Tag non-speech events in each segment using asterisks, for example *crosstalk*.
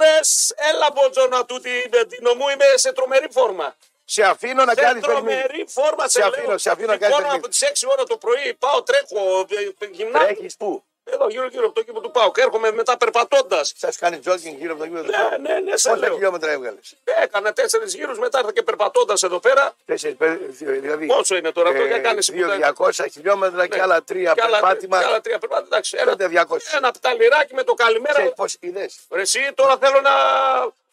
Τάμαρες, έλα Μποντζόνα τούτη με την ομού, είμαι σε τρομερή φόρμα. Σε αφήνω να Σε κάνει τρομερή φόρμα σε Σε αφήνω, λέω. σε αφήνω να κάνεις Σηκώνω παιχνίδι. από τις 6 ώρα το πρωί, πάω τρέχω, ε, γυμνά. Τρέχεις πού. Εδώ γύρω γύρω από το κήπο του πάω και έρχομαι μετά περπατώντας. Σας κάνει jogging γύρω από το γύρο. Ναι, ναι, ναι, σε Πόσα λέω. Ε, χιλιόμετρα έβγαλες. Έκανα τέσσερις γύρους, μετά ήρθα και περπατώντας εδώ πέρα. Δηλαδή. Πόσο είναι τώρα αυτό, ε, για κάνεις δύο 200 χιλιόμετρα και άλλα τρία Ναι. και άλλα- περπάτημα. και άλλα τρία περπάτημα, εντάξει. Ένα, Τότε 200. ένα πταλιράκι με το καλημέρα. Ξέρεις πώς είδες. Ρε εσύ τώρα θέλω να,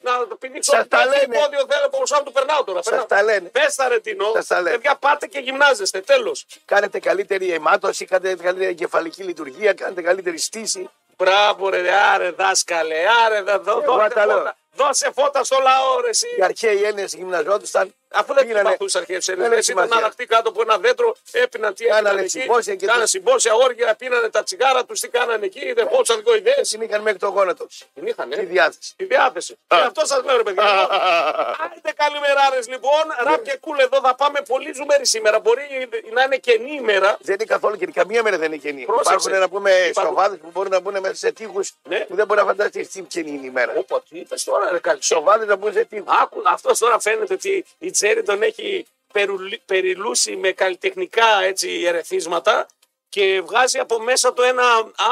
να πηδήξω Σας από τα το λένε. πόδιο, θέλω από σαν του περνάω τώρα. περνάω. τα λένε. Πες τα ρε Τινό, Σας τα λένε. παιδιά πάτε και γυμνάζεστε, τέλος. Κάνετε καλύτερη αιμάτωση, κάνετε καλύτερη εγκεφαλική λειτουργία, κάνετε καλύτερη στήση. Μπράβο ρε, άρε δάσκαλε, άρε δα, δώ, Εγώ δώσε, τα λέω. φώτα, δώσε φώτα στο λαό ρε εσύ. Οι αρχαίοι Έλληνες γυμναζόντουσαν. Αφού δεν πήγαινανε- συμπαθούς αρχές Δεν Έλληνες, έχει ήταν σημασία. αραχτοί κάτω από ένα δέντρο, έπιναν τι Κάνανε έπιναν εκεί, συμπόσια και κάνανε το- συμπόσια, όργια, πίνανε τα τσιγάρα τους, τι κάνανε εκεί, δεν πότσαν δύο ιδέες. Την είχαν μέχρι το γόνατο. Την είχανε. Ε. ε. Τη διάθεση. Τη διάθεση. Γι' αυτό σας λέω, ρε παιδιά. Λοιπόν, Άντε καλημεράρες λοιπόν. Ραπ και κούλ εδώ θα πάμε πολύ ζουμερή σήμερα. Μπορεί να είναι καινή ημέρα. Δεν είναι καθόλου καινή. Καμία μέρα δεν είναι καινή. Πρόσεξε. Υπάρχουν να πούμε Υπάρχουν. σοβάδες που μπορούν να μπουν μέσα σε τείχους Ναι. που δεν μπορεί να φανταστείς τι καινή είναι η μέρα. Όπα, τι είπες τώρα, ρε καλυσό. Σοβάδες να μπουν σε τείχους. Άκου, αυτός τώρα φαίνεται ότι η Τζέρι τον έχει περουλ- περιλούσει με καλλιτεχνικά έτσι ερεθίσματα και βγάζει από μέσα του ένα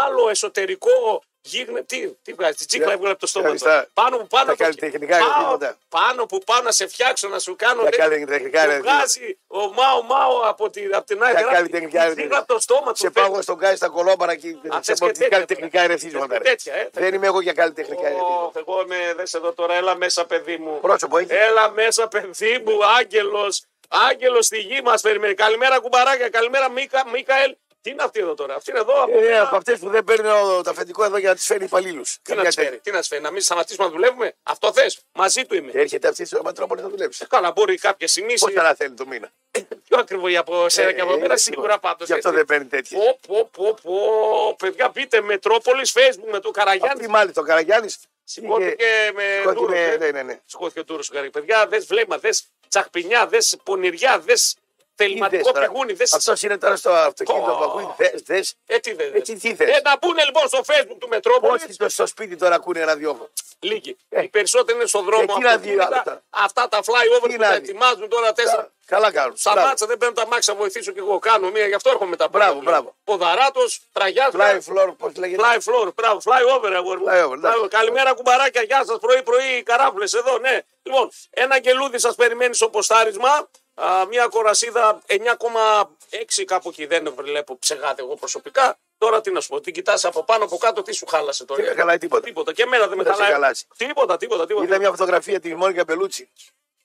άλλο εσωτερικό γίγνε. Τι, τι βγάζεις, τι τσίκλα Ναι. έβγαλε από το στόμα του. Ευχαριστά. Πάνω που πάνω. Τα το- καλλιτεχνικά πάω, ερεθίσματα. πάνω που πάω να σε φτιάξω, να σου κάνω. Τα ρε, καλλιτεχνικά Του ερεθίσματα. Βγάζει ο Μάο Μάο από, τη, από την άλλη. Τα γράφει, καλλιτεχνικά τη ερεθίσματα. τσίκλα από το στόμα του. Σε φέρνει. πάω στον Γκάι στα κολόμπαρα και θες σε και τέτοια, καλλιτεχνικά θες ερεθίσματα. και ρε. τέτοια, ε, Δεν είμαι εγώ για καλλιτεχνικά ερεθίσματα. Ωχ, εγώ είμαι, δες εδώ τώρα, έλα μέσα παιδί μου. Πρόσωπο έχει. Έλα μέσα παιδί μου, άγγελος. Άγγελος στη γη μας περιμένει. Καλημέρα κουμπαράκια, καλημέρα Μίκα, Μίκαελ. Τι είναι αυτή εδώ τώρα, αυτή είναι εδώ. από Ε, μένα. από αυτές που δεν παίρνει ο- το αφεντικό εδώ για να τις φέρει υπαλλήλους. τι να τις φέρει, τι να τις φέρει, να μην σταματήσουμε να δουλεύουμε. Αυτό θες, μαζί του είμαι. Έρχεται αυτή η Ρωματρόπολη να δουλέψει. Καλά, μπορεί κάποια στιγμή. Πώ σε- Ε. θα θέλει το μήνα. Πιο ακριβό από σένα και από Ε, μένα, ε, σίγουρα πάντως. Γι' αυτό έτσι. δεν παίρνει τέτοια. Πω, πω, πω, πω. Παιδιά, μπείτε Μετρόπολης, Facebook με το Καραγιάννης. Αυτή μάλιστα ο Καραγιάννη. Σηκώθηκε με σηκώθηκε ντούρο. με- ε. ναι, ναι, ναι. Σηκώθηκε ο ντούρος καρύ. Παιδιά, δες βλέμμα, δες τσαχπινιά, δες πονηριά, δες θεληματικό πηγούνι. Δες. Αυτός είναι τώρα στο αυτοκίνητο Πω. που ακούει. Δε, δες. Ε, τι δε. Ε, τι- τι θες. Ε, να μπουν λοιπόν στο facebook του Μετρόπολης. Πόσοι στο, στο σπίτι τώρα ακούνε ραδιόφωνο. Λίγοι. Ε. Οι περισσότεροι είναι στον δρόμο. Και τι να δει αυτοκίνητα. αυτά. αυτά τα flyover Τι που τα να δει. ετοιμάζουν τώρα τέσσερα. Καλά κάνουν. Σταμάτησα, δεν παίρνω τα μάξια να βοηθήσω και εγώ. Κάνω μία, γι' αυτό έρχομαι τα Μπράβο, πρώτα. μπράβο. Ποδαράτος, τραγιάς. Fly floor, πώς λέγεται. Fly floor, μπράβο, fly over. αγόρι μου. Fly over, ναι. Fly εντάξει. over. Καλημέρα κουμπαράκια, γεια σας. Πρωί-πρωί καράβλες εδώ, ναι. Λοιπόν, ένα γελούδι σας περιμένει στο ποστάρισμα. Α, μια κορασίδα 9,6 κάπου εκεί δεν βλέπω ψεγάτε εγώ προσωπικά. Τώρα τι να σου πω, την κοιτάς από πάνω από κάτω, τι σου χάλασε τώρα. Δεν με χαλάει τίποτα. Τίποτα. Και εμένα δεν με Δεν σε χαλάει. χαλάσει. Τίποτα, τίποτα, τίποτα. Είδα μια φωτογραφία τη Μόνικα Μπελούτσι.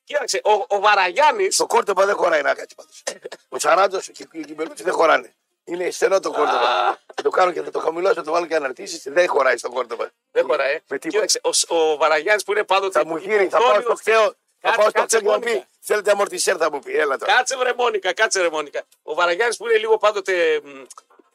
Κοίταξε, ο, ο Βαραγιάννης. Στο κόρτοπα δεν χωράει να κάτσει πάντως. Ο Σαράντο και η- η Μπελούτσι δεν χωράνε. Είναι στενό το κόρτοπα. Θα το κάνω και θα το χαμηλώσω, θα το βάλω και αναρτήσεις. Δεν χωράει στο κόρτοπα. Δεν χωράει. ε. Με τίποτα. Κοίταξε, ο, ο Βαραγιάννης που είναι πάντοτε. Θα μου γύρει, θα πάω στο υποδόνιος- χτέο. Θα Κάτσε, πάω στο κάτσε, χτέο και θα μου πει Μόνικα. Θέλετε αμορτισέρ, θα μου πει. Έλα τώρα. Κάτσε βρε Μόνικα, κάτσε βρε Μόνικα. Ο Βαραγιάννης που είναι λίγο πάντοτε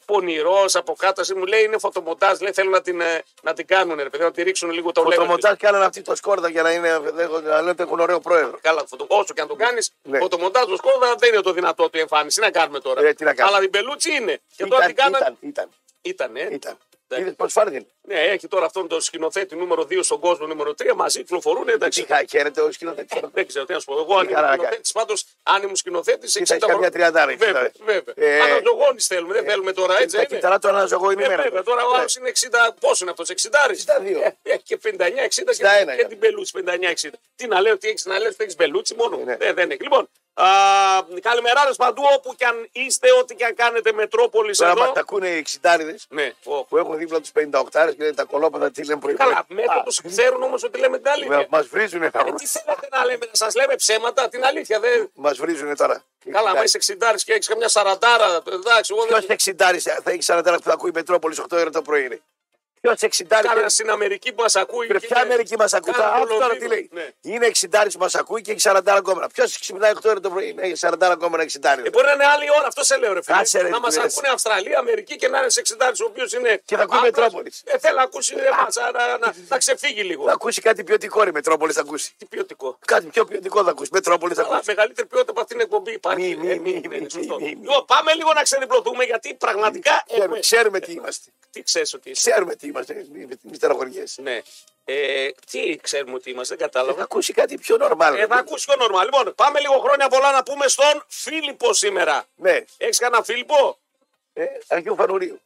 πονηρός από κάτω, εσύ μου λέει είναι φωτομοντάζ, λέει θέλω να την, ε, να την κάνουν, ρε παιδί, να τη ρίξουν λίγο το Το βλέμμα. της. μοντάζ κάνανε αυτή το σκόρδα για να είναι. δεν έχω- Να λένε ότι έχουν ωραίο πρόεδρο. Καλά, φωτο, όσο και αν το κάνεις, Ναι. φωτομοντάζ ο Σκόρδα δεν είναι το δυνατό του η εμφάνιση. Τι να κάνουμε τώρα. Ε, τι να κάνουμε. Αλλά την πελούτσι είναι. Και τώρα Ήταν, την κάνανε. ήταν, ήταν. Ήταν, ε. ήταν. Εντάξει. Είδες πώς φάρδιν. Ναι, έχει τώρα αυτόν τον σκηνοθέτη νούμερο 2 στον κόσμο, νούμερο 3 μαζί κυκλοφορούν. Εντάξει, Είχα χαίρεται ο σκηνοθέτης. δεν ξέρω τι να σου πω. Εγώ αν χαρά ήμουν να σκηνοθέτης, πάντως αν ήμουν σκηνοθέτης. Κοίταξε καμιά τριαντάρα, Βέβαια, κοίταξε. βέβαια. Ε, Αναζωογόνη θέλουμε, δεν θέλουμε τώρα έτσι. Τα είναι. κύτταρα του αναζωογό είναι Ε, μέρα. Ναι. βέβαια, τώρα ο άλλος είναι 60. Πόσος είναι αυτός, 60? 62. Ε, Έχει και 59-60 και, 61 και ήταν. την πελούτσι 59-60. Τι να λέω, τι έχεις να λέω, ότι έχει πελούτσι μόνο. Ναι. Ε, δεν έχει. Λοιπόν, α, καλημεράδες παντού όπου και αν είστε, ό,τι και αν κάνετε Μετρόπολης Τώρα εδώ. μα τα ακούνε οι εξιντάριδε Ναι, ο- που έχουν δίπλα τους 58 και λένε τα κολόπατα τι λένε πρωί. Καλά, μέτω του ξέρουν όμως ότι λέμε την αλήθεια. Μας βρίζουνε Ε, τώρα. τι θέλετε να λέμε, να σας λέμε ψέματα, την αλήθεια. Δεν... Μας βρίζουνε τώρα. Καλά, άμα είσαι 60 και έχεις καμιά σαραντάρα. Εντάξει, εγώ δεν. Ποιο εξιντάρι θα έχει 44 που θα ακούει η Μετρόπολης 8 ώρα το πρωί. είναι. Ποιος εξιντάρι. Κάνα στην Αμερική που μας ακούει. Ρε, και ποια είναι- Αμερική μας ακούει. Κάνα Τα το άκου τώρα τι Λονδίνο. λέει. Ναι. Είναι 60 που μας ακούει και έχει 40 ακόμα. Ποιος ξυπνάει 8 ώρα το πρωί, είναι 40 ακόμα 60. Ε, μπορεί να είναι άλλη ώρα, αυτό σε λέω, ρε φίλε. Κάτσε, ρε, να μας τι λες. ακούνε Αυστραλία, Αμερική και να είναι σε 60 ο οποίος είναι. Και θα ακούει άπρος. Μετρόπολης. Ε, θέλει να ακούσει, ρε, μάτσα, να, να, να ξεφύγει λίγο. Θα ακούσει κάτι ποιοτικό ρε Μετρόπολης, θα ακούσει. Τι ποιοτικό. Κάτι πιο ποιοτικό θα ακούσει. Μετρόπολης θα Αλλά ακούσει. μεγαλύτερη ποιότητα από αυτήν την εκπομπή υπάρχει. Μη, μη, Ε, μη, ναι, μη, σωστό. μη, μη. Λοιπόν, πάμε λίγο να ξεδιπλωθούμε γιατί πραγματικά. Ξέρουμε, έχουμε- ξέρουμε τι είμαστε. Τι ξέρεις ότι είσαι. Ξέρουμε τι είμαστε, ε, μη, μη στεναχωριέσαι. Ναι. Ε, τι ξέρουμε ότι είμαστε, δεν Θα κατάλαβα. ακούσει κάτι πιο normal. Ε, θα ακούσει και ο νορμάλ. Λοιπόν, πάμε λίγο χρόνια πολλά να πούμε στον Φίλιππο σήμερα. Ναι, Έχεις κανένα Φίλιππο. ε, Αγίου Φανουρίου.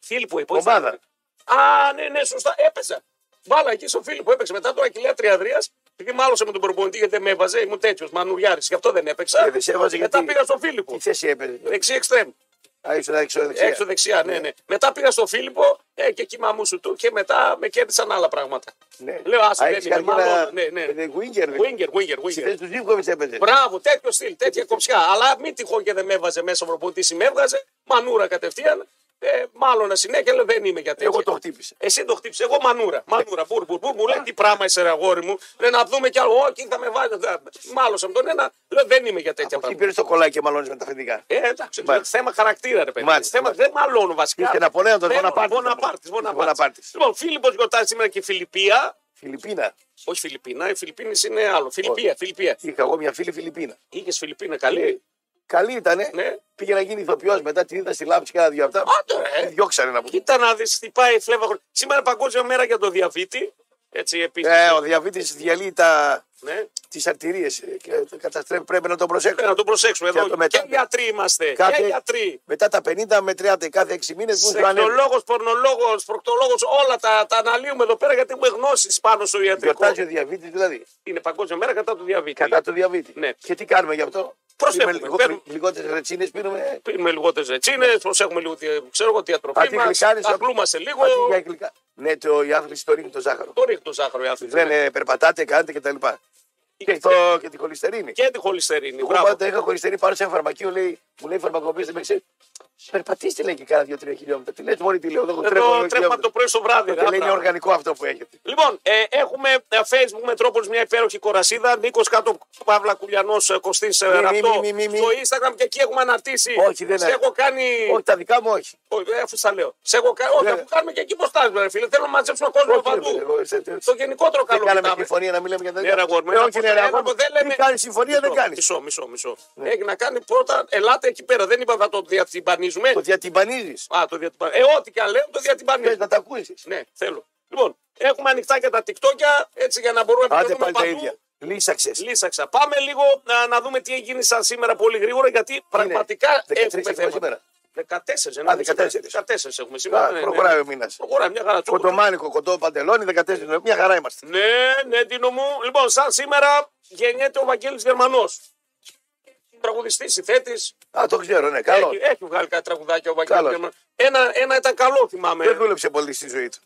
Φίλιππο, η πόση- Ομάδα. Α, ναι, ναι, σωστά. Έπαιζα. Μπάλα εκεί στον Φίλιππο έπαιξε. Μετά τον Ακυλέα Τριαδρίας. Επειδή μάλωσε με τον προπονητή γιατί δεν με έβαζε. Ήμουν τέτοιος μανουριάρης. Γι' αυτό δεν έπαιξα. Ε, δεν σε έβαζε Μετά γιατί- πήγα στον Φίλιππο. Τι θέση έπαιζε. Δεξί εξτρέμ. Α, ήσουν έξω δεξιά. Έξω δεξιά, ναι, ναι. Μετά πήγα στον Φίλιππο ε, και εκεί μαμούσου του και μετά με κέρδισαν άλλα πράγματα. Ναι. Λέω, άσε, Α, δεν έχεις είναι, κάνει μάλλον, ένα- ναι, ναι. ε, winger, ρε. Winger, winger, Στη winger. θέση του Ζήβκοβιτς έπαιζε. Μπράβο, τέτοιο στυλ, τέτοια κοψιά. Αλλά μην τυχόν και δεν με έβαζε μέσα ο προπονητής ή με έβγαζε. Μανούρα κατευθείαν. Ε, μάλλον συνέχεια λέω δεν είμαι για τέτοια. Εγώ το χτύπησα. Εσύ το χτύπησε. Εγώ μανούρα. Μανούρα. Μπούρ, μπούρ, μπούρ. Μου λέει τι πράγμα είσαι, ρε αγόρι μου. Λέει να δούμε κι άλλο. Όχι, θα με βάλει. θα- Μάλωσα με τον ένα. Λέω δεν είμαι για τέτοια Εκεί πράγματα. πήρες το κολλάκι και μαλώνεις με τα αφεντικά. Ε, εντάξει, Μάλιστα. θέμα χαρακτήρα, ρε παιδί. Μάλιστα, θέμα, δεν μαλώνω βασικά. Είστε να πονέω τον Θέλω- Βοναπάρτης. Βοναπάρτης, Βοναπάρτης. Βοναπάρτης. Λοιπόν, Φίλιππος γιορτάζει σήμερα και η Φιλιππία. Φιλιππίνα. Όχι Φιλιππίνα, οι Φιλιππίνε είναι άλλο. Φιλιππία, Φιλιππία. Είχα εγώ μια φίλη Φιλιππίνα. Είχες Φιλιππίνα καλή. Καλή ήτανε. Ναι. Πήγε να γίνει ηθοποιός μετά την είδα στη λάμψη και ένα δυο αυτά. Άντε, ρε. Τη διώξανε να πούμε. Κοίτα να δεις, χτυπάει η φλέβα. χρονιά. Σήμερα παγκόσμια μέρα για το διαβήτη. Έτσι επίσης. Ε, ο διαβήτης διαλύει τα... Ναι. τις αρτηρίες. Καταστρέφει, πρέπει να τον Πρέπει προσέξουμε. να το προσέξουμε εδώ. Και Και, το μετά- γιατροί είμαστε. Κάθε- Και Ε, γιατροί. Μετά τα 50 με 30 κάθε 6 μήνε μου ε, είχαν Σεξολόγος, πορνολόγος, προκτολόγο, όλα τα, τα αναλύουμε εδώ πέρα γιατί έχουμε γνώσεις πάνω στο ιατρικό. Γιορτάζει ο διαβήτης δηλαδή. Είναι παγκόσμια μέρα κατά του διαβήτη. Κατά το διαβήτη. Ναι. Και τι κάνουμε γι' αυτό. Προσέχουμε, Πίνουμε λιγο- παίρνουμε- Λιγότερες ρετσίνες πίνουμε. Πίνουμε λιγότερες ρετσίνες, προσέχουμε λίγο τη- ξέρω εγώ, τη διατροφή Αντί μας. γλυκάνες, Αγκλούμαστε λίγο. αντί για γλυκά- Ναι, το, οι άνθρωποι το ρίχνουν το ζάχαρο. Το ρίχνει το ζάχαρο οι Τους άνθρωποι. λένε περπατάτε, κάντε κτλ. Και, το, και τη χολυστερίνη. Και τη χολυστερίνη. Εγώ Μπράβο. πάντα είχα χολυστερίνη πάνω σε ένα φαρμακείο, λέει, μου λέει φαρμακοποιό, δεν με ξέρει. Περπατήστε λέει και κάνα δύο-τρία χιλιόμετρα. Τι λε, Μόλι τη λέω, εγώ τρέχω. Εδώ δύο τρέχουμε χιλιόμετρα. από το πρωί στο βράδυ. Και ρε, λέει, είναι άπρα. οργανικό αυτό που έχετε. Λοιπόν, ε, έχουμε ε, Facebook Μετρόπολης, μια υπέροχη κορασίδα. Νίκος Κάτω Παύλα Κουλιανός Κωστή μη, ε, Ραπτό. μη, μη, μη. Στο Instagram και εκεί έχουμε αναρτήσει. Όχι, δεν Σε είναι. έχω κάνει. Όχι, τα δικά μου όχι. Όχι, ε, αφού στα λέω. Σε έχω κάνει. Όχι, Δεν- αφού κάνουμε και εκεί ποστάζουμε, ρε φίλε. Θέλω να μαζέψουμε κόσμο Ναι. Όχι, ρε, παιδί, παντού. εγώ, σε- σε- Στο γενικότερο Δεν καλό. κάναμε κοιτάμε. συμφωνία να μιλάμε για τα Ναι, ρε, δικά αγόρι μου, Ε, ένα Όχι, από ναι, τα ρε, ένα αγόρι που μου. δεν λέμε- Τι κάνεις συμφωνία, δεν Ναι. Μισό, κάνεις. Μισό, μισό, μισό. Έχει να κάνει πρώτα, ελάτε εκεί πέρα. Δεν είπα θα το διατυμπανίζουμε. Το διατυμπανίζει. Α, το διατυμπανίζουμε. Ε, ό,τι και αν λέω, το Θε διατυμπανίζουμε. να τα ακούσεις. Ναι, θέλω. Λοιπόν, έχουμε ανοιχτά και τα TikTokια έτσι για να μπορούμε να Άντε επικοινωνούμε πάλι τα παντού. ίδια. Λύσαξες. Λύσαξα. Πάμε λίγο να, να δούμε τι έγινε σαν σήμερα πολύ γρήγορα, γιατί πραγματικά 13 έχουμε έχουμε θέμα. σήμερα. 14, ένα Α, 14. 14 έχουμε σήμερα. Α, προχωράει ο μήνας. Προχωράει, μια χαρά. Τσόκο. Κοντομάνικο, κοντό παντελόνι, 14 Νοεμβρίου. Μια χαρά είμαστε. Ναι, ναι, Τίνο μου. Λοιπόν, σαν σήμερα γεννιέται ο Βαγγέλης Γερμανός. Τραγουδιστής, ηθέτης. Α, το ξέρω, ναι, καλό. Έχει, έχει βγάλει κάτι τραγουδάκια ο Βαγγέλης Καλός. Γερμανός. Ένα, ένα ήταν καλό, θυμάμαι. Δεν δούλεψε πολύ στη ζωή του.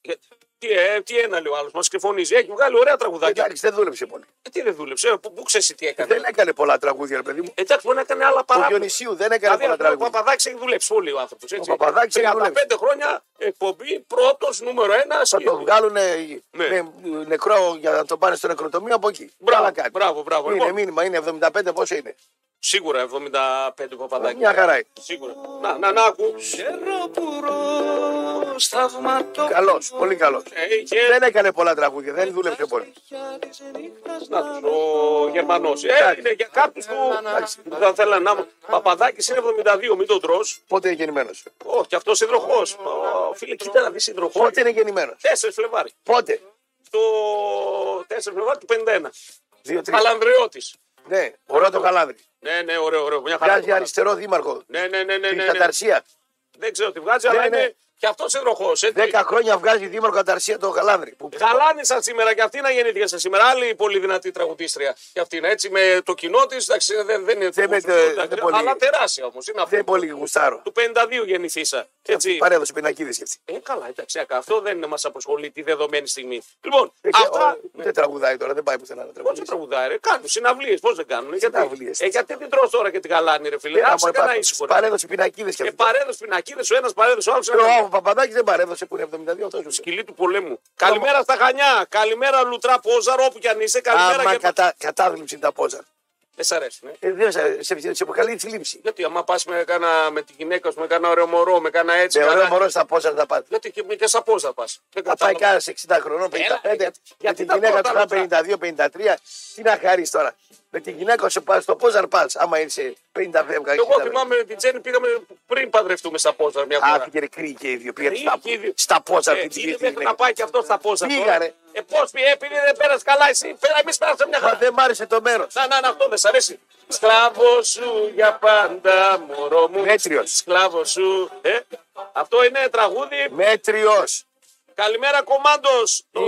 Ε, Τι, ε, τι ένα λέει ο άλλος, μας κρυφωνίζει. Έχει βγάλει ωραία τραγουδάκια. Εντάξει, δεν δούλεψε πολύ. Ε, τι δεν δούλεψε, ε, πού, πού ξέρεις τι έκανε. Δεν έκανε πολλά τραγούδια, ρε παιδί μου. Εντάξει, μπορεί να έκανε άλλα Ο παράπονα. Διονυσίου δεν έκανε Δηλαδή, πολλά αυτό ο τραγούδια. Παπαδάκης έχει δουλέψει πολύ ο άνθρωπος. Ο Παπαδάκης έχει 35 δουλέψει. χρόνια εκπομπή, πρώτος, νούμερο ένα. Θα το βγάλουν Ναι. νεκρό για να το πάνε στο νεκροτομείο από εκεί. Μπράβο, Καλά κάνει. μπράβο, μπράβο. Είναι Λοιπόν. μήνυμα, είναι 75, πόσο είναι. Σίγουρα 75 ο Παπαδάκης. Μια χαρά είναι. Σίγουρα. Να, να, να άκου. Καλός, πολύ καλός. Ε, και Δεν έκανε πολλά τραγούδια, δεν δούλεψε πολύ. να, ο Γερμανό. Ε, είναι για κάποιους που Εντάξει. που θα θέλανε να μου. Παπαδάκης είναι 72, μην τον τρώ. Πότε είναι γεννημένος. Όχι, και αυτός συντροχό. Φίλε, κοίτα να δεις συντροχό. Πότε είναι γεννημένος. 4 Φλεβάρι. Πότε. Το 4 Φλεβάρι του 51. Δύο, τρία. Καλανδριώτη. Ναι, ωραίο το καλάδρι. Ναι, ναι, ωραίο, ωραίο. Μια χαρά. Βγάζει αριστερό δήμαρχο. Ναι, ναι, ναι, ναι. Την ναι, ναι. Καταρσία. Δεν ξέρω τι βγάζει, Ναι, αλλά ναι. είναι και αυτός συντροχό. Δέκα χρόνια βγάζει δήμαρχο Καταρσία το καλάδρι. Που- Γαλάνησαν σήμερα και αυτή να γεννήθηκε σαν σήμερα. Άλλη πολύ δυνατή τραγουδίστρια. Και αυτή είναι έτσι με το κοινό της. Δεν, δεν είναι Δεν με- τόσο- δεν αλλά πολύ. Αλλά τεράστια όμως. Είναι αυτό. Δεν πολύ γουστάρω. Του 52 γεννηθήσα. Έτσι. Παρέδωσε πινακίδες και αυτή. Ε, καλά, εντάξει, άκα, αυτό δεν μας απασχολεί τη δεδομένη στιγμή. Λοιπόν, Έχει- αυτά. Ε, ο- Δεν τραγουδάει τώρα, δεν πάει πουθενά να Πώς δεν τραγουδάει. τραγουδάει, ρε. Κάνουν συναυλίες, πώς δεν κάνουν. Γιατί, Συναυλίες. Ε, ε, γιατί την τρώ τώρα και την γαλάνη, ρε φίλε. Άσε κανένα ήσυχο. ρε. Παρέδωσε πινακίδες και Και αυτή. παρέδωσε πινακίδες, ο ένας παρέδωσε ο άλλος. Ε, Ο Ε, Παπαδάκης δεν παρέδωσε που είναι 72. αυτό ζούσε. σκυλή του πολέμου. Καλημέρα στα Χανιά. Καλημέρα Λουτρά Πόζαρο, όπου κι αν είσαι. Καλημέρα Άμα και... κατά, κατάθλιψη τα πόζα. Δεν σ' αρέσουν. Ε. Ε, δεν σε, σε, σε προκαλεί θλίψη. Γιατί άμα πας με, κάνα- με τη γυναίκα σου, με κάνα ωραίο μωρό, με κάνα έτσι. Σε κάνα- Ναι, Ε, ωραίο μωρό στα πόσα θα πάτε. Γιατί και, και σαν πώ θα πας. Δεν Θα πάει κατάλαβα. κανένα 60 χρονών, 55. Έλα, γιατί- με γιατί τη τα γυναίκα του πρώτα θα 52-53. Τι να χαρείς τώρα. Με τη γυναίκα σου πας στο πόζαρ πα, άμα είσαι 50 φεύγα. Εγώ θυμάμαι με την Τζέννη πήγαμε πριν παντρευτούμε στα πόσα μια φορά. Α, πήγαινε κρύοι και οι δύο. Πήγαινε Κρύοι στα, και οι δύο. στα πόζαρ. Ε, την τρίτη είναι μέχρι γυναίκα. να πάει και αυτό στα πόσα. Πήγα, τώρα. ρε. Ε, πώς πήγε, επειδή δεν πέρασε καλά, εσύ. Πέρα, εμείς πέρασαμε μια Μα χαρά. δεν μ' άρεσε το μέρος. Να, να, να, αυτό δεν σ' αρέσει. Σκλάβο σου για πάντα, μωρό μου. Μέτριος. Σκλάβο σου. Ε, αυτό είναι τραγούδι. Μέτριος. Καλημέρα, κομμάντος.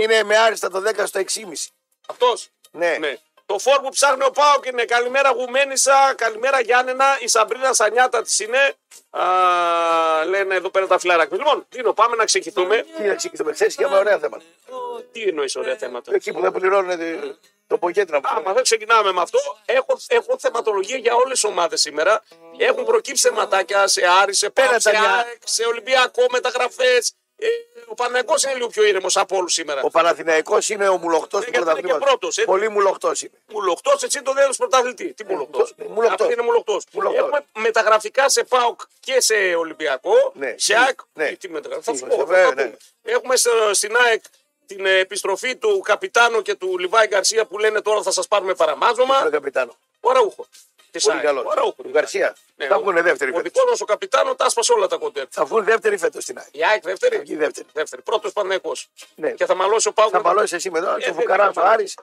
Είναι με άριστα το 10 στο 6,5. Αυτός. Ναι. Ναι. Το φόρ που ψάχνει ο Πάοκ είναι καλημέρα Γουμένισα, καλημέρα Γιάννενα, η Σαμπρίνα Σανιάτα της είναι. Α, λένε εδώ πέρα τα φιλαράκια. Λοιπόν, Δίνο, πάμε να ξεκινούμε. Τι να ξεκινήσουμε, ξέρεις και με ωραία θέματα. Τι εννοείς ωραία θέματα. Εκεί που δεν πληρώνουν ε, το ποκέτρα που Άμα δεν ξεκινάμε με αυτό, έχω, έχω θεματολογία για όλες τις ομάδες σήμερα. Έχουν προκύψει θεματάκια σε Άρη, σε Πέρα, σε, τα μια. ΑΕΚ, σε Ολυμπιακό, μεταγραφές. Ε, ο Παναγιώ είναι λίγο πιο ήρεμος από όλους σήμερα. Ο Παναθηναϊκός είναι ο μουλοχτός του Ε, γιατί είναι και πρωταθλήματος. πρώτος, έτσι. Πολύ μουλοχτός είναι. Μουλοχτός, έτσι είναι το δεύτερο πρωταθλητή. Τι μουλοχτός. το- Ε, μουλοχτός. είναι μουλοχτός. Μουλοχτός. Έχουμε μεταγραφικά σε ΠΑΟΚ και σε Ολυμπιακό. Ναι. Σε ΑΕΚ. Ε, Ναι. Τι- Τι μεταγραφικά. Τι Θα σου πω, μεταγραφικά, θα τα ναι. πούμε. Έχουμε στο- στην ΑΕΚ την ε, επιστροφή του καπιτάνου και του Λιβάη Γκαρσία που λένε τώρα θα σας πάρουμε παραμάζωμα. Τον καπιτάνο. Ο Αραούχο. Της Πολύ ΑΕΚ. καλό. Ο Αραούχο. Ο Γκαρσία. Ναι, Θα ο- βγουν δεύτεροι Ο φέτος. δικός μας ο καπιτάνος τα άσπασε όλα τα κοντέρ. Θα βγουν δεύτεροι φέτος στην ΑΕΚ. Η ΑΕΚ δεύτερη. βγει δεύτερη. δεύτερη. Πρώτος Πανέκος. Ναι. Και θα μαλώσει ο Πάουκ. Θα παλώσει εσύ μετά, Ε, και ο δεν Φουκαρά θα ο Άρης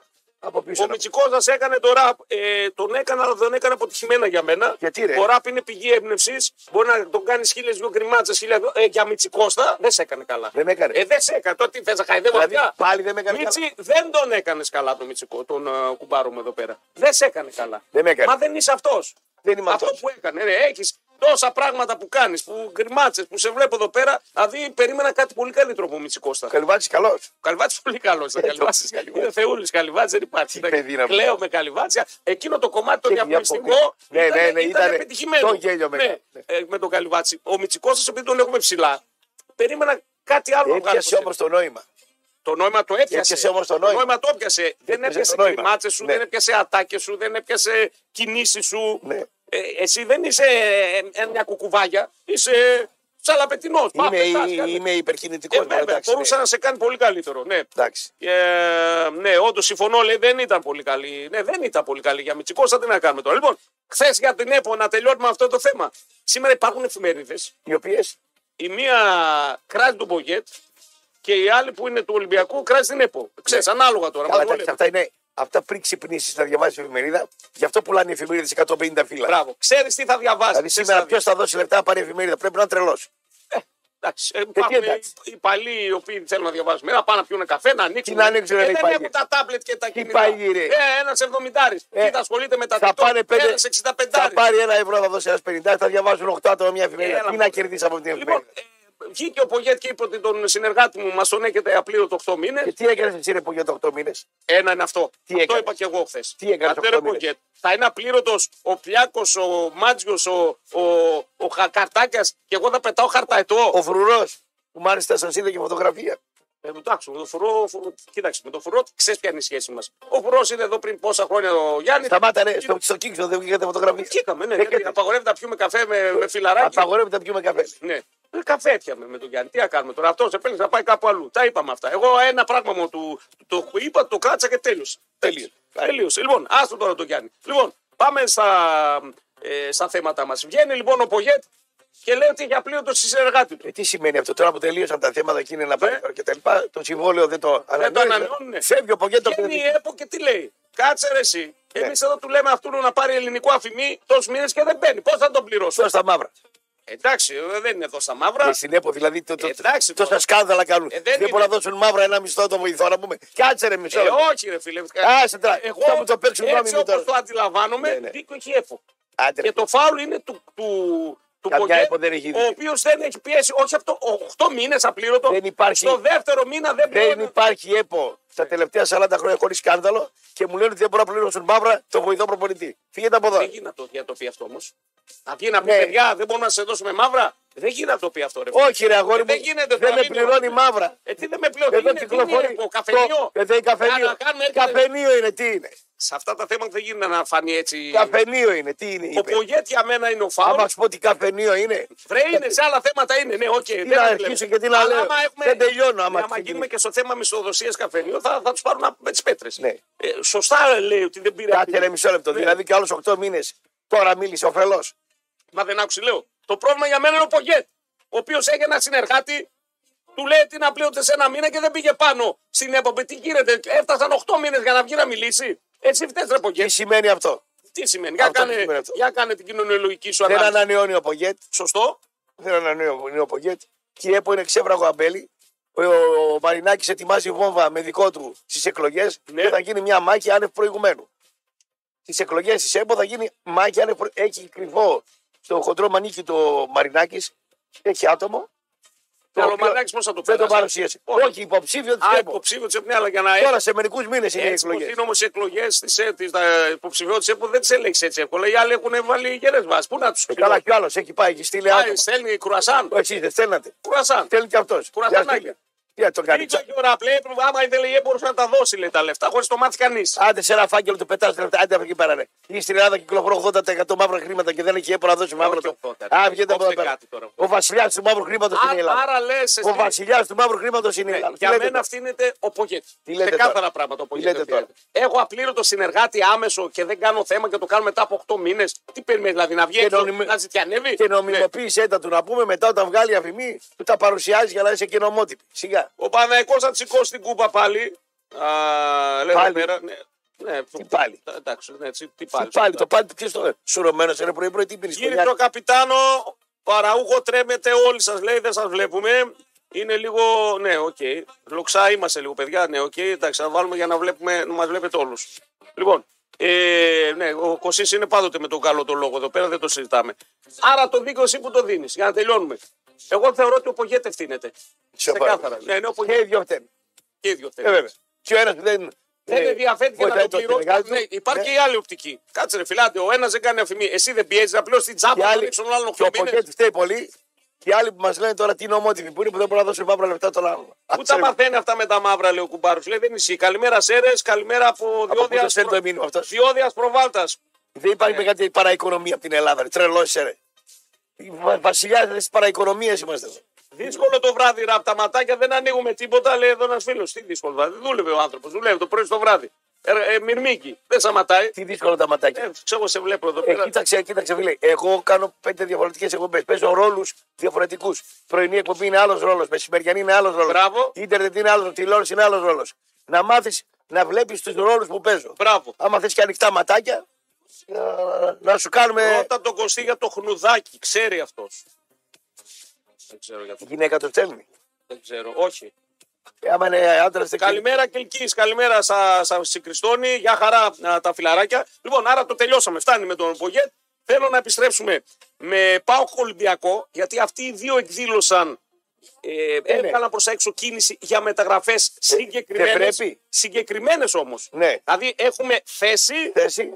από πίσω. Ο Μητσικός μας έκανε το ραπ. Ε, τον έκανα, αλλά δεν έκανε αποτυχημένα για μένα. Γιατί, ρε? Ο ραπ είναι πηγή έμπνευσης. Μπορεί να τον κάνεις χίλιες δυο γκριμάτσε. Χίλια... δυο- Ε, για Μητσικώστα δεν σε έκανε καλά. Δεν με έκανε. Ε, δεν σε έκανε. Τώρα τι θες να χαϊδεύω Δηλαδή πια. πάλι δεν με έκανε Μίτσι, καλά. δεν τον έκανες καλά τον Μητσικό, τον ε, κουμπάρο μου εδώ πέρα. Δεν σε έκανε καλά. Δεν με έκανε. Μα δεν είσαι αυτός. Δεν είμαι Αυτό αυτός. που έκανε. Ρε, έχεις τόσα πράγματα που κάνεις, που γκριμάτσες, που σε βλέπω εδώ πέρα. Δηλαδή περίμενα κάτι πολύ καλύτερο από Μητσικώστα. Καλυβάτης καλός. Καλυβάτης πολύ καλός. Ε, το- Είναι θεούλης Καλυβάτης, δεν υπάρχει. Τι παιδί να μου. Κλαίω με Καλυβάτη. Εκείνο το κομμάτι το Και μια διαφημιστικό ποκριά. Ναι, ναι, ναι, ήταν ήτανε επιτυχημένο. το γέλιο με- Ναι, ναι. ε, με τον Καλυβάτη. Ο Μητσικό σα, επειδή τον έχουμε ψηλά, περίμενα κάτι άλλο να βγάλει. Έπιασε από όμως σένα. το νόημα. Το νόημα το έπιασε. Έπιασε όμως το νόημα. Το νόημα το έπιασε. Δεν Έπιασε έπιασε το νόημα. κρυμάτσε σου, Ναι. δεν έπιασε ατάκες σου, δεν έπιασε κινήσεις σου. Ναι. Ε, εσύ δεν είσαι ε, ε, μια κουκουβάγια. Είσαι σαλαπετινό. Είμαι, είμαι ναι. Ε, υπερκινητικό. βέβαια, μπορούσε να σε κάνει πολύ καλύτερο. Ναι. Εντάξει. Ε, ναι, όντως συμφωνώ, λέει δεν ήταν πολύ καλή. Ναι, δεν ήταν πολύ καλή για Μητσικώστα. Τι να κάνουμε τώρα. Λοιπόν, χθες για την ΕΠΟ να τελειώνουμε αυτό το θέμα. Σήμερα υπάρχουν εφημερίδες. Οι οποίες Η μία κράζει τον Μπογκέτ και η άλλη που είναι του Ολυμπιακού κράζει την ΕΠΟ. Ξέρεις, ανάλογα τώρα. Ναι. Καλά, μας εντάξει, βολεύει. αυτά είναι. Αυτά πριν ξυπνήσεις να διαβάσεις εφημερίδα, γι' αυτό πουλάνε οι εφημερίδες 150 φύλλα. Μπράβο. Ξέρεις τι θα διαβάσεις. Δηλαδή σήμερα ποιος θα δώσει λεπτά να πάρει εφημερίδα. Πρέπει να είναι τρελό. Εντάξει, ε, υπάρχουν εντάξει. οι παλιοί οι οποίοι θέλουν να διαβάσουν. Να πάνε να πιούν καφέ, να ανοίξουν. Τι να ανοίξουν, ρε, ε, οι δεν παλιοί. έχουν τα τάμπλετ και τα κινητά. παλιοί, ρε. Ε, ένας εβδομηντάρη. Ε, Τι θα ασχολείται με τα Θα TikTok, πάρει, πέντε, ένας 65 θα πάρει ένα ευρώ, θα δώσει ένας 50, θα διαβάζουν 8 άτομα μια εφημερίδα. Έλα, Τι μωρέ. να κερδίσει από την Λοιπόν, εφημερίδα. ε, βγήκε ο Πογέτ και είπε ότι τον συνεργάτη μου μας τον έχετε απλήρωτο 8 μήνες. Και τι έκανε εσύ ρε που για το 8 μήνες. Ένα είναι αυτό. Τι αυτό έκανες? είπα και εγώ χθες. Τι έκανες οκτώ μήνες? Θα είναι απλήρωτος ο Πλιάκος, ο Μάτζιος, ο, ο, ο Χακαρτάκια και εγώ θα πετάω χαρταετό. Ο φρουρός που μάλιστα σα είδε και φωτογραφία. Ε, εντάξει, με τον φουρό, φουρό- κοίταξε, με τον φουρό ξέρεις ποια είναι η σχέση μας. Ο φουρό είναι εδώ πριν πόσα χρόνια ο Γιάννης. Σταμάτα ρε, στο, στο κύκλο δεν βγήκατε φωτογραφία. Κοίταμε, ναι, Δεν γιατί κοίτα. απαγορεύεται να πιούμε καφέ με, με φιλαράκι. Απαγορεύεται να πιούμε καφέ. Ναι. Ε, Καφέ έπιαμε με τον Γιάννη. Τι να κάνουμε τώρα. Αυτός επέλεξε να πάει κάπου αλλού. Τα είπαμε αυτά. Εγώ ένα πράγμα μου του, το είπα, το κράτησα και τέλειωσε. Τέλειωσε. Τελείωσε. Λοιπόν, άστο τώρα τον Γιάννη. Λοιπόν, πάμε στα, ε, στα θέματα μας. Βγαίνει λοιπόν ο Πογέτ και λέει ότι έχει απλήρωτο στη συνεργάτη του. Ε, τι σημαίνει αυτό τώρα που τελείωσαν τα θέματα και είναι να πάει τώρα και τα λοιπά. Το συμβόλαιο δεν το Ε. ανανεώνουνε. Ε, ναι, Φεύγει ο Πογέτο Βγαίνει η ΕΠΟ και τι λέει. Κάτσε ρε εσύ. Ναι. Εμείς εδώ του λέμε αυτού να πάρει ελληνικό αφημί τόσους μήνες και δεν μπαίνει. Πώς θα τον πληρώσω. Σωστά στα μαύρα. Εντάξει, ε, δεν είναι εδώ στα μαύρα. Ε, Στην ΕΠΟ δηλαδή το, το, εντάξει, τόσα τώρα. σκάνδαλα κάνουν. Ε, δεν δεν είναι. μπορούν να δώσουν μαύρα ένα μισθό το βοηθό να πούμε. Κάτσε ρε μισό. Ε, λεπτό. όχι, ρε φίλε. Άσε τώρα, θα μου το παίξουν έτσι νόμιμη όπως τώρα. το αντιλαμβάνομαι, Ναι, ναι. δίκιο έχει έφο. Άντε, ρε. Και το φάουλ είναι του, του, του Καμιά Πογκέ, ΕΠΟ δεν έχει ο δίκιο. οποίος δεν έχει πιέσει, όχι από το 8 μήνες απλήρωτο. Δεν υπάρχει. Στο δεύτερο μήνα δεν Δεν πληρώνει. υπάρχει ΕΠΟ Ε. τα τελευταία 40 χρόνια χωρίς σκάνδαλο και μου λένε ότι δεν μπορούν να πληρώσουν μαύρα το βοηθό προπονητή. Φύγετε από εδώ. Δεν γίνεται να το διατοπεί αυτό όμως. Να βγει να πει Ναι. παιδιά, δεν μπορούμε να σε δώσουμε μαύρα. Δεν γίνεται να το πει αυτό, ρε φίλε. Όχι, ρε αγόρι Ε, μου. δεν γίνεται, δεν τώρα, με μην το πληρώνει λέτε. μαύρα. Ε, τι δεν με πληρώνει. Εδώ Είναι, τι είναι, κυκλοφορεί. πω, καφενείο. Το- Ε, δεν είναι καφενείο. Να κάνουμε έτσι, Καφενείο είναι, τι είναι. σε αυτά τα θέματα δεν γίνεται να φανεί έτσι. Καφενείο είναι, τι είναι. Ο Είπε. Πογέτ για μένα είναι ο Άμα φάουλ. σου πω τι καφενείο είναι. Βρε είναι, σε άλλα θέματα είναι. Ναι, οκ. δεν να τα αρχίσω βλέπω. και τι να Αλλά λέω. άμα Ναι, Δεν τελειώνω, άμα άμα ξεκινήσω. γίνουμε και στο θέμα μισθοδοσίας καφενείου, θα, θα τους πάρουν από- με τις πέτρες. Ναι. Ε, σωστά λέει ότι δεν πήρε. Κάτσε ρε μισό λεπτό. Ναι. Δηλαδή και άλλους 8 μήνες. Τώρα μίλησε ο φελό. Μα δεν άκουσε, λέω. Το πρόβλημα για μένα είναι ο Πογέτ. Ο οποίος έχει ένα συνεργάτη, του λέει τι να πλέονται σε ένα μήνα και δεν πήγε πάνω στην έποπη. Τι γίνεται, έφτασαν 8 μήνες για να βγει να μιλήσει. Έτσι φταίει, ρε Τι Πογέτ. σημαίνει αυτό. Τι σημαίνει, για Αυτό τι κάνε, σημαίνει αυτό. για κάνε την κοινωνιολογική σου Δεν ανάλυση. ανανεώνει ο Πογέτ. Σωστό. Δεν ανανεώνει ο Πογέτ. Και η ΕΠΟ είναι ξέβραγο αμπέλι. Ο, ο Μαρινάκης ετοιμάζει βόμβα με δικό του στις εκλογές Ναι. και θα γίνει μια μάχη άνευ προηγουμένου. Στις εκλογές της ΕΠΟ θα γίνει μάχη άνευ προ... Έχει κρυφό στο χοντρό μανίκι το Μαρινάκης. Έχει άτομο. το Αλλά ο οποίο Μαρινάκης πώς θα το Δεν το περάσει. παρουσίασε. Όχι. Όχι, υποψήφιο της Α, ΕΠΟ. υποψήφιο της ΕΠΝΕ, αλλά για να Τώρα σε μερικούς μήνες είναι οι Έτσι πως εκλογέ. Ε, είναι όμως οι εκλογές της υποψηφιότητα ΕΠΟ δεν τις ελέγξει έτσι εύκολα. Οι άλλοι έχουν βάλει γερέ βάσει. Πού να τους πει. Ε, Καλά κι ο άλλος έχει πάει και στείλει άτομα. Ε, Στέλνει κρουασάν. Εσεί δεν στέλνατε. Κρουασάν. Θέλει και αυτό. Κουρασανάκια. Τι να το κάνει. Πήγε και ο Ραπλέ, άμα ήθελε η ΕΠΟ μπορούσε να τα δώσει λέει, τα λεφτά χωρίς το μάθει κανείς. Άντε σε ένα φάκελο του πετάς λεφτά. Άντε από εκεί πέρα. Ρε. Ή στην Ελλάδα κυκλοφορούν 80% μαύρα χρήματα και δεν έχει έπο να δώσει μαύρα. Όχι 80. Α, βγείτε από εδώ Κόψτε πέρα. κάτι τώρα. Ο βασιλιάς του μαύρου χρήματος είναι η Ελλάδα. Άρα λες. Ο βασιλιάς του μαύρου χρήματος είναι η Ελλάδα. Τι Για λέτε μένα τώρα. φτύνεται ο Πογέτη. Τι λέτε Ξεκάθαρα τώρα. πράγματα ο Τι Πογέτη. λέτε τώρα. Έχω απλήρωτο συνεργάτη άμεσο και δεν κάνω θέμα και το κάνω μετά από 8 μήνες. Τι περιμένεις, δηλαδή να βγει Και έξω, νομι- να ζητιανεύει. Και Ναι. νομιμοποίησέ τα του να πούμε μετά όταν βγάλει η αφημή του τα παρουσιάζει για να είσαι και νομότυπη. Σιγά. Ο Παναϊκός θα τη σηκώσει την κούπα πάλι. Α, λέω Πάλι. Πέρα, ναι, ναι, τι πάλι. Εντάξει, ναι, έτσι, τι Πάλι, πάλι. το πάλι ποιο το. Σουρωμένο είναι πρωί-πρωί τι πίνεις. Κύριε το καπιτάνο, παραούγο τρέμετε όλοι σας, λέει, δεν σας βλέπουμε. Είναι λίγο, ναι, οκ. Λοξά είμαστε λίγο, παιδιά. Ναι, οκ. Εντάξει, θα βάλουμε για να, βλέπουμε, να μας βλέπετε όλους. Λοιπόν, ε, ναι, ο Κωσής είναι πάντοτε με τον καλό το λόγο εδώ πέρα, δεν το συζητάμε. Άρα το δίκαιο εσύ που το δίνεις, για να τελειώνουμε. Εγώ θεωρώ ότι ο Πογέτε ευθύνεται. Ξεκάθαρα. Ναι, ναι, ο Και Πογέτε οι Ε, δύο φταίνουν. και οι ίδιο Ε, βέβαια. Και ο ένας δεν. Δεν ε, ενδιαφέρθηκε βοηθάει να το τον πληρώσει. συνεργάτη του. Ναι, υπάρχει Ναι. και η άλλη οπτική. Κάτσε ρε φιλάτε, ο ένας δεν κάνει αφημί. Εσύ δεν πιέζεις να πληρώσει την Και τσάπα να άλλοι, ρίξουν άλλον ναι. και ο 8 μήνε. Ποκέτης φταίει πολύ. Και οι άλλοι που μας λένε τώρα τι νομότυποι που είναι που δεν μπορούν να δώσουν μαύρα λεφτά τον άλλο. Πού τα μαθαίνει αυτά με τα μαύρα, λέει ο κουμπάρος. Λέει δεν ισχύει. Καλημέρα, Σέρες. Καλημέρα από Από πού το διόδια στέλνει το μήνυμα αυτός. προβάλτας. Δεν υπάρχει κάτι παραοικονομία από την Ελλάδα. Ρε. Τρελός, ρε. Οι βα- βασιλιάδες της παραοικονομίας είμαστε. εδώ. Δύσκολο το βράδυ, ραπ τα ματάκια δεν ανοίγουμε τίποτα. Λέει εδώ ένας φίλος. Τι δύσκολο βράδυ. Δούλευε ο άνθρωπος. Δουλεύει το πρωί στο βράδυ. Ε, ε, μυρμήγκι. Δεν σταματάει. Τι δύσκολο τα ματάκια. Ε, ξέρω, σε βλέπω εδώ Ε, πέρα. κοίταξε, κοίταξε, φίλε. Εγώ κάνω πέντε διαφορετικές εκπομπές. Παίζω ρόλους διαφορετικούς. Πρωινή εκπομπή είναι άλλος ρόλος. Μεσημεριανή είναι άλλος ρόλος. Μπράβο. Ιντερνετ είναι άλλος. Τηλεόραση είναι άλλος ρόλος. Να μάθεις να βλέπεις τους ρόλους που παίζω. Μπράβο. Άμα θες και ανοιχτά ματάκια, να, να σου κάνουμε. Ρώτα τον Κωστή για το χνουδάκι. Ξέρει αυτός. Δεν ξέρω γιατί. Η γυναίκα το στέλνει. Δεν ξέρω. Όχι. Ε, άμα είναι άντρας, δεν ξέρει. Καλημέρα Κυλκή, καλημέρα σα, σα συγκριστώνει. Γεια χαρά α, τα φιλαράκια. Λοιπόν, άρα το τελειώσαμε. Φτάνει με τον Πογέτ. Θέλω να επιστρέψουμε με Πάο Ολυμπιακό, γιατί αυτοί οι δύο εκδήλωσαν. Ε, ναι. Ε, έκαναν προ έξω κίνηση για μεταγραφές συγκεκριμένε. δεν πρέπει. Συγκεκριμένες όμως. Ναι. Δηλαδή έχουμε θέση θέση.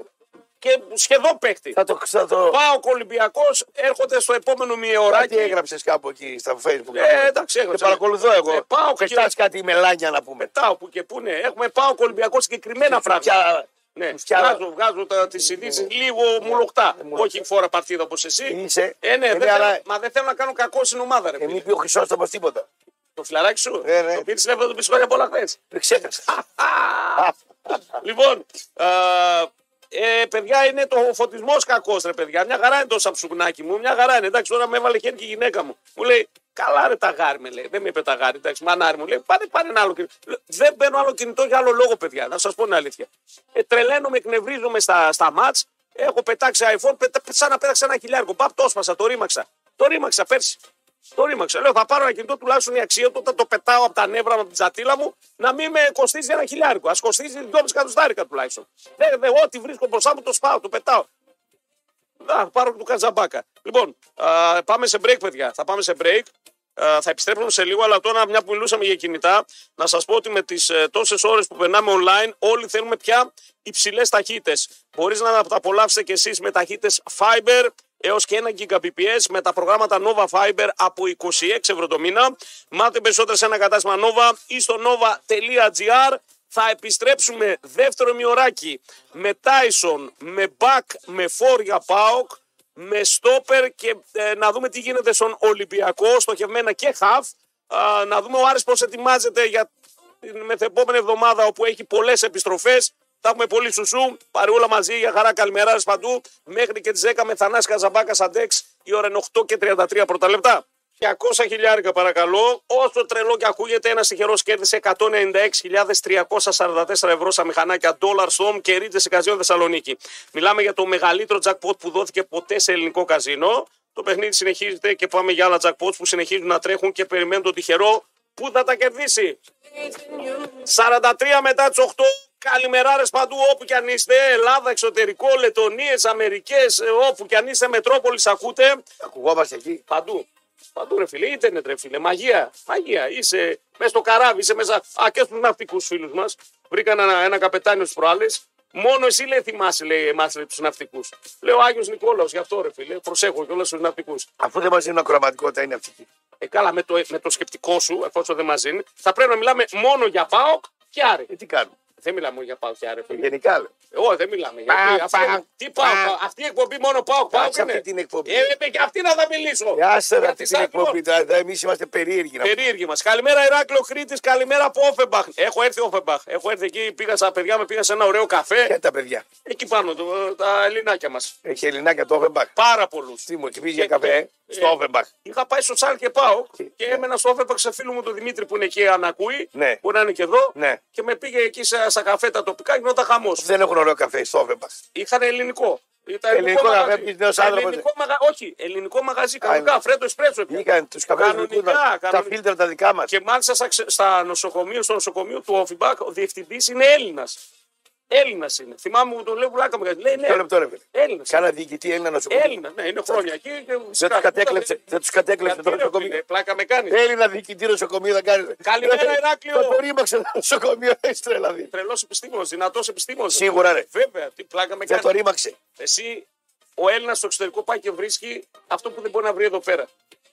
και σχεδόν παίκτη. Θα το. Θα το... Πάο Ολυμπιακό έρχονται στο επόμενο μιεωράκι. Κάτι Ε, έγραψες κάπου εκεί στα facebook. Ε, εντάξει, Και έγραψα. παρακολουθώ εγώ. Ε, πάω και- Πετάς κάτι μελάνια να πούμε. Πετάω που και που ναι. Έχουμε Πάο Ολυμπιακό συγκεκριμένα πράγματα. Πια- Ναι, Φτιά- βγάζω, βγάζω τα, τις ειδήσεις λίγο μουλοχτά. μουλοχτά. Όχι φορά παρτίδα όπως εσύ. Είσαι. Ε, ναι, Ε, δεν ναι, θέλω- αλλά- μα δεν θέλω να κάνω κακό στην ομάδα, ρε. Ε, μην φίλε. πει ο Χρυσότομο τίποτα. Το φιλαράκι σου. Ε, ναι. Το πήρες τηλέφωνο του πίσω για πολλά χθες. Δεν Ε, ξέχασα. Λοιπόν, α, ε, παιδιά, είναι το φωτισμός κακός, ρε παιδιά. Μια χαρά είναι το σαψουγνάκι μου, μια χαρά είναι. Εντάξει, τώρα με έβαλε χέρι και η γυναίκα μου. Μου λέει, καλά ρε τα γάρι με λέει. Δεν με είπε τα γάρι, εντάξει, μανάρι μου λέει, πάρε, πάρε ένα άλλο κινητό. Λέω, Δεν παίρνω άλλο κινητό για άλλο λόγο, παιδιά, να σας πω την αλήθεια. Ε, τρελαίνομαι, εκνευρίζομαι στα, στα μάτ. Έχω πετάξει iPhone, πετα, σαν να πέταξα ένα χιλιάρικο. Παπ, το έσπασα, το ρήμαξα. Το ρήμαξα πέρσι. Το ρήμαξα. Λέω, θα πάρω ένα κινητό τουλάχιστον η αξία του όταν το πετάω από τα νεύρα μου, από την τσατήλα μου, να μην με κοστίζει ένα χιλιάρικο. Ας κοστίζει δυόμιση κατοστάρικα τουλάχιστον. Δεν, δεν, ό,τι βρίσκω μπροστά μου το σπάω, το πετάω. Να, πάρω του Κατζαμπάκα. Λοιπόν, α, πάμε σε break, παιδιά. Θα πάμε σε break. Α, θα επιστρέψουμε σε λίγο, αλλά τώρα μια που μιλούσαμε για κινητά, να σας πω ότι με τις ε, τόσες ώρες που περνάμε online, όλοι θέλουμε πια υψηλές ταχύτητες. Μπορείς να τα απολαύσετε κι εσείς με ταχύτητες Fiber έως και 1 Gbps με τα προγράμματα Nova Fiber από 26 ευρώ το μήνα. Μάθετε περισσότερα σε ένα κατάστημα Nova ή στο nova.gr Θα επιστρέψουμε δεύτερο μειωράκι με Τάισον, με Μπακ, με Φόρια Πάοκ, με Στόπερ και ε, να δούμε τι γίνεται στον Ολυμπιακό, στοχευμένα και Χαφ. Α, να δούμε ο Άρης πώς ετοιμάζεται για την μεθεπόμενη εβδομάδα όπου έχει πολλές επιστροφές. Θα έχουμε πολύ σουσού, παρεούλα μαζί για χαρά καλημεράρες παντού. Μέχρι και τις 10 με Θανάση Καζαμπάκα Αντέξ, η ώρα είναι 8 και 33 πρώτα λεπτά. 200 χιλιάρικα παρακαλώ. Όσο τρελό και ακούγεται, ένας τυχερός κέρδισε 196.344 ευρώ στα μηχανάκια Dollar Storm και Ridges σε καζίνο Θεσσαλονίκη. Μιλάμε για το μεγαλύτερο jackpot που δόθηκε ποτέ σε ελληνικό καζίνο. Το παιχνίδι συνεχίζεται και πάμε για άλλα jackpots που συνεχίζουν να τρέχουν και περιμένουν το τυχερό που θα τα κερδίσει. 43 μετά τις 8. Καλημεράρε παντού όπου κι αν είστε. Ελλάδα, εξωτερικό, Λετωνίες, Αμερικές, όπου κι αν είστε. Μετρόπολης, ακούτε. Ακουγόμαστε εκεί. Παντού. Παντού ρε φίλε, ίντερνετ ρε φίλε, μαγεία, μαγεία. Είσαι μέσα στο καράβι, είσαι μέσα. Α, και στους ναυτικούς φίλους μας. Βρήκαν ένα, ένα καπετάνιο στις προάλλες. Μόνο εσύ λέει θυμάσαι, λέει εμάς λέει, τους ναυτικούς. Λέω Άγιος Νικόλαος, γι' αυτό ρε φίλε, προσέχω και όλα στους ναυτικούς. Αφού δεν μας δίνουν ακροαματικότητα, είναι αυτή. Ε, καλά, με το, με το σκεπτικό σου, εφόσον δεν μας δίνει, θα πρέπει να μιλάμε μόνο για ΠΑΟΚ και Άρη. Ε, τι κάνουμε. Δεν μιλάμε για ΠΑΟΚ και Άρη, φίλε. Γενικά λέω. Εγώ δεν μιλάμε. Γιατί Πα, αυτή, πα, τι πάω, πα. αυτή η εκπομπή μόνο πάω, πάω Κάτσε αυτή την εκπομπή. Ε, ε, και αυτή να τα μιλήσω. Άσε ρε Γιατί αυτή Ε, την στα- εκπομπή. Εμείς είμαστε περίεργοι. να πούμε. Περίεργοι μας. Καλημέρα, Ηράκλειο Κρήτης. Καλημέρα από Όφεμπαχ. Έχω έρθει Όφεμπαχ. Έχω έρθει εκεί, πήγα στα παιδιά μου, πήγα σε ένα ωραίο καφέ. Και τα παιδιά. Εκεί πάνω, το, τα ελληνάκια μας. Έχει Ελληνάκια το Όφεμπαχ. Πάρα πολλούς. Τι μου, εκεί πήγε Και- για καφέ και- στο ε, Όφεμπαχ. Είχα πάει στο Τσάλ και πάω Και- και έμενα στο Όφεμπαχ σε φίλο μου τον Δημήτρη που είναι εκεί, αν ακούει. Ναι. Που να είναι και εδώ. Ναι. Και με πήγε εκεί σε- στα καφέ τα τοπικά, γινόταν χαμός. Δεν έχουν ωραίο καφέ στο Όφεμπαχ. Είχαν ελληνικό. Ήταν Ελληνικό καφέ, πήγες νέος άνθρωπος. Ελληνικό μαγα... Όχι, ελληνικό μαγαζί. Κανονικά, είναι. φρέτο εσπρέσο. έπιανα. Βγήκαν τους καφές Κανονικά, Τα κανονικά. φίλτρα τα δικά μας. Και μάλιστα στα, ξε- στα νοσοκομείο, στο νοσοκομείο του Όφιμπακ, ο διευθυντής είναι Έλληνας. Έλληνας είναι. Θυμάμαι που τον λέω πουλάκα μου. Λέει, ναι, Ποιο λεπτό ρε φίλε. Έλληνας. Κάνα διοικητή Έλληνα νοσοκομείο. Έλληνας, ναι, είναι χρόνια εκεί. Και... Δεν τους κατέκλεψε, δεν τους κατέκλεψε το νοσοκομείο. Ε- νοσοκομείο. Πλάκα με κάνεις. Έλληνα διοικητή νοσοκομείο θα κάνεις. Καλημέρα, Ηράκλειο. Το ρήμαξε το νοσοκομείο, *laughs* δηλαδή. έχει τρέλα δει. Τρελός επιστήμονας, δυνατός επιστήμονας. Σίγουρα, ρε. Βέβαια, τι πλάκα με Δεν το κάνει. ρήμαξε. Εσύ, ο Έλληνας στο εξωτερικό πάει και βρίσκει αυτό που δεν μπορεί να βρει εδώ πέρα.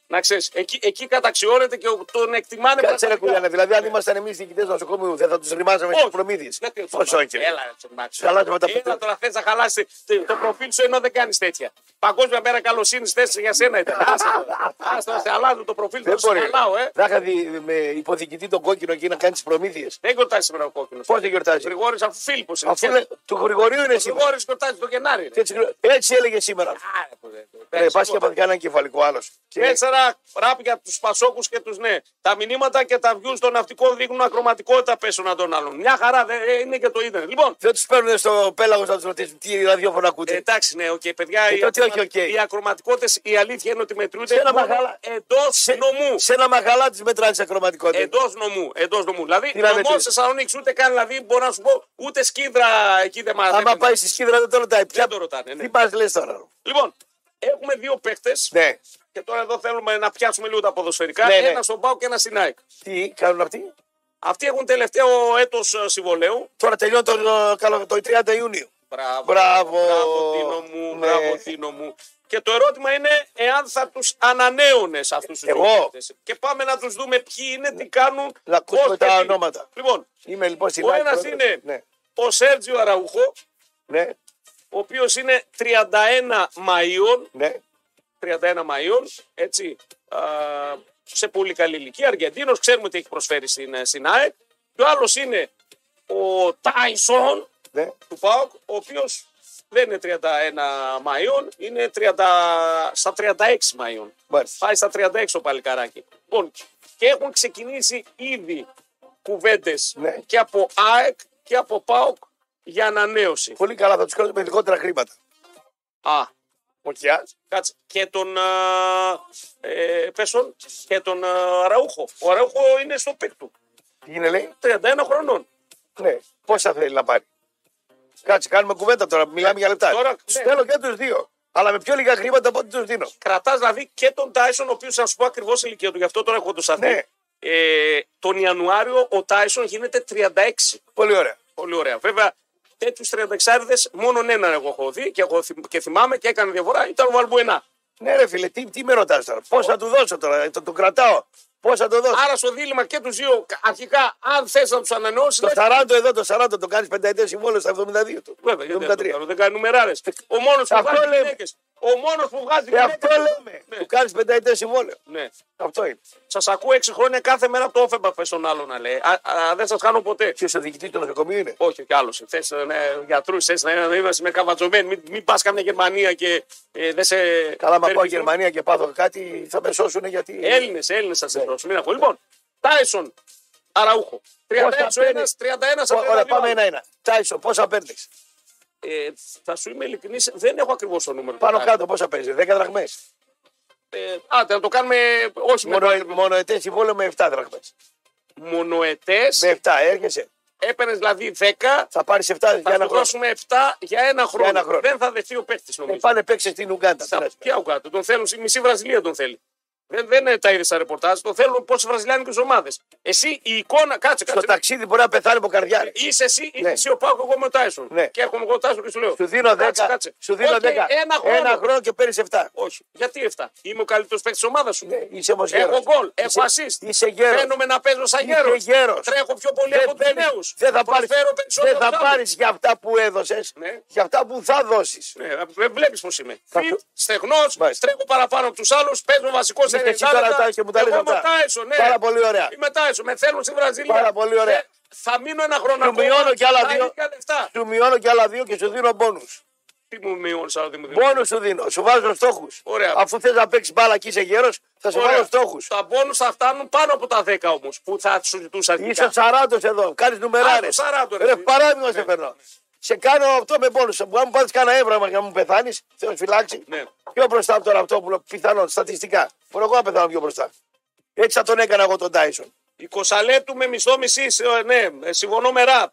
Να ξέρεις, εκεί, εκεί καταξιώνεται και τον εκτιμάνε Κάτσε πραγματικά. ρε κουλιάνε. Δηλαδή, αν ήμασταν εμείς διοικητέ νοσοκομείου, δεν θα τους ρημάζαμε Όχι. στι προμήθειε. Γιατί ο Πώ Τσομπάκης. όχι. ρε. Έλα, ρε, Τσομπάκη. Χαλάσαμε τα Έλα παιδιά. τώρα θες να χαλάσει το το προφίλ σου ενώ δεν κάνεις τέτοια. Παγκόσμια μέρα καλοσύνης 4 για σένα *laughs* ήταν. Άστα να σε αλλάζω το προφίλ Δεν σου. μπορεί. Σε χαλάω, ε. Θα είχα δει με υποδιοικητή τον κόκκινο εκεί να κάνει τις προμήθειες. Δεν γιορτάζει σήμερα ο κόκκινος. Πώς δεν γιορτάζει. Γρηγόρης αφού Φίλιππο είναι. Αφού λέ- του Γρηγορίου είναι σήμερα. Γρηγόρης γιορτάζει το Γενάρη. Και έτσι γρη- Έτσι έλεγε σήμερα. Ε, Ρε, πας και παθιά έναν κεφαλικό άλλος. Τέσσερα ράπ για τους Πασόκους και τους ναι. Τα μηνύματα και τα views των ναυτικών δείχνουν ακροματικότητα πέσωνα των άλλων. Μια χαρά δεν- ε, είναι και το ίντερνετ. Λοιπόν, Δεν τους παίρνουν στο πέλαγο να τους ρωτήσουν τι ραδιόφωνο ακούτε. Εντάξει, ναι, οκ, παιδιά. Ε, οι τότε όχι, ακρομα- οκ. Οι ακροματικότητες, η αλήθεια είναι ότι μετρούνται Σε ένα μόνο μαγαλά- εντός σε, νομού. σε ένα μαγαλά της μετράει ακροματικότητα. Εντός νομού, εντός νομού. Δηλαδή, να νομός μετρήσεις. Θεσσαλονίκης, ούτε καν, δηλαδή, μπορώ να σου πω, ούτε σκίδρα εκεί δεν μα Άμα πάει στη σκίδρα δεν το ρωτάει. Ποια... το ρωτάνε, ναι. Τι πας λες τώρα. ρε. Λοιπόν, έχουμε δύο παίχτε Ναι. και τώρα εδώ θέλουμε να πιάσουμε λίγο τα ποδοσφαιρικά. Ναι, ναι. Ένας στον Πάο και ένας στην ΑΕΚ. Τι κάνουν αυτοί. Αυτοί έχουν τελευταίο έτος συμβολέου. Τώρα τελειώνει το, το, καλό- το 30 Ιούνιου. Μπράβο. Μπράβο. Μπράβο, Τίνο μου. Ναι. Μπράβο, Τίνο μου. Και το ερώτημα είναι εάν θα τους ανανέωνες αυτούς τους Εγώ. Ναι. Και πάμε να τους δούμε ποιοι είναι, τι κάνουν. Να ακούσουμε πώς τα και τι. ονόματα. Λοιπόν, Είμαι λοιπόν στην Ο ΑΕΚ ένας πρόεδρος. είναι- Ναι. ο Σέρτζιο Αραούχο, ναι, ο οποίος είναι 31 Μαΐων, ναι. 31 Μαΐων, έτσι, α, σε πολύ καλή ηλικία, Αργεντίνος, ξέρουμε τι έχει προσφέρει στην, ε, στην ΑΕΚ. Και ο άλλος είναι ο Τάισον ναι. του ΠΑΟΚ, ο οποίος δεν είναι 31 Μαΐων, είναι 30, στα 36 Μαΐων. Μάλιστα. Πάει στα 36 ο παλικαράκι. Λοιπόν, και έχουν ξεκινήσει ήδη κουβέντες Ναι. και από ΑΕΚ και από ΠΑΟΚ για ανανέωση. Πολύ καλά, θα τους κάνω με λιγότερα χρήματα. Α, Μοκιά. Κάτσε. Και τον. α, Ε, πες τον, και τον α, Ραούχο. Ο Ραούχο είναι στο πικ του. Τι είναι, λέει. 31 χρονών. Ναι. Πόσα θέλει να πάρει. Κάτσε, κάνουμε κουβέντα τώρα. Μιλάμε για λεπτά. Τώρα, Τους ναι. θέλω και τους δύο. Αλλά με πιο λίγα χρήματα από ό,τι τους δίνω. Κρατάς δηλαδή και τον Τάισον, ο οποίος θα σου πω ακριβώς ηλικία του, γι' αυτό τώρα έχω το σταθεί. Ναι. Ε, τον Ιανουάριο ο Τάισον γίνεται 36. Πολύ ωραία. Πολύ ωραία. Βέβαια, τέτοιους 36 μόνον έναν εγώ έχω δει και, εγώ, θυμ- και θυμάμαι και έκανε διαφορά. Ήταν ο Βαλμπουενά. Ναι, ρε φίλε, τι, τι με ρωτάς τώρα. Πώς θα του δώσω τώρα, ε, το, τον κρατάω. Πώς θα το δώσει. Άρα στο δίλημα και τους δύο, αρχικά, αν θες να τους ανανεώσεις. Το 40 εδώ, το 40 το κάνεις πενταετές συμβόλαιο στα 72 του. Βέβαια, γιατί δεν, το 73. κάνω, δεν κάνουμε ράρε. Ο μόνος που Αυτό βγάζει λέμε. γυναίκες. Ο μόνος που βγάζει Και Ε, αυτό γυναίκες. λέμε. Του κάνεις πενταετέ συμβόλαιο. Ναι. Αυτό είναι. Σας ακούω 6 χρόνια κάθε μέρα από το Όφεμπαχ, πες τον άλλο να λέει. Α, α, δεν σας κάνω ποτέ. Ποιος ο διοικητής του νοσοκομείου είναι. Όχι, κι άλλο. Θε ναι, γιατρούς, θες να είναι- να είμαστε με καβατζωμένοι. Μην, μην πας κάμια Γερμανία και ε, δεν σε. Καλά, μα πάω περιποιηθούν. Γερμανία και πάθω κάτι, θα με σώσουν γιατί. Έλληνες, Έλληνες θα Ναι. σε δώσουν. Μην ακούω. Λοιπόν, Τάισον, Αραούχο. 31 Πόσα παίρνει? 31 Ω- Ωραία, πάμε απέναντι. ένα-ένα. Τάισον, πόσα παίρνεις. Ε, θα σου είμαι ειλικρινής, δεν έχω ακριβώς το νούμερο. Πάνω Ε, κάτω πόσα παίρνει. 10 δραχμές. Ε, άντε, να το κάνουμε όχι με Μονο, μονοετέ ε- συμβόλαιο με 7 δραχμέ. μονοετέ. Με 7, έρχεσαι. Έπαιρνες δηλαδή 10. Θα πάρεις 7 Θα για ένα σου χρόνο. δώσουμε 7 για ένα χρόνο. ένα χρόνο. Δεν θα δεχτεί ο παίχτη νομίζω. Ε, Πάνε παίξε στην Ουγγάντα. Στα- Τι αουγκάτο, τον θέλουν, η μισή Βραζιλία τον θέλει. Δεν, δεν ε, τα είδε στα ρεπορτάζ, τον θέλουν πόσες βραζιλιάνικες ομάδες. Εσύ η εικόνα, κάτσε, Στο κάτσε. ταξίδι μπορεί να πεθάνει από καρδιά. Είσαι εσύ, είσαι Ναι. εσύ ο Πάκος, εγώ με ο Τάισον. Ναι. Και έρχομαι εγώ ο Τάισον και σου λέω. Σου δίνω 10. Κάτσε, κάτσε. Σου δίνω Όχι, 10. Ένα χρόνο. και παίρνεις 7. Όχι. Γιατί 7. Είμαι ο καλύτερος παίκτης της ομάδας σου. Ναι, Είσαι όμως Ναι, Έχω γέρο. γκολ, έχω assist. Είσαι γέρος. Φαίνομαι να παίζω σαν Είσαι γέρος. γέρος. Τρέχω πιο πολύ από τους νέους. Δεν θα πάρεις δεν θα πάρει. πάρεις για αυτά που έδωσες, Ναι. για αυτά που θα δώσεις. Ναι, βλέπεις πώς είμαι. Θα- Fit, στεγνός, Μάλιστα. τρέχω παραπάνω από τους άλλους, παίζω βασικό σε Είστε εσύ τώρα λεπτά. τα και μου τα λες Εγώ είμαι αυτά. ο Τάισον, ναι. Πάρα πολύ ωραία. Είμαι Τάισον, με θέλουν στη Βραζιλία. Πάρα πολύ ωραία. Ε, θα μείνω ένα χρόνο Σου μειώνω κι άλλα τα δύο. ίδια λεφτά. Σου μειώνω και άλλα δύο και σου δίνω μπόνους. Τι μου μειώνεις άλλο δεν μου δίνεις. Μπόνους σου δίνω. Σου βάζω στόχους. Ναι. Ωραία. Αφού θες να παίξεις μπάλα και είσαι γέρος, θα σου Ωραία. βάλω στόχους. Τα μπόνους θα φτάνουν πάνω από τα 10 όμως που θα σου ζητούσα Είσαι αρχικά. 40 εδώ. Κάνεις Α, νουμεράρε. το 40, ρε. Ναι. Ρε, παράδειγμα σε παίρνω. Σε κάνω αυτό με πόνου. Αν μου πάρει κανένα έβραμα για να μου πεθάνεις, θέλω φυλάξει. Ναι. Πιο μπροστά από τον Ραπτόπουλο, πιθανόν, στατιστικά. Μπορώ εγώ να πεθάνω πιο μπροστά. Έτσι θα τον έκανα εγώ τον Τάισον. 20 λεπτού με μισθό μισή. ε, Ναι, ε, συμφωνώ με ραπ.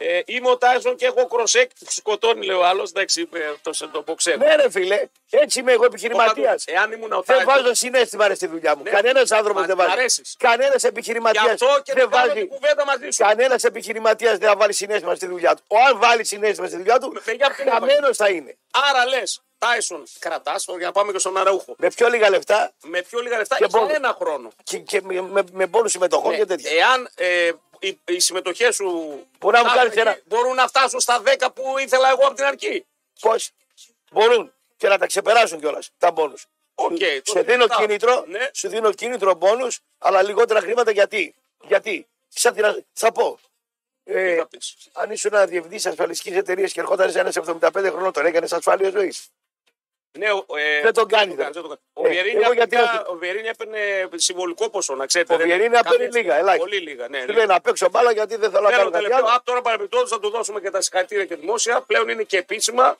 Ε, είμαι ο Τάισον και έχω κροσέκ που σκοτώνει, λέει ο άλλος. Εντάξει, είπε, το, το, το ξέρω. Ναι, ρε φίλε, έτσι είμαι εγώ επιχειρηματίας. Εάν ήμουν ο Ναι, Δεν Ε, Τάισον. βάζω συνέστημα ρε, στη δουλειά μου. Ναι. Κανένας άνθρωπος Μα δεν μ' βάζει. αρέσεις. Κανένας Γι' επιχειρηματία αυτό και δεν δεν κάνω την βάζει. κουβέντα μαζί σου. Κανένας επιχειρηματίας δεν θα βάλει συνέστημα στη δουλειά του. Ο αν βάλει συνέστημα στη δουλειά του, παιδιά, ποιο είναι χαμένος θα είναι. Άρα λες, Τάισον, κρατάς για να πάμε και στον Αραούχο. Με πιο λίγα λεφτά Με πιο λίγα λεφτά Και για πόντους. ένα χρόνο. και, και με, με, με πόνους συμμετοχών και Ναι. τέτοια. Εάν ε, οι, οι συμμετοχές σου Μπορεί να μου φτάσουν κάνεις εκεί, ένα- μπορούν να φτάσουν στα 10 που ήθελα εγώ από την αρχή. Πώς μπορούν και να τα ξεπεράσουν κιόλας τα πόνου. Οκ, το σου, δίνω συζητάω. κίνητρο, Ναι. σου δίνω κίνητρο πόνου, αλλά λιγότερα χρήματα γιατί. Γιατί, σαν την, θα πω. Τι Ε, θα πεις. αν ήσουν ένα διευθυντής ασφαλιστικής εταιρείας και ερχόταν σε ένα 75 χρονών, τον έκανες ασφάλεια ζωής. Ναι, ο- ε, Δεν τον κάνει, δεν δεν. τον κάνει. Ο Ε, Βιερίνη εγώ γιατί απλά- όχι. ο Βιερίνη έπαιρνε συμβολικό ποσό, να ξέρετε. Ο δεν- Βιερίνη καμία- έπαιρνε λίγα, ελάχιστα. Πολύ λίγα, ναι. Του ναι. λέει να παίξω μπάλα γιατί δεν θέλω να Θέλω κάνω κάτι τελευταίο. άλλο. Απ' τώρα παρεμπιπτόντως θα του δώσουμε και τα συγχαρητήρια και δημόσια. Πλέον είναι και επίσημα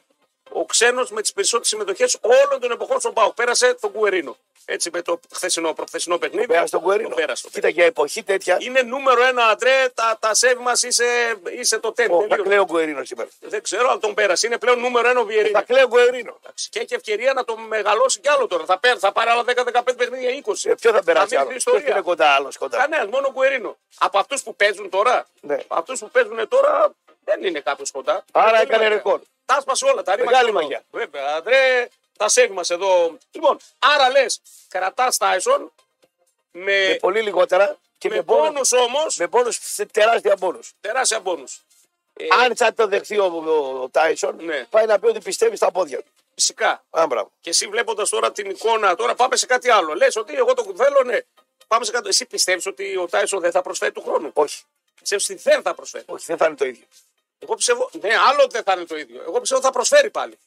ο ξένος με τις περισσότερες συμμετοχές όλων των εποχών στον Πάο. Πέρασε τον Κουερίνο. Έτσι με το χθεσινό, προχθεσινό παιχνίδι. Πέρα στον Το Κουερίνο. πέρασε, το Κοίτα για εποχή τέτοια. Είναι νούμερο ένα, Αντρέ. Τα, τα σέβη μας είσαι, είσαι το τέντε. Ω, Θα κλαίω ο Κουερίνο σήμερα. Δεν ξέρω, αλλά τον πέρασε. Είναι πλέον νούμερο ένα ο Βιερίνη. Θα κλαίω ο Κουερίνο. Και έχει ευκαιρία να το μεγαλώσει κι άλλο τώρα. Θα, παίρνει- θα πάρει άλλα 10-15 παιχνίδια, 20. Ε, Ποιο θα περάσει μείνει άλλο. στην Ποιο ιστορία. είναι κοντά άλλος κοντά. Κανένας, μόνο ο Κουερίνο. Από αυτούς που παίζουν τώρα, Ναι. αυτούς που παίζουν τώρα δεν είναι κάποιος κοντά. Άρα Πολύ έκανε μακριά. ρεκόρ. Τα σπασε όλα, τα ρήμα. Μεγάλη και όλα. μαγιά. Βέβαια, Αντρέ, τα σέβη μας εδώ. Λοιπόν, άρα λες, κρατάς Τάισον Με με, πολύ λιγότερα και Ε, με, με πόνου. πόνους όμως, Με πόνους, σε τεράστια πόνου. τεράστια πόνους. Ε, Αν θα το δεχθεί ο, ο- ο Τάισον, Ναι. πάει να πει ότι πιστεύει στα πόδια του. Φυσικά. Α, μπράβο. Και εσύ βλέποντας τώρα την εικόνα, τώρα πάμε σε κάτι άλλο. Λες ότι εγώ το θέλω, ναι. Πάμε σε κάτι. Εσύ πιστεύεις ότι ο Τάισον δεν θα προσφέρει του χρόνου. Όχι. Πιστεύεις ότι δεν θα προσφέρει. Όχι, δεν θα είναι το ίδιο. Εγώ πιστεύω. Ναι, άλλο δεν θα είναι το ίδιο. Εγώ πιστεύω θα προσφέρει πάλι.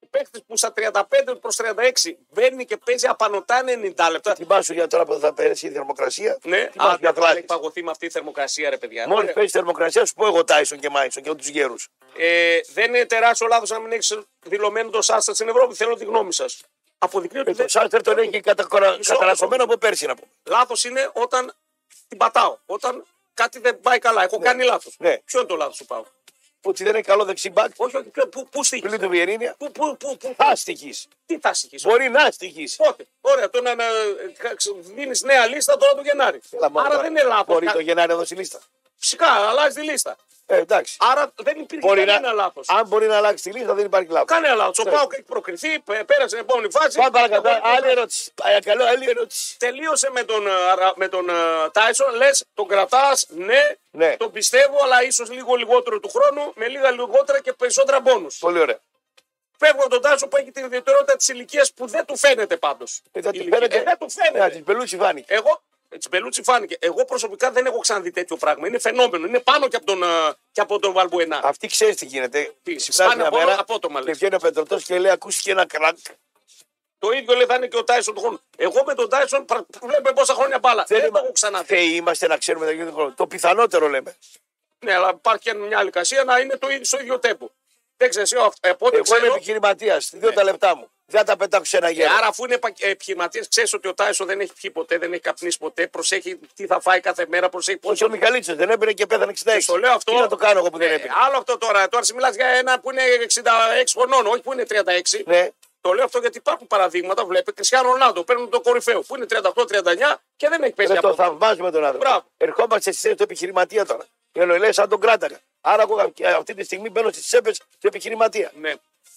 Ο παίκτη που στα 35 προ 36 μπαίνει και παίζει απανοτά 90 λεπτά. Θυμάσαι για τώρα που θα πέρασε η θερμοκρασία. Ναι, θυμάσαι για άντε, θα Ναι. Ατλάντη. παγωθεί με αυτή η θερμοκρασία, ρε παιδιά. Ε, Μόλις Ωραία. πέσει η θερμοκρασία, σου πω εγώ Τάισον και Μάισον και τους γέρους. Ε, δεν είναι τεράστιο λάθος να μην έχεις δηλωμένο το Σάστα στην Ευρώπη. Θέλω τη γνώμη σας. Αποδεικνύει ότι Ε, Το δεν... Σάστερ τον έχει κατακορα- κατανασωμένο από πέρσι να πούμε. λάθος είναι όταν την πατάω. Όταν κάτι δεν πάει καλά. Έχω κάνει λάθος. Ναι. Ποιο είναι το λάθος που πάω. Ότι δεν είναι καλό δεξί μπακ, Όχι, όχι. ποιο- Πού, πού στοιχείς. πλήν του Βιερίνια. Πού, πού, πού, πού, Θα στοιχείς. τι θα στοιχείς. Μπορεί να στοιχείς. Πότε. Ωραία, το να δίνεις νέα λίστα τώρα το Γενάρη. Έλα, μόνο Άρα τώρα. δεν είναι λάθος. Μπορεί το Γενάρη να δώσει λίστα. Φυσικά, αλλάζει τη λίστα. Ε, εντάξει. Άρα δεν υπήρχε Μπορεί κανένα να- λάθος. Αν μπορεί να αλλάξει τη λίστα, δεν υπάρχει λάθος. Κανένα λάθος. Ο Ναι. Πάοκ έχει προκριθεί, πέ- πέρασε την επόμενη φάση. Πάμε παρακάτω. Εγώ- Άλλη ερώτηση. Παρακαλώ, άλλη ερώτηση. Τελείωσε με τον, ε, αρα- με τον Τάισον, λες, τον κρατάς, ναι, Ναι. τον πιστεύω, αλλά ίσως λίγο λιγότερο του χρόνου, με λίγα λιγότερα και περισσότερα μπόνους. Πολύ ωραία. Φεύγω από τον Τάισον που έχει την ιδιαιτερότητα της ηλικίας που δεν του φαίνεται πάντως. Ε, δεν του φαίνεται. Ε, δεν του φαίνεται. Ναι, την πελούτσι φάνηκε. Εγώ, Τσιμπελούτσι φάνηκε. Εγώ προσωπικά δεν έχω ξαναδεί τέτοιο πράγμα. Είναι φαινόμενο. Είναι πάνω και από τον, ε, και από τον Βαλμπουενά. Αυτή ξέρεις τι γίνεται. Ε, Τι, Ξυπνά σπάνε μια από όλα μέρα απότομα, και λες. Ε, βγαίνει ο Πετροτό και λέει: Ακούστηκε ένα κρακ. Το ίδιο λέει θα είναι και ο Τάισον του χρόνου. Εγώ με τον Τάισον πρα- βλέπουμε πόσα χρόνια μπάλα. Δεν το έχω ξαναδεί. Θεοί είμαστε να ξέρουμε τα γίνεται χρόνο. Το πιθανότερο λέμε. Ναι, αλλά υπάρχει και μια άλλη κασία να είναι το ίδιο, στο ίδιο τέμπο. Δεν ξέρω, εσύ, αυ- από ό,τι Εγώ είμαι ξέρω. επιχειρηματίας. Δύο τα λεπτά μου. Δεν θα τα πετάξω σε ένα ε, γέρο. Άρα, αφού είναι επιχειρηματίας, ξέρεις ότι ο Τάισον δεν έχει πιει ποτέ, δεν έχει καπνίσει ποτέ, προσέχει τι θα φάει κάθε μέρα, προσέχει Όπω ο πόσο. Μιχαλίτσο δεν έπαιρνε και πέθανε 66. Στο λέω αυτό. Τι να το κάνω εγώ που δεν Ε, έπαιρνε. άλλο αυτό τώρα. Τώρα μιλάς για ένα που είναι 66 χρονών, όχι που είναι 36. Ναι. Το λέω αυτό γιατί υπάρχουν παραδείγματα. Βλέπετε, Κριστιανό Ρονάλντο παίρνουν το κορυφαίο που είναι 38-39 και δεν έχει πέσει Δεν από το αυτό. θαυμάζουμε τον άνθρωπο. Μπράβο. Ερχόμαστε στη θέση του επιχειρηματία τώρα. Και λέω, λέει σαν τον κράταγα. Άρα εγώ και αυτή τη στιγμή μπαίνω στις τσέπες του επιχειρηματία. Ναι.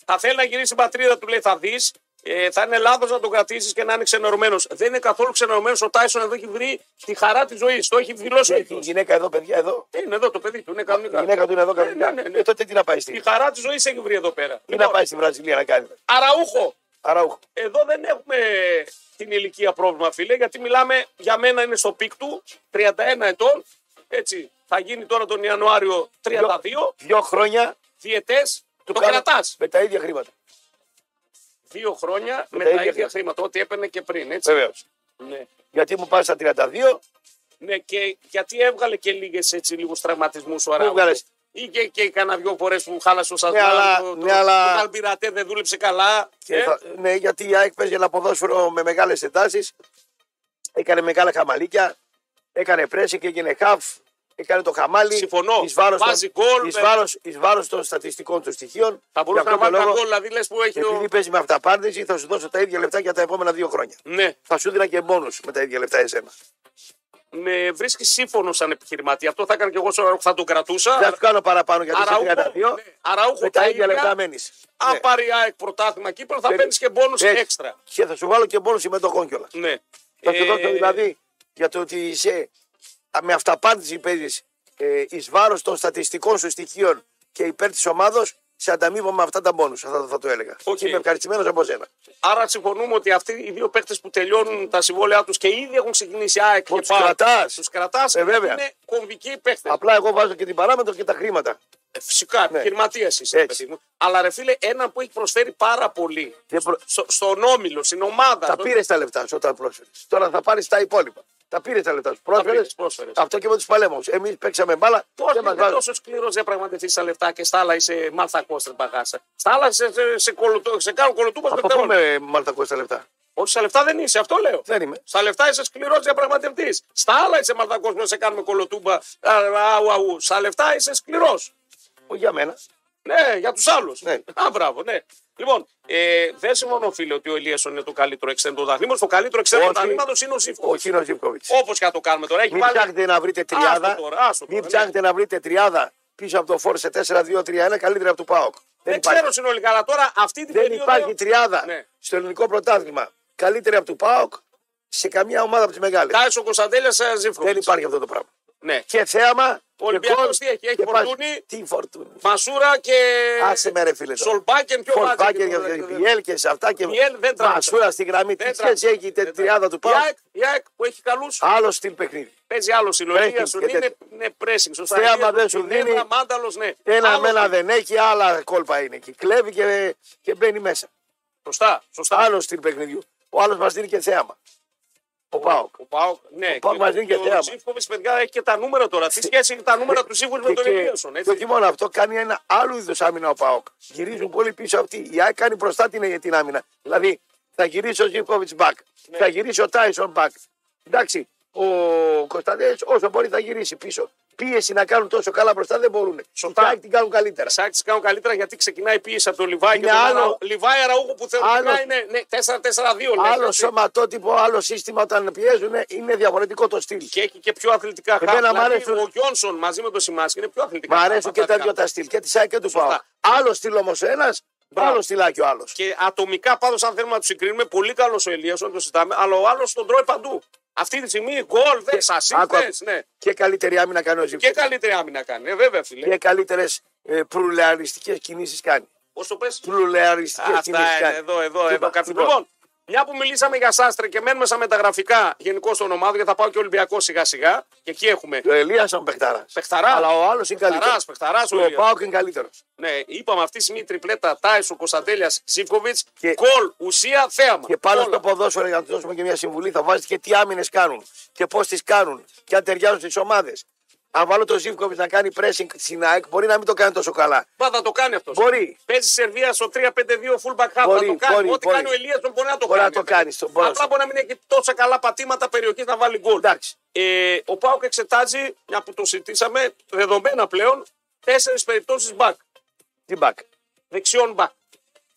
Θα θέλει να γυρίσει στην πατρίδα του, λέει, θα δεις. Ε, θα είναι λάθος να τον κρατήσεις και να είναι ξενερωμένος. Δεν είναι καθόλου ξενερωμένος. Ο Τάισον εδώ έχει βρει τη χαρά της ζωής. Το έχει δηλώσει Και ο η ίδιος. γυναίκα εδώ, παιδιά, εδώ. Είναι εδώ το παιδί του, είναι Η κανονικά. γυναίκα του είναι εδώ κανονικά. Ναι, ναι, ναι. Ε, τότε τι να πάει Τη στη. χαρά της ζωής έχει βρει εδώ πέρα. Τι να Λοιπόν, πάει στη Βραζιλία να κάνει. Αραούχο, Αραούχο. εδώ δεν έχουμε την ηλικία πρόβλημα, φίλε, γιατί μιλάμε για μένα είναι στο πικ του, 31 ετών. Έτσι, θα γίνει τώρα τον Ιανουάριο 32, Δύο χρόνια διαιτές, το κάνω κρατάς. Με τα ίδια χρήματα. Δύο χρόνια με, τα τα ίδια ίδια χρήματα, ό,τι έπαιρνε και πριν. Έτσι. Βεβαίως. Ναι. Γιατί μου πας στα 32, ναι, και γιατί έβγαλε και λίγες έτσι λίγους τραυματισμούς ο έβγαλες? Αράουτ. Ή και, και κανένα δυο φορές που χάλασε ο Σασμάν. αλλά- το, το, ναι, αλλά- το Καλμπιρατέ δεν δούλεψε καλά. ε? Και θα- ναι, γιατί η ΑΕΚ παίζει ένα ποδόσφαιρο με μεγάλες εντάσεις. Έκανε μεγάλα χαμαλίκια. Έκανε πρέση και έγινε χαφ. Έκανε το χαμάλι. Συμφωνώ. Εις βάρος Βάζει των- γκολ, εις με- βάρος- εις βάρος των στατιστικών του στοιχείων. θα μπορούσε Για να αυτόν τον βάλει τα λόγο, γκολ, δηλαδή λες που έχει. Επειδή Ο... παίζει με αυταπάρνηση, θα σου δώσω τα ίδια λεφτά για τα επόμενα δύο χρόνια. Ναι, Θα σου δίνα και μόνος με τα ίδια λεφτά εσένα. με βρίσκει σύμφωνο σαν επιχειρηματία. Αυτό θα έκανα και εγώ στον Αραούχο, θα τον κρατούσα. Δεν θα σου κάνω παραπάνω γιατί είσαι 32. ναι, Αραούχο Με τα ίδια λεφτά Ναι. μένεις. Αν πάρει η ΑΕΚ πρωτάθλημα Κύπρο, Ε, θα παίρνεις και μπόνους έξτρα. Και θα σου βάλω και μπόνους συμμετοχών κιόλα. Ναι. Θα σου Ε, δώσω δηλαδή για το ότι είσαι α, με αυταπάντηση παίζεις ε, εις βάρος των στατιστικών σου στοιχείων και υπέρ της ομάδος, σε ανταμείβω με αυτά τα μπόνους. Θα, θα το έλεγα. Οκ. Και είμαι ευχαριστημένος από σένα. Άρα συμφωνούμε ότι αυτοί οι δύο παίκτες που τελειώνουν τα συμβόλαιά τους και ήδη έχουν ξεκινήσει ΑΕΚ και τους κρατάς. Τους κρατάς. Ε, βέβαια. Είναι κομβικοί παίκτες. Απλά εγώ βάζω και την παράμετρο και τα χρήματα. Φυσικά, επιχειρηματίας είσαι, ναι. Έτσι. παιδί μου. Αλλά ρε φίλε, ένα που έχει προσφέρει πάρα πολύ Δεν προ- στο, στον όμιλο, στην ομάδα. Τα στον- πήρες τα λεφτά σου όταν πρόσφερες. Τώρα θα πάρεις τα υπόλοιπα. Τα πήρε τα λεφτά σου. Πρόσφερες. πήρες, πρόσφερες. Αυτό και με τους παλέμους. Εμείς παίξαμε μπάλα. Πώ δεν μας είναι βάζουν. τόσο σκληρός διαπραγματευτή στα λεφτά και στα άλλα είσαι μάρθα κόστρε παγάσα. Στα άλλα σε, σε, σε, κολοτού, σε κάνω κολοτούμπα Από πού με μάλτα τα λεφτά. Όχι στα λεφτά δεν είσαι, αυτό λέω. Δεν είμαι. Στα λεφτά είσαι σκληρός διαπραγματευτή. Στα άλλα είσαι μαλτακό που σε κάνουμε κολοτούμπα. α, Αου, αου. Στα λεφτά είσαι σκληρός. Όχι για μένα. Ναι, για τους άλλους. Ναι. Α, μπράβο, ναι. Λοιπόν, ε, δεν συμφωνώ, φίλε, ότι ο Ελίασον είναι το καλύτερο εξτρέμ του δαθλήματο. Το καλύτερο εξτρέμ του Όχι. δαθλήματος είναι ο Σίφκο. Όχι είναι ο Ζήπκοβιτ. Όπως και να το κάνουμε τώρα. Έχει Μην βάλει. ψάχνετε να βρείτε τριάδα. Άστο τώρα, άστο μην τώρα, ναι. ψάχνετε να βρείτε τριάδα πίσω από το φόρ σε 4-2-3-1 καλύτερα από το ΠΑΟΚ. Δεν, υπάρχει. ξέρω συνολικά, αλλά τώρα αυτή την Δεν περίοδο- υπάρχει τριάδα Ναι. στο ελληνικό πρωτάθλημα καλύτερη από το ΠΑΟΚ σε καμία ομάδα από τις μεγάλες. Τάισο Κωνσταντέλια Ζήφκο. Δεν υπάρχει αυτό το πράγμα. ε, Ναι. Και θέαμα. Ο Ολυμπιακός και γκολ τι έχει, έχει και πάση. φορτούνη. Τι φορτούνη. Μασούρα και. Άσε με ρε φίλε. τώρα. Σολμπάκεν και ο Μάτζε Volkswagen και για το- την BL και σε αυτά και BL δεν τράβηξε. Μασούρα στη γραμμή. Δεν Τι τράβηξε. σχέση έχει η τε- Δεν τριάδα του Η ΠΑΟΚ. ΑΕΚ- Η ΑΕΚ που έχει καλούς. Άλλο στυλ παιχνίδι. Παίζει άλλο συλλογία Pressing σου. και Είναι, τέτοιο. είναι pressing. Σωστά. Θέαμα Είναι δεν σου Δουλεύα, δίνει. Μάνταλος, ναι. Ένα Άλλο με ένα στυλ. δεν έχει, άλλα κόλπα είναι εκεί. Κλέβει και, και μπαίνει μέσα. Σωστά. σωστά. Άλλο στυλ παιχνιδιού. Ο άλλος μας δίνει και θέαμα. Ο Πάοκ. Ο Πάοκ, ναι. Πάοκ και μας δίνει και ο- θέαμα. Ο Τσίφκοβιτ, παιδιά, έχει και τα νούμερα τώρα. Τι σχέση έχει τα νούμερα του Τσίφκοβιτ με τον Ελίασον. και έτσι. όχι μόνο αυτό, κάνει ένα άλλο είδος άμυνα ο Πάοκ. Γυρίζουν πολύ πίσω αυτοί. Η ΑΕΚ κάνει μπροστά την, την άμυνα. Δηλαδή θα γυρίσει ο Ζήφκοβιτ μπακ. Ναι. Θα γυρίσει ο Τάισον μπακ. Εντάξει, ο Κωνσταντέλια όσο μπορεί θα γυρίσει πίσω. πίεση να κάνουν τόσο καλά μπροστά δεν μπορούν. Σωστά. Οι Τάκη την κάνουν καλύτερα. Σάκη τις κάνουν καλύτερα γιατί ξεκινάει η πίεση από τον Λιβάη Είναι και τον άλλο- άλλο... Λιβάη Αραούχο που θεωρητικά άλλο- είναι ναι, 4-4-2. λες, Άλλο έτσι. σωματότυπο, άλλο σύστημα όταν πιέζουν είναι διαφορετικό το στυλ. Και έχει και πιο αθλητικά Εμένα χάπια. Δηλαδή, μ' αρέσουν- Ο Γιόνσον μαζί με τον Σιμάσκι είναι πιο αθλητικά. Μ' αρέσουν χάπια, και τα αυτά δύο τα στυλ. Και τη ΣΑΕ και του Σωστά. ΠΑΟΚ. Άλλο στυλ όμως ένας, Μπράβο. άλλο στυλάκι ο άλλος. Και ατομικά πάντως, αν θέλουμε να τους συγκρίνουμε, πολύ καλός ο Ελίας, όταν το συζητάμε, αλλά ο άλλος τον τρώει παντού. Αυτή τη στιγμή γκολ, δεν σα άκου, άκου. ναι. Και καλύτερη άμυνα κάνει ο Ζήφκοβιτ. Και καλύτερη άμυνα κάνει. Ε, βέβαια, φίλε. Και καλύτερες προυλεαριστικές κινήσεις κάνει. Πώς το πες. Προυλεαριστικές κινήσει Αυτά είναι, κάνει. εδώ, εδώ, εδώ. Τίποτα, Κάτι. τίποτα. Λοιπόν, μια που μιλήσαμε για Σάστρε και μένουμε στα μεταγραφικά γενικώ των ομάδων, γιατί θα πάω και Ολυμπιακός σιγά-σιγά. Και εκεί έχουμε. Ο Ελίας ήταν παιχτάρα. Πεχταρά. Αλλά ο άλλος είναι καλύτερος. Πεχταρά, πεχταρά ο Ο Ηλίας. Πάοκ είναι καλύτερος. Ναι, είπαμε αυτής τη στιγμή η τριπλέτα Τάισο, Κωνσταντέλιας, Ζήφκοβιτ. Και- Γκολ, ουσία, θέαμα. Και πάλι Όλα. στο ποδόσφαιρο, για να του δώσουμε και μια συμβουλή, θα βάζεις και τι άμυνες κάνουν και πώς τις κάνουν και αν ταιριάζουν στις ομάδες. Αν βάλω τον Ζήφκοβιτ να κάνει pressing στην ΑΕΚ, μπορεί να μην το κάνει τόσο καλά. Μπα, θα το κάνει αυτός. Μπορεί. Παίζει Σερβία στο 3-5-2 fullback half. Μπορεί, θα το κάνει. μπορεί, Ό,τι μπορεί. κάνει ο Ελία τον μπορεί να το Μπορεί να κάνει. το κάνει, στον πόνος. Απλά μπορεί να μην έχει τόσα καλά πατήματα περιοχής να βάλει γκολ. Εντάξει. Ε, ο Πάουκ εξετάζει, μια που το συζητήσαμε, δεδομένα πλέον, τέσσερις περιπτώσεις back. Τι μπακ. Δεξιών back.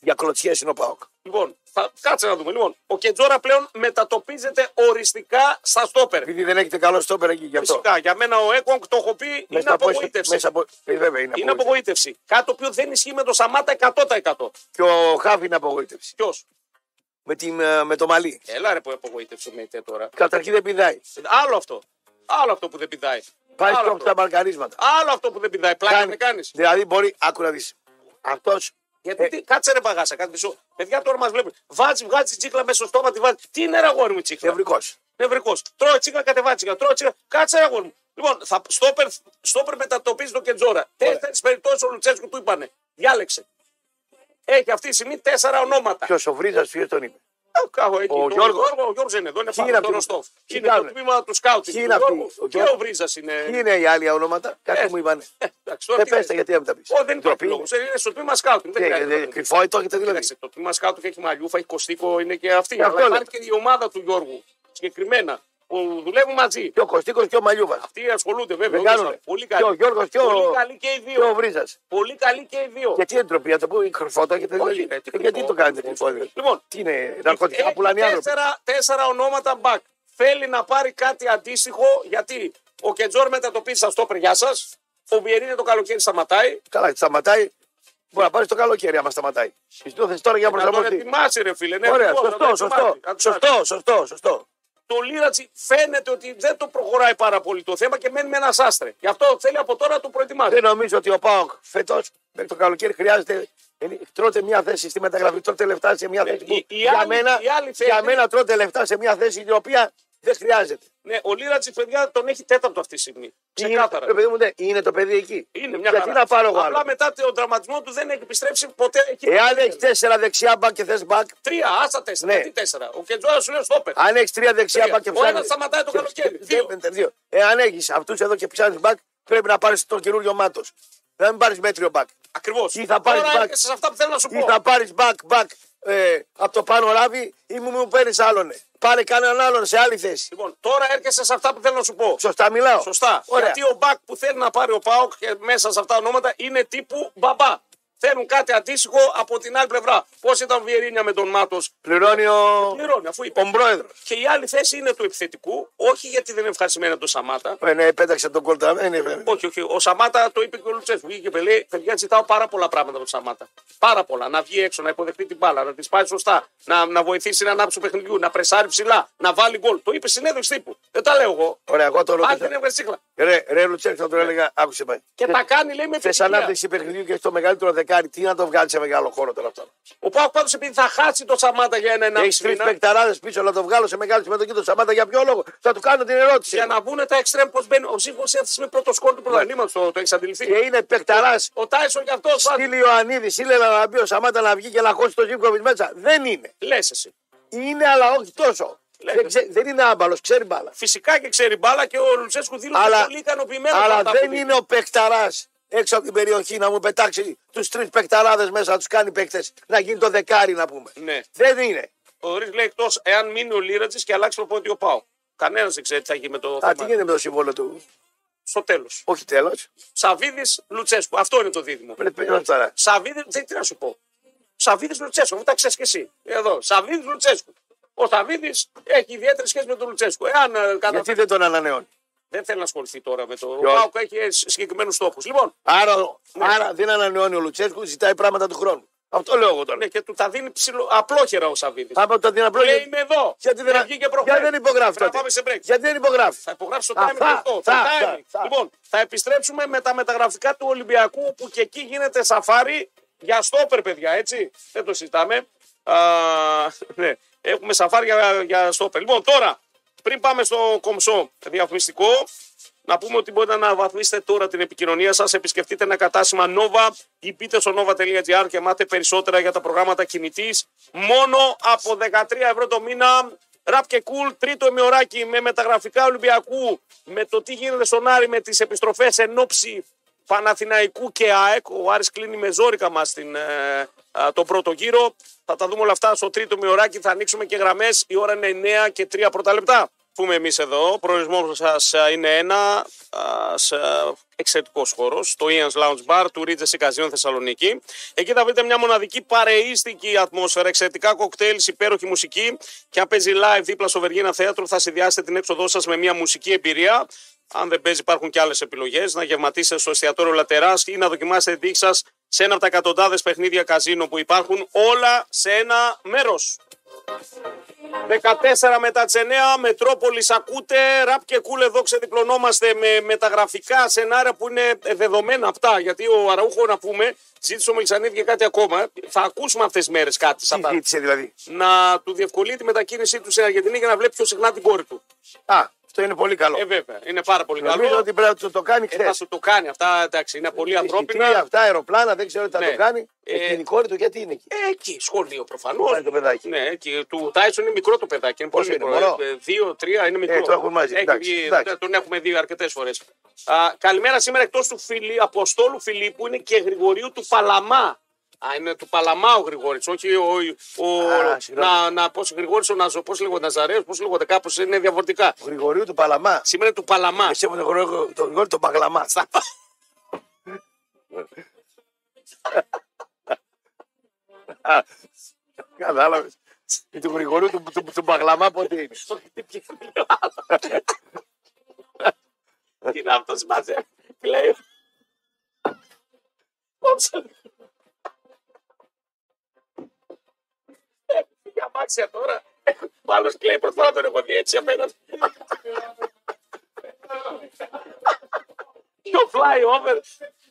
Για κλωτσιές είναι ο Πάοκ. Λοιπόν, θα, κάτσε να δούμε. Λοιπόν, ο Κετζόρα πλέον μετατοπίζεται οριστικά στα στόπερ. Επειδή δεν έχετε καλό στόπερ εκεί γι' αυτό. Φυσικά, για μένα ο Έκογκ το έχω πει, είναι Μέσα από- απογοήτευση. μέσα από- ε, βέβαια, είναι, Είναι απογοήτευση. απογοήτευση. Κάτι το οποίο δεν ισχύει με το Σαμάτα 100%. Και ο Χάβι είναι απογοήτευση. Ποιος. Με, την, ε, με το μαλλί. Έλα ρε που απογοήτευση με είτε τώρα. Καταρχήν δεν πηδάει. Άλλο αυτό. Άλλο αυτό που δεν πηδάει. Πάει Άλλο στο αυτό. στα μαρκαρίσματα. Άλλο αυτό που δεν πηδάει. Πλάκα Κάνει. δεν κάνεις. Δηλαδή μπορεί, άκου να δεις. Αυτός. Γιατί τι- κάτσε ρε παγάσα, κάτσε μισό. Παιδιά τώρα μας βλέπουν. Βάζει, βγάζει τσίκλα μέσα στο στόμα, τη βάζει. Τι είναι ρε αγόρι μου τσίκλα. Νευρικός. Νευρικός. Τρώει τσίκλα, κατεβάζει τσίκλα. Τρώει τσίκλα. Κάτσε ρε αγόρι μου. Λοιπόν, θα, στόπερ, στόπερ μετατοπίζει το Κεντζόρα. Τέσσερις περιπτώσεις ο Λουτσέσκου του είπανε. Διάλεξε. Έχει αυτή τη στιγμή τέσσερα ονόματα. Ποιος ο Βρίζας, ποιος τον είπε. Α, κάπου εκεί. Ο Το- Γιώργος. Ο Γιώργος είναι εδώ, είναι Ποιοι πάνω είναι στο αυτοί? Ροστόφ. Τι Είναι το κάνουν? τμήμα του σκάουτινγκ. Ποιοι του είναι αυτοί? Γιώργου. Ο Και Γιώργος. ο Βρίζα Ποιοι είναι. είναι οι άλλοι ονόματα, κάτι Ε, μου είπανε. Ε, εντάξει, τώρα Δεν τι πες λες. τα γιατί δεν τα πεις. Ω, δεν υπάρχει λόγο. Είναι στο τμήμα σκάουτινγκ. Ε, Δεν χρειάζεται να το πεις. Κρυφό ή το έχετε δηλαδή. Κοίταξε, το τμήμα σκάουτινγκ έχει μαλλιούφα, έχει κοστίκο, είναι και αυτή. Και Ε, αυτό Αλλά λέμε. υπάρχει και η ομάδα του Γιώργου συγκεκριμένα που δουλεύουν μαζί. Και ο Κωστίκος και ο Μαλιούβας. Αυτοί ασχολούνται βέβαια. Δεν όντως, κάνουν. Πολύ Και ο καλοί. Γιώργος και Πολύ ο, καλοί και οι και ο δύο. Βρίζας. Πολύ καλοί και οι δύο. Γιατί δεν τροπή, να το πούμε κρυφό, το έχετε Όχι, δηλαδή. ρε, τι Ε, κρυφό, Γιατί το κάνετε κρυφό. κρυφό. δηλαδή. Λοιπόν, Τι είναι, ναρκωτικά Έχει πουλάνε οι άνθρωποι. τέσσερα, τέσσερα ονόματα μπακ. Θέλει να πάρει κάτι αντίστοιχο γιατί ο Κεντζόρ μετατοπίζει στα στόπερ γεια σας. Ο Βιερίνη το καλοκαίρι σταματάει. Καλά, σταματάει. Μπορεί να πάρεις το καλοκαίρι άμα σταματάει. Συζητώ θες τώρα για να Ε, Να τον προσαρμοστεί. ετοιμάσει, ρε φίλε. Ναι, Ωραία, λοιπόν, να τον σωστό, σωστό. ετοιμάσει. Να τον Σωστό, σωστό, σωστό. το Λίρατσι φαίνεται ότι δεν το προχωράει πάρα πολύ το θέμα και μένει με ένα σάστρε. Γι' αυτό θέλει από τώρα να το προετοιμάσει. Δεν νομίζω ότι ο Πάοκ φέτος μέχρι το καλοκαίρι χρειάζεται. ε, Τρώτε μια θέση στη μεταγραφή, τρώτε λεφτά σε μια θέση. που Ε, η- η για, άλλη- μένα, η άλλη θέση- για μένα τρώτε λεφτά σε μια θέση η οποία δεν χρειάζεται. Ναι, ο Λίρατσι, παιδιά, τον έχει τέταρτο αυτή τη στιγμή. Ξεκάθαρα. Είναι, ρε παιδί μου, ναι, είναι το παιδί εκεί. Είναι μια Γιατί χαρά. να πάρω εγώ Απλά άλλο. μετά τον τραυματισμό του δεν έχει επιστρέψει ποτέ. Έχει Εάν έχει τέσσερα δεξιά μπακ και θες μπακ, Τρία, άστα τέσσερα. Ναι. Τι τέσσερα. Ο Κεντζόρα σου λέει στόπερ. αν έχεις τρία δεξιά Τρία. μπακ και Ο ψάχνεις. ένας σταματάει το καλοκαίρι. Δύο. Εάν έχεις αυτούς εδώ και ψάχνεις μπακ, πρέπει να πάρεις τον καινούριο μάτος. Να μην πάρεις μέτριο μπακ. Ακριβώς. Ή θα πάρεις Τώρα back. έρχεσαι σε αυτά που θέλω να σου Ή πω. θα πάρεις μπακ, μπακ ε, από το πάνω λάβει ή μου, μου παίρνεις άλλον. Πάρε κανέναν άλλον σε άλλη θέση. Λοιπόν, τώρα έρχεσαι σε αυτά που θέλω να σου πω. Σωστά μιλάω. Σωστά. Ωραία. Γιατί ο Μπακ που θέλει να πάρει ο Πάοκ και μέσα σε αυτά τα ονόματα είναι τύπου μπαμπά. Θέλουν κάτι αντίστοιχο από την άλλη πλευρά. Πώς ήταν ο Βιερίνια με τον Μάτος. Πληρώνει ο, Πληρώνει, αφού είπε. ο πρόεδρος. Και η άλλη θέση είναι του επιθετικού, όχι γιατί δεν είναι ευχαριστημένη από τον Σαμάτα. Ε, ναι, πέταξε τον κόλτα. Ε, ναι, βέβαια. Όχι, όχι. Ο Σαμάτα το είπε και ο Λουτσέσκου. Βγήκε και λέει: Παιδιά, ζητάω πάρα πολλά πράγματα από τον Σαμάτα. Πάρα πολλά. Να βγει έξω, να υποδεχτεί την μπάλα, να τη πάει σωστά, να, να βοηθήσει να ανάψει του παιχνιδιού, να πρεσάρει ψηλά, να βάλει γκολ. Το είπε συνέντευξη τύπου. Δεν τα λέω εγώ. Ωραία, εγώ το Αν ρωτήσω. δεν έβγαλε τσίχλα. Ρε, ρε Λουτσέρ, θα το έλεγα, άκουσε με. Και τα κάνει, λέει με Θες επιτυχία. ανάπτυξη παιχνιδιού και στο μεγαλύτερο δεκάρι, τι να το βγάλει σε μεγάλο χώρο τώρα αυτό. Ο Πάουκ πάντως επειδή θα χάσει το Σαμάτα για ένα ένα Έχεις τρεις μήνα, παικταράδες πίσω να το βγάλω σε μεγάλη συμμετοχή του Σαμάτα για ποιο λόγο. Θα του κάνω την ερώτηση. για να μπουν τα εξτρέμ, πώς μπαίνει. Ο Ζήφος αυτή τη στιγμή πρώτο σκόρ Ναι. του πρωταθλήματος, το, το έχεις Και αντιληφθεί. είναι παικταράς. Ο Τάισον κι αυτό Τι Ιωαννίδης, ήλε να μπει ο Σαμάτα να βγει και να χώσει το Ζήμπκοβιτ μέσα. Δεν είναι. λες εσύ. Είναι, αλλά όχι τόσο. Λέτε. Δεν, ξε- δεν είναι άμπαλος, ξέρει μπάλα. Φυσικά και ξέρει μπάλα και ο Λουτσέσκου δήλωσε Αλλά- πολύ ικανοποιημένο. από Αλλά αυτά που δεν δείχνει. είναι ο παικταράς έξω από την περιοχή να μου πετάξει τους τρεις παικταράδε μέσα, να τους κάνει παίκτες, να γίνει το δεκάρι να πούμε. Ναι. Δεν είναι. Ο Ρίτ λέει εκτός εάν μείνει ο Λίρατζης και αλλάξει το πόδι ο Πάο. Κανένας δεν ξέρει τι θα γίνει με το Α, θέμα. τι γίνεται με το συμβόλαιο του. στο τέλος. Όχι τέλος. Σαβίδη Λουτσέσκου. Αυτό είναι το δίδυμο. Πρέπει να τώρα. Σαβίδη, τι, τι να σου πω. Σαβίδη Λουτσέσκου, αυτά ξέρει και εσύ. Ε, Εδώ, Σαβίδη Λουτσέσκου. Ο Σαβίδη έχει ιδιαίτερη σχέση με τον Λουτσέσκου. Εάν ε, καταφέρει. Γιατί δεν τον ανανεώνει. Δεν θέλει να ασχοληθεί τώρα με το. Ο Ποιος? Πάοκ έχει ε, συγκεκριμένους στόχους. Λοιπόν, Άρα, άρα δεν ανανεώνει ο Λουτσέσκου, ζητάει πράγματα του χρόνου. Αυτό λέω εγώ τώρα. ναι, και του τα δίνει ψηλο... απλόχερα ο Σαβίδη. Άμα το την απλό. Λέει είμαι εδώ. Γιατί δεν, βγήκε προχθές. γιατί δεν υπογράφει Πρέπει να τότε. πάμε σε break. Γιατί δεν υπογράφει. Θα υπογράψει το Α, timing θα, αυτό. θα, το timing. θα, θα. Λοιπόν, θα επιστρέψουμε με τα μεταγραφικά του Ολυμπιακού που και εκεί γίνεται σαφάρι για στόπερ, παιδιά, έτσι. Δεν το συζητάμε. Α, ναι. Έχουμε σαφάρι για, για στόπερ. Λοιπόν, τώρα, πριν πάμε στο κομψό διαφημιστικό, να πούμε ότι μπορείτε να βαθμίσετε τώρα την επικοινωνία σας. Επισκεφτείτε ένα κατάστημα Nova ή μπείτε στο nova.gr και μάθετε περισσότερα για τα προγράμματα κινητής. Μόνο από 13 ευρώ το μήνα. Ραπ και κουλ, τρίτο ημιωράκι με μεταγραφικά Ολυμπιακού, με το τι γίνεται στον Άρη με τις επιστροφές εν ώψη Παναθηναϊκού και ΑΕΚ. Ο Άρης κλείνει με ζόρικα μας ε, α, τον πρώτο γύρο. Θα τα δούμε όλα αυτά στο τρίτο μειωράκι. Θα ανοίξουμε και γραμμές. Η ώρα είναι 9 και 3 πρώτα λεπτά. Πούμε εμείς εδώ. Ο προορισμός σας είναι ένα εξαιρετικός χώρος. Το Ian's Lounge Bar του Ridges Καζίνων Θεσσαλονίκη. Εκεί θα βρείτε μια μοναδική παρείστικη ατμόσφαιρα. Εξαιρετικά κοκτέιλ, υπέροχη μουσική. Και αν παίζει live δίπλα στο Βεργίνα Θέατρο, θα συνδυάσετε την έξοδό σας με μια μουσική εμπειρία. Αν δεν παίζει, υπάρχουν και άλλες επιλογές. Να γευματίσετε στο εστιατόριο Λατερά ή να δοκιμάσετε τη τύχη σας σε ένα από τα εκατοντάδες παιχνίδια καζίνο που υπάρχουν. Όλα σε ένα μέρος. 14 μετά τις 9, Μετρόπολης ακούτε. Ραπ και κούλ εδώ ξεδιπλωνόμαστε με μεταγραφικά σενάρια που είναι ε, δεδομένα αυτά. Γιατί ο Αραούχο, να πούμε, ζήτησε ο Μελισανίδη και κάτι ακόμα. Θα ακούσουμε αυτές τις μέρες κάτι σαν αυτά. Συζήτησε δηλαδή. Να του διευκολύνει τη μετακίνησή του στην Αργεντινή για να βλέπει πιο συχνά την κόρη του. Α, αυτό είναι πολύ καλό. Ε, βέβαια. Είναι πάρα πολύ Νομίζω καλό. ότι Ε, πρέπει να το, το κάνει Ε, θα χθε. σου το κάνει αυτά, εντάξει, είναι πολύ ανθρώπινα. αυτά, αεροπλάνα, δεν ξέρω τι θα Ναι. το κάνει. Ε, Ε, την κόρη του γιατί είναι εκεί. Ε, εκεί, σχολείο προφανώς. Πού πάει το παιδάκι. Ναι, εκεί. Του Τάισον είναι μικρό το παιδάκι. Είναι πολύ Πόσο είναι, μικρό. μωρό? Ε, Δύο, τρία είναι μικρό. Ε, το έχουν μαζί. Έχει Εντάξει, βγει- εντάξει. Τον έχουμε δει αρκετές φορές. Καλημέρα σήμερα εκτός του Φιλί, Αποστόλου Φιλίππου είναι και Γρηγορίου του Παλαμά. Α, είναι του Παλαμά ο Γρηγόρης, όχι ο. ο, Α, συγγνώμη. να, να, πώς Γρηγόρης ο Ναζο, πώς λέγονται Ναζαρέο, πώ λέγονται κάπω, είναι διαφορετικά. Ο Γρηγορίου του Παλαμά. Σήμερα είναι του Παλαμά. Εσύ από τον Γρηγορίο τον Γρηγόρη τον Παγλαμά. Στα- Κατάλαβες. Του Γρηγορίου του, του, του Παγλαμά πότε είναι. Στο χτυπιέμαι, λέω, «Άλλο». Τι είναι αυτός, μάζε. Κλαίω. Κόψε. Ε, Για αμάξια τώρα. Ο άλλος κλαίει, προσπαθώ να τον έχω δει έτσι απέναντι. Ποιο flyover,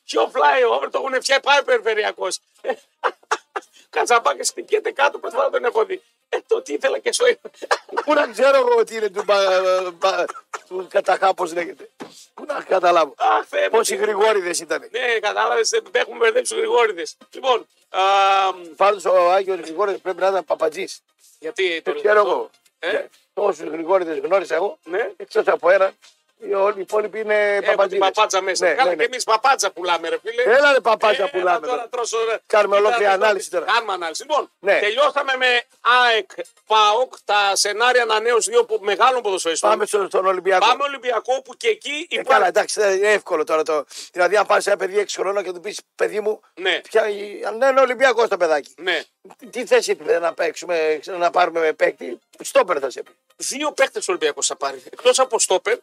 ποιο flyover, το έχουν φτιάξει πάει περιφερειακός. Κατσαμπάκες χτυπιέται κάτω, προσπαθώ να τον έχω δει. Ε, το τι ήθελα και σου είπα. Πού να ξέρω εγώ ότι είναι του, πα- πα- του καταχάπω λέγεται. Πού να καταλάβω. Αχ, Θεέ μου. Πόσοι Γρηγόριδε ήταν. Ναι, κατάλαβες, έχουμε μπερδέψει τους Γρηγόριδες. Λοιπόν, α, Πάντως ο Άγιος Γρηγόρη πρέπει να ήταν παπατζής. γιατί το Το ξέρω λέω εγώ. Ε? Τόσους Γρηγόριδες γνώρισα εγώ. Ναι. Εκτός από έναν. Οι όλοι οι υπόλοιποι είναι Έχω την παπατζίδες. παπάτσα μέσα. Ναι, Καλά, ναι, ναι. και εμεί παπάτσα πουλάμε, ρε φίλε. Ε, Έλα ρε παπάτσα Έλα, πουλάμε. Τώρα, Τώρα... τρώσω, ρε. Κάνουμε Κοίτα, ολόκληρη εδώ, ανάλυση τώρα. Κάνουμε ανάλυση. Λοιπόν, Ναι. τελειώσαμε με ΑΕΚ ΠΑΟΚ, τα σενάρια ανανέωση δύο πο- μεγάλων ποδοσφαιριστών. Πάμε στο, στον Ολυμπιακό. Πάμε λοιπόν. Ολυμπιακό που και εκεί Ε, καλά, υπάρχει. εντάξει, δεν είναι εύκολο τώρα το. Δηλαδή, αν πάρεις ένα παιδί 6 χρόνων και του πεις παιδί μου, Ναι. ποια... αν δεν είναι Ολυμπιακός το παιδάκι. Ναι. Τι- Τι θέση είπε να παίξουμε, ξέρω, να πάρουμε με παίκτη, στόπερ θα σε πει. Δύο παίχτε Ολυμπιακός θα πάρει. Εκτός από στόπερ,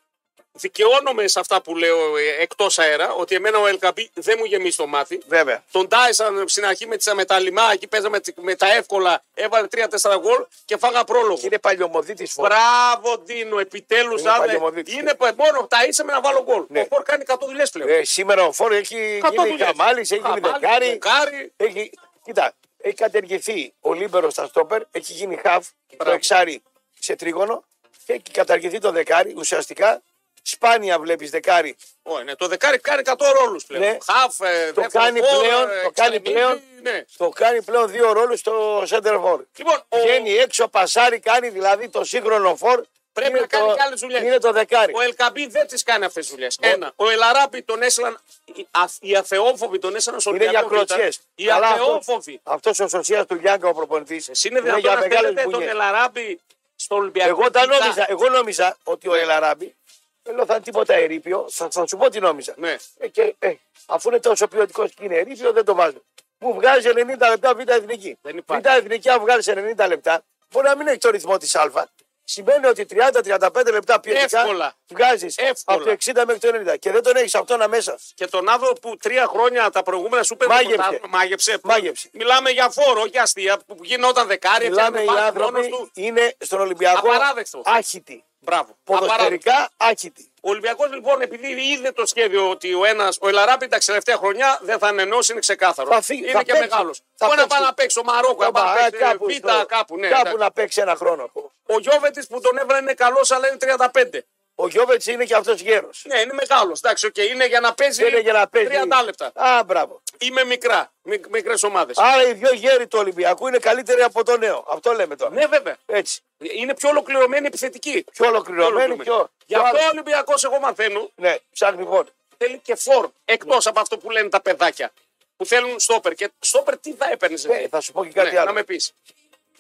δικαιώνομαι σε αυτά που λέω εκτός αέρα, ότι εμένα ο Ελκαμπή δεν μου γεμίσει το μάτι. Βέβαια. Τον Τάισαν στην αρχή με, τις, με τα λιμά, εκεί παίζαμε τις- με τα εύκολα, έβαλε 3-4 γκολ και φάγα πρόλογο. Και είναι παλιωμοδίτης φορά. Μπράβο, Ντίνο, επιτέλους Είναι άδε. παλιωμοδίτης. Είναι πε- μόνο τα είσαι με να βάλω γκολ. Ναι. Ο Φορ κάνει 100 δουλειές πλέον. Ε, σήμερα ο Φόρο έχει 100 γίνει δουλειές. καμάλι, έχει γίνει Χαμάλη, δεκάρι. δεκάρι. Έχει, κοίτα, έχει κατεργηθεί ο Λίμπερος στα στόπερ, έχει γίνει χαβ, το Μπράβο. εξάρι σε τρίγωνο και έχει καταργηθεί το δεκάρι. Ουσιαστικά σπάνια βλέπεις δεκάρι. Ω, ναι, Το δεκάρι κάνει 100 ρόλους πλέον. Ναι. Χαφ, ε, Το δεύτερο κάνει φόρ, πλέον, ε, το κάνει εξτρεμίδι, πλέον. ναι. Το κάνει πλέον δύο ρόλους στο center for. Λοιπόν, ο- Βγαίνει έξω, πασάρι, κάνει δηλαδή το σύγχρονο φορ. Πρέπει να κάνει και άλλες δουλειές. Είναι το δεκάρι. Ο Ελκαμπή δεν τις κάνει αυτές τις δουλειές. Ένα. Ο Ελαράμπη τον έστειλαν. οι αθ- Οι αθεόφοβοι τον έστειλαν στον Είναι για Ολυμπιακό Β. κλωτσιές. Οι αθεόφοβοι. Αυτό ο σωσίας του Γιάνκα ο προπονητής. Εσύ είναι δυνατόν να θέλετε τον Ελαράμπη στο Ολυμπιακό. Εγώ, τα Β. Ναι. νόμιζα, εγώ νόμιζα ότι ο Ελαράμπη Δεν ε, λέω θα είναι τίποτα ερήπιο. Θα, θα σου πω τι νόμιζα. Ναι. Ε, και, ε, αφού είναι τόσο ποιοτικός και είναι ερήπιο, δεν το βάζω. Μου βγάζει 90 λεπτά β' εθνική. Δεν β' υπάρχει. εθνική, αν βγάζει 90 λεπτά, μπορεί να μην έχει το ρυθμό της Α. Σημαίνει ότι 30-35 λεπτά Εύκολα. ποιοτικά βγάζεις Εύκολα. από το 60 μέχρι το 90 και δεν τον έχεις αυτόν αμέσα. Και τον Άδο που τρία χρόνια τα προηγούμενα σου πέντε Μάγεψε. πρωτάθλημα- μάγεψε. Μάγεψε. Μιλάμε για φόρο, όχι αστεία που γινόταν δεκάρι. Μιλάμε έφτιαχνε οι μπάλα Ε, μόνος άνθρωποι του. είναι στον Ολυμπιακό Απαράδεκτο. άχητοι. Μπράβο. Απαράδεκτο. Ποδοσφαιρικά άχητοι. Ο Ολυμπιακός λοιπόν, επειδή είδε το σχέδιο ότι ο ένας, ο Ελαράπη τα τελευταία χρονιά δεν θα ανενώσει, είναι ξεκάθαρο. Θα φύγει, είναι θα και παίξει. μεγάλος. Θα Μπορεί να παίξει. πάει να παίξει στο Μαρόκο, να πάει Α, να παίξει κάπου Β, στο- κάπου. Ναι, κάπου εντάξει. να παίξει ένα χρόνο ακόμα. Ο Γιώβετης που τον έβρανε είναι καλός, αλλά είναι 35. Ο Γιώβετ είναι και αυτός γέρος. Ναι, είναι μεγάλος. Εντάξει, οκ, είναι για να παίζει, Δεν είναι για να παίζει. 30 λεπτά. Α, μπράβο. Ή με μικρά, μικρές ομάδες. Άρα οι δύο γέροι του Ολυμπιακού είναι καλύτεροι από το νέο. Αυτό λέμε τώρα. Ναι, βέβαια. Έτσι. Είναι πιο ολοκληρωμένη επιθετική. Πιο ολοκληρωμένοι, Ολοκληρωμένη. πιο. Γι' πιο αυτό άλλο. ο Ολυμπιακός, εγώ μαθαίνω, Ναι, ψάχνει πόντ. θέλει και φόρ. Εκτό Ναι. από αυτό που λένε τα παιδάκια. Που θέλουν στόπερ. Και στόπερ τι θα έπαιρνες. Ε, θα σου πω και κάτι άλλο. Ναι. Να με πεις.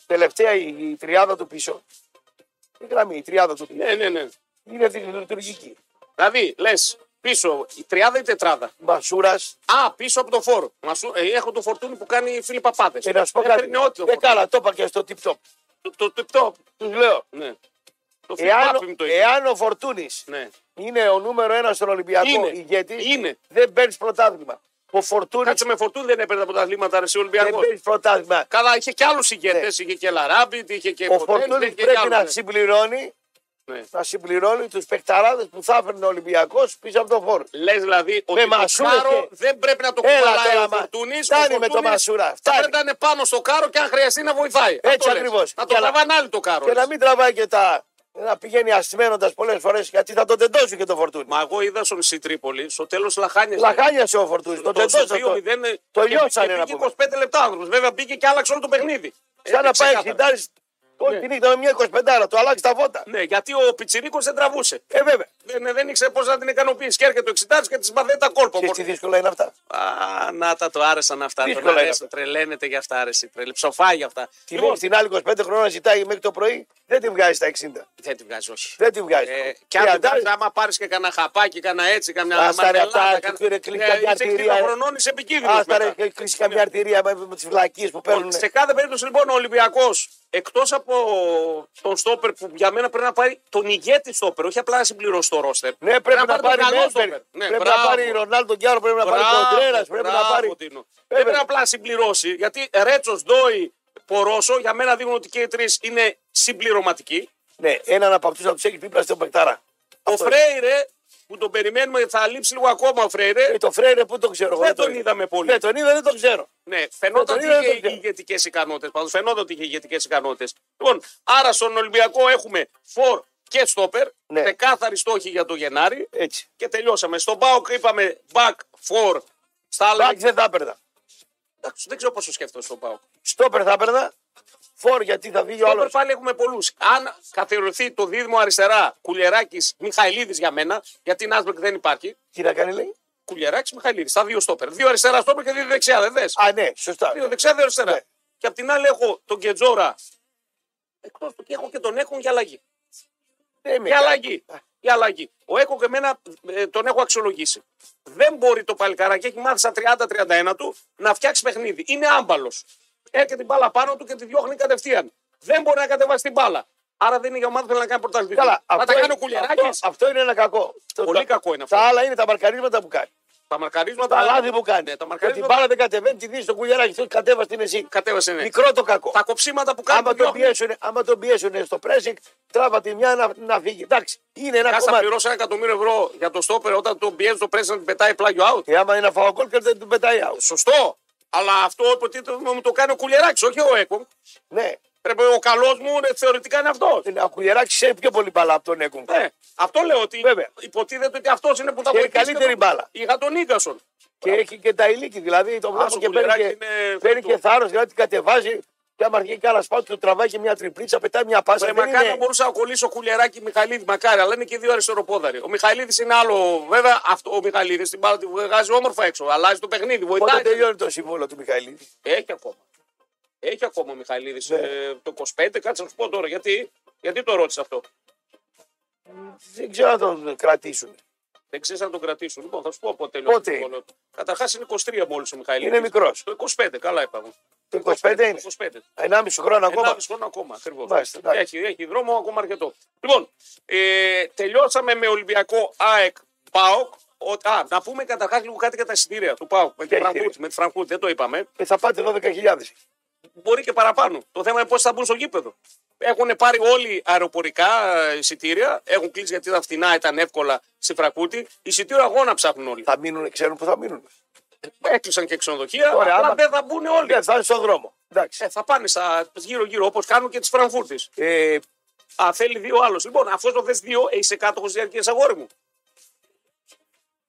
Τελευταία η, η τριάδα του πίσω. Η γραμμή, η τριάδα του πίσω. Ναι, ναι, ναι. Είναι τη λειτουργική. Δηλαδή, λες πίσω η τριάδα ή η τετράδα. Μασούρας. Α, πίσω από το φόρο. Μα σου- ε, έχω το φορτούνι που κάνει οι φίλοι Ε, παπάδε. Και ε, να σου πω κάτι. Δεν καλά, το είπα και στο tip top. Το, το, το, το, Τους λέω. ναι. το flip-flop Εάν, μου το είπε. εάν ο Φορτούνης Ναι. είναι ο νούμερο ένας στον Ολυμπιακό Είναι. ηγέτη, Είναι. δεν παίρνεις πρωτάθλημα. Ο Φορτούνης Κάτσε με φορτούνι δεν έπαιρνε από τα αθλήματα ρε, σε Ε, δεν Ολυμπιακό. παίρνεις πρωτάθλημα. Καλά, είχε και άλλους ηγέτες. Ναι. Είχε και Λαράμπιτ, είχε και Ο Ποτέλ, Φορτούνης είχε και πρέπει άλλους, να ναι. συμπληρώνει, Ναι. να συμπληρώνει τους παιχταράδες που θα έφερνε ο Ολυμπιακός πίσω από το φόρο. Λες δηλαδή ότι το Μασούρα κάρο και- δεν πρέπει να το Έλα κουβαλάει τώρα, ο μα. Φορτούνης. Φτάνει με το Μασούρα, Θα φτάνει. πρέπει να είναι πάνω στο κάρο και αν χρειαστεί να βοηθάει. Έτσι Αυτό λες. ακριβώς. Να το Και να- τραβάνε άλλοι το κάρο. Και λες. να μην τραβάει και τα. να πηγαίνει ασημένοντα πολλές φορές γιατί θα τον τεντώσει και το Φορτούνη. Μα εγώ είδα στον Σιτρίπολη στο τέλος λαχάνιασε. Λαχάνιασε ο Φορτούνη. Το Τον τεντώσει στο 2-0, αυτό. ε, Το και- λιώσανε, και να πήγε πούμε. 25 λεπτά άνθρωπος. Βέβαια μπήκε και άλλαξε όλο το παιχνίδι. Σαν Ε, να πάει ξεκάθαρα. εξητάρι όλη τη νύχτα με μια 25 του αλλάξεις τα φώτα. Ναι, γιατί ο Πιτσυρίκο δεν τραβούσε. Ε, βέβαια. Δεν, δεν ήξερε πώς να την ικανοποιήσει. Και έρχεται ο Εξιτάρη και της μαθαίνει τα κόλπα. Και τι δύσκολα είναι αυτά. Α, να τα το άρεσαν αυτά. Δύσκολα Τον είναι αρέσουν. Τρελαίνεται για αυτά. Αρέσει. Τρελ... Ψοφάει για αυτά. Λοιπόν, Την, την άλλη 25 χρόνια ζητάει μέχρι το πρωί, δεν τη βγάζει στα 60. Δεν τη βγάζει, όχι. Δεν τη βγάζει. Ε, και Και αν δεν αντάλλα- βγάζει, άμα πάρεις και κανένα χαπάκι, κανένα έτσι, καμιά Άστα ρε, μαρτελάδα, αυτά, κανένα- κύριε Κλίν, Ε, καμιά Είσαι αρτηρία, 60 ε. χρονών, είσαι επικίνδυνος. Άστα ρε, έχει κλείσει καμιά αρτηρία με, με τις βλακίες που παίρνουν. Λοιπόν, Σε κάθε περίπτωση λοιπόν ο Ολυμπιακός, εκτός από τον στόπερ που για μένα πρέπει να πάρει τον ηγέτη στόπερ, όχι απλά να συμπληρώσει το ρόστερ. Ναι, πρέπει να τον πάρει καλό Μέμπερ. στόπερ. Ναι, Πρέπει να μπράβο. πάρει Ρονάλντο Γκιάρο, πρέπει να πάρει Μπράβο, Κοντρέρας, πρέπει να μπράβο, πάρει. Ε, Τίνο. Δεν Βέβαια. πρέπει απλά να συμπληρώσει. Γιατί Ρέτσος, Ντόι, Πορόσο, για μένα δείχνουν ότι και οι τρεις είναι συμπληρωματικοί. Ναι, έναν από αυτούς να τους έχει δίπλα στον Πεκτάρα. Ο Φρέιρε, που τον περιμένουμε, θα λείψει λίγο ακόμα ο Φρέιρε. Ε, το Φρέιρε που το ξέρω. εγώ, Δεν τον είδα. είδαμε πολύ. Ναι, τον είδα, δεν τον ξέρω. Ναι, φαινόταν τον ότι είδα, δεν τον είχε ξέρω. ηγετικές ικανότητες. Πάντως φαινόταν ότι είχε ηγετικές ικανότητες. Λοιπόν, άρα στον Ολυμπιακό έχουμε φορ και στόπερ. Ναι. Ξεκάθαρη στόχη για το Γενάρη. Έτσι. Και τελειώσαμε. Στον Μπάουκ είπαμε back for. Στα άλλα. Μπακ δεν θα έπαιρνα. Εντάξει, δεν ξέρω πόσο σκέφτομαι στον Μπάουκ. Στόπερ θα έπαιρνα. Φόρ γιατί θα βγει ο Στόπερ άλλος. πάλι έχουμε πολλούς. Αν καθιερωθεί το δίδυμο αριστερά Κουλιεράκη Μιχαηλίδης για μένα, γιατί Νάσμπερκ δεν υπάρχει. Τι να κάνει, λέει. Κουλιεράκη Μιχαηλίδη. Τα δύο στόπερ. Δύο αριστερά στόπερ και δύο δεξιά, δεν δες. Α, ναι, σωστά. Δύο δεξιά, δύο αριστερά. Ναι. Και απ' την άλλη έχω τον Κετζόρα. Εκτός του και έχω και τον Έκον για αλλαγή. Δεν με Για κάνει. αλλαγή. Για αλλαγή. Ο Έκον και εμένα ε, τον έχω αξιολογήσει. Δεν μπορεί το παλικάρακι, έχει μάθει στα 30-31 του, να φτιάξει παιχνίδι. Είναι άμπαλος. Έρχεται την μπάλα πάνω του και τη διώχνει κατευθείαν. Δεν μπορεί να κατεβάσει την μπάλα. Άρα δεν είναι για ομάδα που θέλει να κάνει πρωταθλητή. Καλά, Να τα κάνει ο είναι- κουλιαράκι. αυτό- αυτό είναι ένα κακό. Πολύ Τα- κακό είναι αυτό. Τα άλλα είναι τα μαρκαρίσματα που κάνει. Τα μαρκαρίσματα. Τα λάθη που κάνει. Ναι, τα Ότι Την μαρκαρίσματα. μπάλα δεν κατεβαίνει, τη δίνεις στον κουλιαράκι. Του κατέβασε την εσύ. Κατέβασε, ναι. Μικρό το κακό. Τα κοψίματα που κάνει. Άμα που τον, διώχνει. πιέσουν, άμα τον πιέσουν στο πρέσικ, τράβα τη μια να, να φύγει. Εντάξει, είναι ένα Κάτσε να κομμάτι. πληρώσει ένα εκατομμύριο ευρώ για το στόπερ όταν τον πιέζει το πρέσβη να την πετάει πλάγιο out. Και άμα είναι φαοκόλ και δεν του πετάει out. Σωστό. Αλλά αυτό υποτίθεται μου το κάνει ο κουλιαράκι, όχι ο Έκον. Ναι, Πρέπει ο καλός μου ναι, θεωρητικά είναι αυτός. είναι- ο Κουλιεράκης ξέρει πιο πολύ μπαλά από τον Έκουμ. Ναι, αυτό λέω ότι Βέβαια. υποτίθεται ότι αυτός είναι που τα Και βοηθάει. καλύτερη μπάλα. Είχα τον Νίκασον. Και έχει και τα ηλίκη, δηλαδή το βλέπω ο και παίρνει Κουλιεράκης και, είναι παίρνει φέτο. και θάρρος, δηλαδή την κατεβάζει. Και άμα αρχίσει κανένα σπάτο, του τραβάει και μια τριπλίτσα, πετάει μια πάσα. Ρε, Δεν μακάρι είναι- να μπορούσα να κολλήσω κουλιαράκι Μιχαλίδη, μακάρι, αλλά είναι και δύο αριστεροπόδαροι. Ο Μιχαλίδης είναι άλλο, βέβαια, αυτό, ο Μιχαλίδης την μπάλα τη βγάζει όμορφα έξω. Αλλάζει το παιχνίδι, Πότε βοηθάει. τελειώνει το συμβόλο του Μιχαηλίδη. Έχει ακόμα. Έχει ακόμα ο Μιχαηλίδη. Ναι. Ε, το 25, κάτσε να σου πω τώρα γιατί, γιατί το ρώτησε αυτό. Δεν ξέρω αν τον κρατήσουν. Δεν ξέρεις αν τον κρατήσουν. Λοιπόν, θα σου πω πότε Πότε το κόλλο. Καταρχάς είναι 23 μόλις ο Μιχαήλ. Είναι μικρός. Το 25, καλά είπαμε. Το 25 είναι. 25. 1,5 χρόνο ακόμα. 1,5 χρόνο ακόμα. Ακριβώς. Μάλιστα, εντάξει. Έχει, έχει δρόμο ακόμα αρκετό. Λοιπόν, ε, τελειώσαμε με Ολυμπιακό ΑΕΚ ΠΑΟΚ. Ο- α, να πούμε καταρχάς λίγο κάτι για τα εισιτήρια του ΠΑΟΚ. Με τη Ποια Φραγκούρτη, εισιτήρια? με τη Φραγκούρτη, δεν το είπαμε. Ε, θα πάτε 12.000. Μπορεί και παραπάνω. Το θέμα είναι πώς θα μπουν στο γήπεδο. Έχουν πάρει όλοι αεροπορικά ε, εισιτήρια. Έχουν κλείσει γιατί τα φθηνά ήταν εύκολα στη Φραγκούρτη. Εισιτήριο αγώνα ψάχνουν όλοι. Θα μείνουν, ξέρουν που θα μείνουν. Έκλεισαν και ξενοδοχεία. Ωραία, αλλά άμα- δεν θα μπουν όλοι. Δεν θα είναι στον δρόμο. Εντάξει. Ε, θα πάνε στα γύρω-γύρω όπως κάνουν και τη Φραγκούρτη. Ε, Α, θέλει δύο άλλος. Λοιπόν, αφού το θες δύο, ε, είσαι κάτοχος διαρκείας αγόρι μου.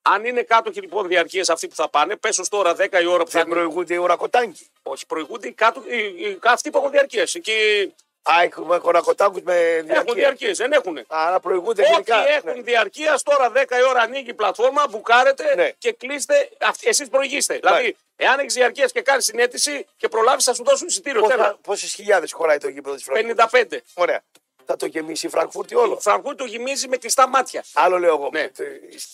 Αν είναι κάτοχοι λοιπόν διαρκείας αυτοί που θα πάνε, πέσω τώρα 10 η ώρα που θα δεν είναι. προηγούνται οι ουρακοτάγκοι. Όχι, προηγούνται οι κάτω, οι, οι- αυτοί που έχουν διαρκεία. Εκεί Α, έχουμε ουρακοτάγκου με έχουν διαρκεία. διαρκεία, δεν έχουν. Άρα προηγούνται Όποιοι γενικά. έχουν Ναι. διαρκεία, τώρα 10 η ώρα ανοίγει η πλατφόρμα, μπουκάρετε Ναι. και κλείστε. Εσείς προηγείστε. Δηλαδή, εάν έχεις διαρκεία και κάνεις συνέτηση και προλάβεις, θα σου δώσουν εισιτήριο. Θέλω Πόσες χιλιάδες χωράει το γήπεδο της Φραγκφούρτης. 55. Ωραία. Θα το γεμίσει η Φραγκφούρτη Το όλο. Φραγκούρ το γυμίζει με κλειστά μάτια. Άλλο λέω εγώ. Ναι. Ε,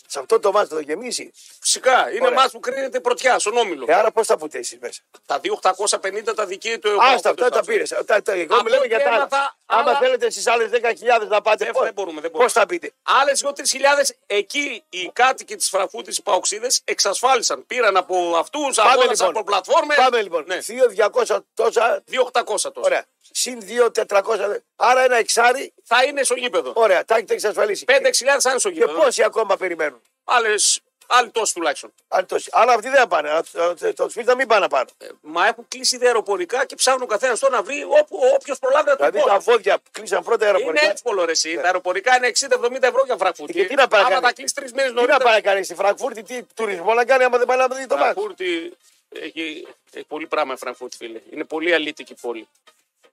Σε αυτό το μάτι θα το γεμίσει. Φυσικά είναι Ωραία. μα που κρίνεται πρωτιά στον όμιλο. Ε, άρα πώς θα πούτε εσεί μέσα. Τα 2.850 τα δική του Α τα αυτά τα πήρε. Εγώ Από μιλάμε για τα τένα άλλα. θα- Άμα άλλα- θέλετε εσείς άλλες 10.000 να πάτε. Δεν- πώς- δεν μπορούμε, δεν μπορούμε. Πώς θα πείτε. Άλλες 2-3 εκεί οι κάτοικοι της Φραφούτη, οι Παοξίδες, εξασφάλισαν. Πήραν από αυτούς, αγόρασαν λοιπόν. από πλατφόρμες. Πάμε λοιπόν. Ναι. 2.200 τόσα. 2.800 τόσο. Ωραία. Συν 2.400. Άρα ένα εξάρι. Θα είναι στο γήπεδο. Ωραία. Τα έχετε εξασφαλίσει. 5.000 θα είναι στο Και γήπεδο. πόσοι ακόμα περιμένουν. Άλλες, άλλοι τόσοι τουλάχιστον. Αν τόσοι. Αλλά αυτοί δεν θα πάνε. Α, Το το- το σπίτι να μην πάνε πάνω. Ε, Μα έχουν κλείσει τα αεροπορικά και ψάχνουν ο καθένας τώρα να βρει όποιος προλάβει να του Δηλαδή τα πει. φόδια κλείσαν πρώτα Είναι αεροπορικά. εύκολο ρε. εσύ. Τα αεροπορικά είναι 60-70 ευρώ για Φραφούτη. Ναι. Ε, Και τι να πάει να Άμα κάνει. τα κλείσει τρεις μήνες Τι να νωρίτερα. πάει να κάνει στη Φραγκφούρτη, τι τουρισμό να κάνει άμα δεν πάει να δει το μάτι. Φραγκούρτη έχει, έχει πολύ πράγμα η Φραγκούρτη, φίλε. Είναι πολύ αλήτικη πόλη.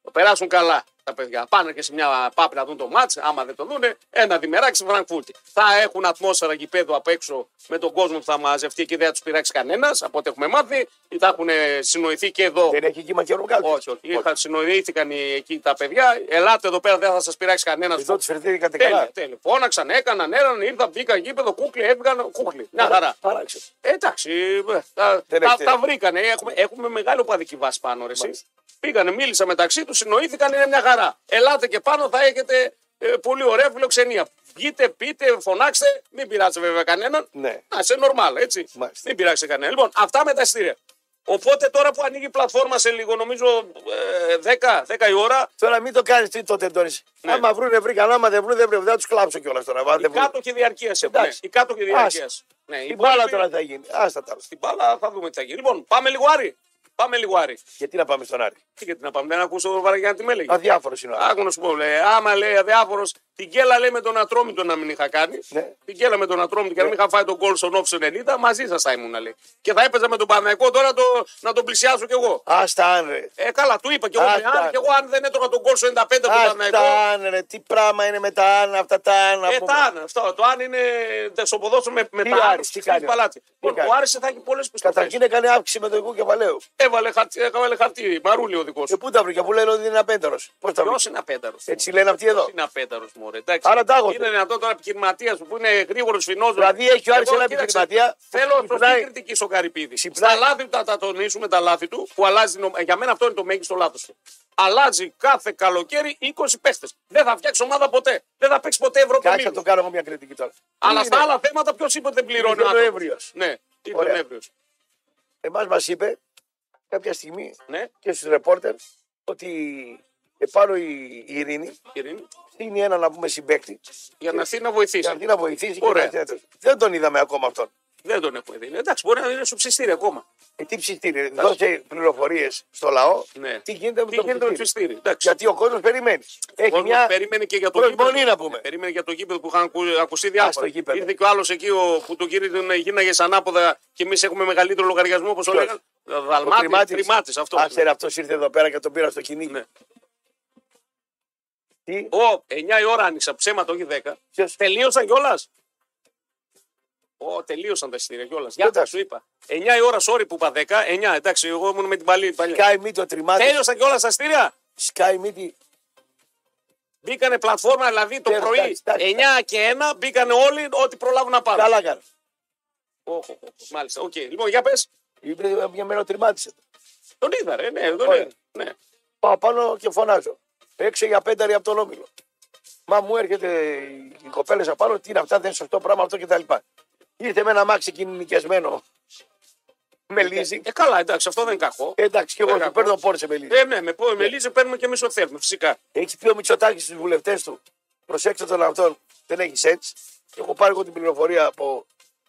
Το περάσουν καλά τα παιδιά. Πάνε και σε μια πάπη να δουν το μάτς, άμα δεν το δούνε, ένα διμεράκι στη Φραγκφούρτη. Θα έχουν ατμόσφαιρα γηπέδου απ' έξω με τον κόσμο που θα μαζευτεί και δεν θα τους πειράξει κανένας, από ό,τι έχουμε μάθει. Ή θα έχουν ε, συνοηθεί και εδώ. Δεν έχει κύμα και ρουγκάλι. Όχι, όχι. Είχαν συνοηθήκαν οι- εκεί τα παιδιά. Ελάτε εδώ πέρα, δεν θα σας πειράξει κανένας. Εδώ τους φερθήκατε καλά. Τέλεια, τέλεια. Ε, ναι, Φώναξαν, έκαναν, έραναν, ήρθαν, μπήκαν γήπεδο, κούκλι, έβγαν, κούκλι. Μια χαρά. Παράξε. Ε, Εντάξει, ε, τα, Δεν τα, έχετε- τα βρήκανε. Έχουμε, έχουμε μεγάλη οπαδική βάση πάνω, ρε, εσύ. Μάλιστα. Πήγανε, μίλησαν μεταξύ τους, συνοήθηκαν, είναι μια χαρά. Ελάτε και πάνω, θα έχετε ε, πολύ ωραία φιλοξενία. Βγείτε, πείτε, φωνάξτε, μην πειράζει βέβαια κανέναν. Ναι. Να είσαι normal, έτσι. Μάλιστα. Μην πειράξει κανένα. Λοιπόν, αυτά με τα εισιτήρια. Οπότε τώρα που ανοίγει η πλατφόρμα σε λίγο, νομίζω ε, 10, 10 η ώρα, Τώρα μην το κάνεις τι το τεντώνεις. Ναι. Άμα βρούνε βρήκαν, άμα δεν βρούνε δεν βρουν. Δεν θα τους κλάψω κιόλας τώρα. άμα οι δεν βρούνε. κάτοχοι διαρκείας έχουν. Εντάξει. Οι κάτοχοι διαρκείας. Ναι, οι Την μπάλα υπόλοιποι- τώρα θα γίνει. Άστα τα άλλα. Στην μπάλα θα δούμε τι θα γίνει. Λοιπόν, πάμε λίγο Άρη. Πάμε λίγο Άρη. Γιατί να πάμε στον Άρη. Τι γιατί να πάμε, δεν ακούσω τον Βαραγιάννη τι με έλεγε. Αδιάφορος είναι ο Άρης. Άκου να σου πω, λέει, άμα λέει αδιάφορος, την κέλα λέει με τον Ατρόμητο να μην είχα κάνει. Ναι. Την κέλα με τον Ατρόμητο και να μην είχα φάει τον κόλ στον όψο 90, μαζί σας θα ήμουν λέει. Και θα έπαιζα με τον Παναγικό τώρα το, να τον πλησιάσω κι εγώ. Άστα αν ρε. Ε, καλά, του είπα κι εγώ. λέει, Αυτά. Αν, κι εγώ αν δεν έτρωγα τον κόλ στο 95 του Παναγικό. Άστα αν ρε. Τι πράγμα είναι με τα αν, αυτά τα αν. Ε, από- τα αν, αυτό, το αν είναι δεσοποδόσο με, με Τι τα Άρης, τι κάνει ο παλάτι. Άρης. Λοιπόν, Τι ο κάνει. Άρης θα έχει πολλές πιστοφέ. Καταρχήν έκανε αύξηση με το οικού κεφαλαίου. Έβαλε χαρτί, έβαλε χαρτί, μαρούλι ο δικός Και σου. πού τα βρήκα, που λένε ότι είναι απένταρος. Πώς τα Ποιος βρήκα. είναι απένταρος. Ε, Έτσι λένε αυτοί εδώ. Είναι απένταρος μου, εντάξει. Άρα τα έχω. Είναι δυνατόν τώρα επιχειρηματίας που είναι γρήγορος φινός. Δηλαδή, έχει ο Άρης ένα επιχειρηματία που Θέλω σωστή ξυπνάει- κριτική στον Καρυπίδη. Ξυπνάει. Στα λάθη του τα, τα τονίσουμε, τα λάθη του που αλλάζει. νομ- Ε, Για μένα αυτό είναι το μέγιστο λάθος του. Αλλάζει κάθε καλοκαίρι 20 παίχτες. Δεν θα φτιάξει ομάδα ποτέ. Δεν θα παίξει ποτέ Ευρώπη. Κάτσε να το κάνω εγώ μια κριτική τώρα. Αλλά στα άλλα θέματα ποιος είπε ότι δεν πληρώνει. Ήρθε ο ο άνθρωπος. Νοέμβριος. Ναι, ήρθε ο Ωραία. Νοέμβριος. Εμάς μας είπε κάποια στιγμή Ναι, και στους ρεπόρτερ ότι επάνω η, η Ειρήνη Ειρήνη. στείλει ένα να πούμε συμπέκτη Για να έρθει να και βοηθήσει. αντί να βοηθήσει. και Ωραία. να έρθει. Δεν τον είδαμε ακόμα αυτόν. Δεν τον έχουμε δει. Ναι, Εντάξει, μπορεί να είναι στο ψιστήρι ακόμα. Ε, τι ψηστήρι, δώσε πληροφορίες στο λαό Ναι. τι γίνεται με Τι το γίνεται με το ψηστήρι. ψιστήρι. Εντάξει. Γιατί ο κόσμος περιμένει. Έχει κόσμος μια. περίμενε και για το προσμονή γήπεδο. να πούμε. Ε, Περίμενε για το γήπεδο που είχαν ακου- ακουστεί διάφορα. στο γήπεδο. Ήρθε και ο άλλος εκεί ο, που του γύρι- γίναγε σαν ανάποδα και εμείς έχουμε μεγαλύτερο λογαριασμό όπως το Ποιος? λέγανε. Δαλμάτι, τριμάτι αυτό. Άστερε αυτός ήρθε εδώ πέρα και τον πήρα στο κυνήγι. Ναι. Τι, Ο, 9 η ώρα άνοιξα, ψέματα όχι 10. ποιος, Τελείωσαν κιόλας. Ω, τελείωσαν τα εισιτήρια κιόλας. Για Κοίτα. τα σου είπα. 9 η ώρα, sorry που είπα 10. 9, εντάξει, εγώ ήμουν με την παλή. παλιά. σκάει μύτη ο τριμάτης. Τέλειωσαν κιόλας τα εισιτήρια. Σκάει μύτη. Μπήκανε πλατφόρμα, δηλαδή το Εντάξει, πρωί εντάξει, εντάξει, 9 και 1 μπήκανε όλοι ό,τι προλάβουν να πάρουν. Καλά κάνω. Οχ, οχ, οχ. Μάλιστα, οκ. Λοιπόν, για πες. Είπε μια μέρα τερμάτισε. Τον είδα, ρε. Ναι, τον Ωραία. είδα. Ναι. Πάω πάνω και φωνάζω. Έξω για πέντε από τον όμιλο. Μα μου έρχεται οι κοπέλε απάνω, τι είναι αυτά, δεν είναι σωστό πράγμα αυτό κτλ. Ήρθε με ένα μάξι κινητικιασμένο με λύση. Ε, καλά, εντάξει, αυτό δεν είναι κακό. Εντάξει, και εγώ Ωραία. σου παίρνω πόρσε με λύση. Ε, ναι, με, πω- με λύση παίρνουμε και εμείς ό,τι θέλουμε, φυσικά. Έχει πει ο Μητσοτάκης στους βουλευτές του: Προσέξτε τον αυτόν, δεν έχει έτσι. Έχω πάρει εγώ την πληροφορία από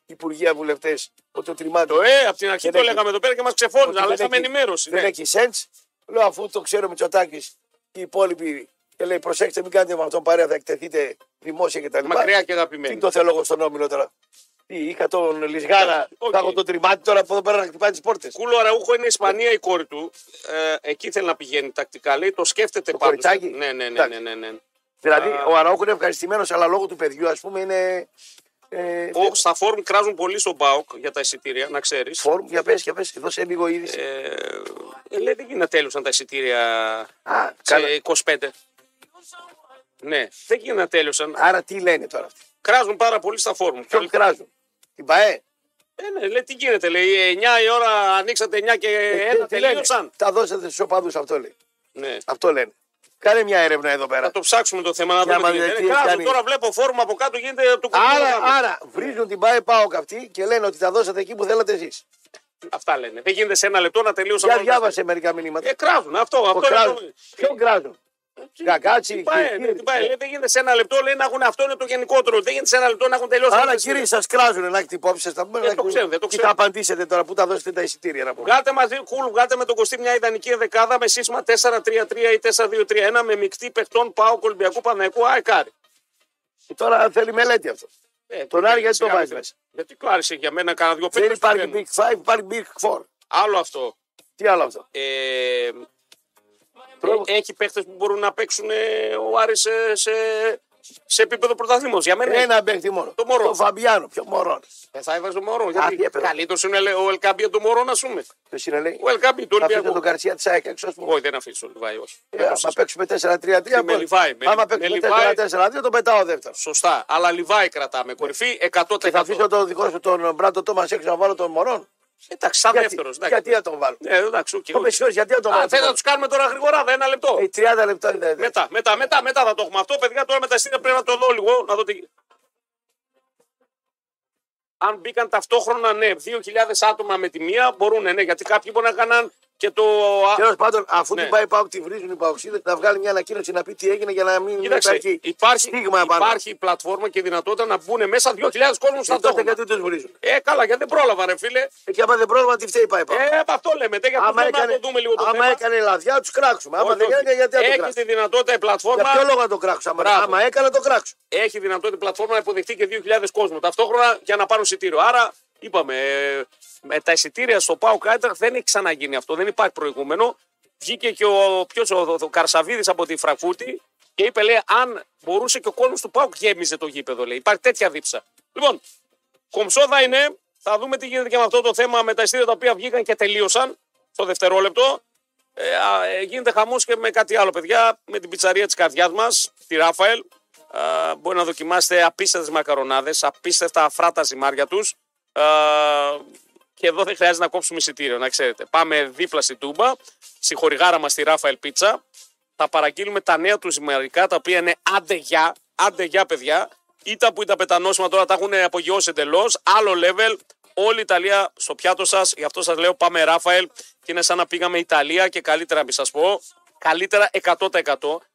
Υπουργεία Βουλευτές ότι ο Τριμάτο Ε, από την αρχή Δεν το έχει. λέγαμε εδώ πέρα και μας ξεφώνιζαν, Ότι αλλά δεν είχαμε έχει- ενημέρωση. Δεν ναι. έχει σέντς. Λέω αφού το ξέρει ο Μητσοτάκης και οι υπόλοιποι και λέει προσέξτε μην κάνετε με αυτόν παρέα θα εκτεθείτε δημόσια κτλ. Μακριά και Τι αγαπημένη. το θέλω εγώ στον όμιλο τώρα. Τι, είχα τον Λισγάρα, Οκ. θα έχω τον Τριμάτη τώρα από εδώ πέρα να χτυπάει τις πόρτες. Κούλο Αραούχο είναι η Ισπανία η κόρη του. Ε, εκεί θέλει να πηγαίνει τακτικά. Λέει το σκέφτεται Το πάντως. κοριτσάκι? Ναι, ναι, ναι, ναι, Εντάξει. ναι, ναι. Δηλαδή Α. ο Αραούχο είναι ευχαριστημένος, αλλά λόγω του παιδιού ας πούμε είναι. Ε, Ο, στα φόρουμ κράζουν πολύ στον Μπάουκ για τα εισιτήρια, να ξέρεις. Φόρουμ, για πες, για πες, δώσε λίγο είδηση. Ε, ε, λέει δεν γίνεται τέλειωσαν τα εισιτήρια Α, καλά. σε 25. Ναι, δεν γίνεται να τέλειωσαν. Άρα τι λένε τώρα αυτοί. Κράζουν πάρα πολύ στα φόρουμ. Ποιον κράζουν. Την ΠαΕ. Ε, ναι, λέει τι γίνεται, λέει 9 η ώρα ανοίξατε 9 και 1 Ε, τι λένε. Ε, τελείωσαν. Τα δώσατε στους οπαδούς, αυτό λέει. Ναι. Αυτό λένε. Κάνε μια έρευνα εδώ πέρα. Θα το ψάξουμε το θέμα να Για δούμε τι μας, γίνεται. τι Ε, Κράζουν κάνει. τώρα, βλέπω φόρουμ από κάτω γίνεται του Άρα, κομμουνισμού. άρα βρίζουν την ΠΑΕ πάω καυτή και λένε ότι τα δώσατε εκεί που θέλατε εσείς. Αυτά λένε. Δεν γίνεται σε ένα λεπτό να τελείωσαν Για όλα τα διάβασε μερικά μηνύματα. Ε, κράζουν αυτό. Το αυτό κράζουν. είναι Ποιον κράζουν. το... Κακάτσι, Την πάει, κύριε, ναι, την πάει. κύριε. Λέει, Δεν γίνεται σε ένα λεπτό, λέει να έχουν αυτό είναι το γενικότερο. Δεν γίνεται σε ένα λεπτό να έχουν τελειώσει. όλα Άρα τα κύριοι εισιτήρια. σα κράζουν να έχετε υπόψη σας, θα πούμε, Δεν να Ε, το έχετε- ξέρουν, δεν το Τι θα ξέρουν. απαντήσετε τώρα που τα δώσετε τα εισιτήρια να πούμε. Βγάλτε μαζί, κουλ, βγάλτε με τον Κωστή μια ιδανική δεκάδα με σύστημα 4-3-3 ή 4-2-3-1 με μεικτή παιχτών Πάου Κολυμπιακού Παναϊκού Αεκάρη. Τώρα θέλει μελέτη αυτό. Ε, Τον τι Άρη γιατί γίνεται, το σιγά βάζει μην- μέσα. Γιατί το άρεσε για μένα κανένα δυο Δεν πέντε υπάρχει Big Five, υπάρχει Big Four. Άλλο αυτό. Τι άλλο αυτό. Ε, Τρόπο. ε, έχει παίχτες που μπορούν να παίξουν ε, ο Άρης σε, σε, σε επίπεδο πρωταθλήματος. Για μένα Ένα μπέχτη μόνο. Ναι. Το μωρό. Το Φαμπιάνο, ποιο μωρό. Ε, θα έβαζε το Μωρό. Α, τι Γιατί έπαιρνε. καλύτερος είναι ο Ελ- ο Ελκάμπια του Μωρό, να σούμε. Ποιος είναι λέει. Ο Ελκάμπια του Θα αφήσετε Ολυμπιακού. τον Καρσία της ΑΕΚ έξω. ας πούμε. Όχι, δεν αφήνεις τον Λιβάη, όχι. Ε, άμα παίξουμε 4-3-3. Και με Λιβάι, με- Άμα με παίξουμε Λιβάι. 4-4-2, τον πετάω δεύτερο. Σωστά. Αλλά Λιβάη κρατάμε. Κορυφή Ε, Και θα 100%. αφήσω τον δικό σου τον Μπράντο Τόμας έξω να βάλω τον Μωρόν. Εντάξει, σαν Γιατί, δεύτερος. γιατί να τον βάλω. Ναι, εντάξει, οκ. Το οκ. μεσιό, γιατί να τον Α, βάλω. Θε να τους κάνουμε τώρα γρήγορα, ένα λεπτό. Ε, 30 λεπτά είναι. Μετά, μετά, μετά, μετά θα το έχουμε αυτό. Παιδιά, τώρα με τα εισιτήρια πρέπει να το δω λίγο. Να δω τι... Αν μπήκαν ταυτόχρονα, ναι, 2.000 άτομα με τη μία μπορούν, ναι, γιατί κάποιοι μπορεί να κάναν και το. Τέλος πάντων, αφού Ναι. την πάει πάω, τη βρίζουν οι παοξίδες, να βγάλει μια ανακοίνωση να πει τι έγινε για να μην Κοίταξε, υπάρχει υπάρχει, στίγμα επάνω. υπάρχει η πλατφόρμα και η δυνατότητα να μπουν μέσα 2.000 κόσμου Ε, τότε ταυτόχρονα. γιατί τους βρίζουν. Ε, καλά, γιατί δεν πρόλαβα, ρε φίλε. Ε, και άμα δεν πρόβλημα, τι φταίει η πάει πάω. Ε, από αυτό λέμε. Δεν γιατί άμα θέλουμε να έκανε, το δούμε λίγο το άμα θέμα. έκανε λαδιά, τους κράξουμε. Άμα Όχι, δεν όχι. έκανε, γιατί να το Έχει κράξουμε. τη δυνατότητα η Για πλατφόρμα. ποιο λόγο να το κράξω. Άμα, Μπράβο. άμα έκανα, το κράξω. έχει δυνατότητα η πλατφόρμα να υποδεχτεί και 2.000 κόσμο ταυτόχρονα για να πάρουν εισιτήριο. Άρα, είπαμε, ε, με τα εισιτήρια στο Πάο Κάιντραχ δεν έχει ξαναγίνει αυτό, δεν υπάρχει προηγούμενο. Βγήκε και ο, ποιος, ο, ο, Καρσαβίδης από τη Φραγκούρτη και είπε, λέει, αν μπορούσε και ο κόσμο του Πάου γέμιζε το γήπεδο, λέει. Υπάρχει τέτοια δίψα. Λοιπόν, κομψόδα είναι, θα δούμε τι γίνεται και με αυτό το θέμα με τα εισιτήρια τα οποία βγήκαν και τελείωσαν στο δευτερόλεπτο. Ε, α, ε, γίνεται χαμός και με κάτι άλλο, παιδιά. Με την πιτσαρία της καρδιάς μας, τη Ράφαελ. Α, μπορεί να δοκιμάσετε απίστευτες μακαρονάδες, απίστευτα αφρά τα ζυμάρια τους. και εδώ δεν χρειάζεται να κόψουμε εισιτήριο, να ξέρετε. Πάμε δίπλα στην Τούμπα, στη χορηγάρα μας τη Ράφαελ Πίτσα. Θα παραγγείλουμε τα νέα του ζυμαρικά, τα οποία είναι άντε για, άντε για παιδιά. Ήτα που τα πετανόσημα τώρα τα έχουν απογειώσει εντελώς. Άλλο level. Όλη η Ιταλία στο πιάτο σας. Γι' αυτό σας λέω πάμε Ράφαελ. Και είναι σαν να πήγαμε Ιταλία και καλύτερα, μην σας πω. Καλύτερα 100%.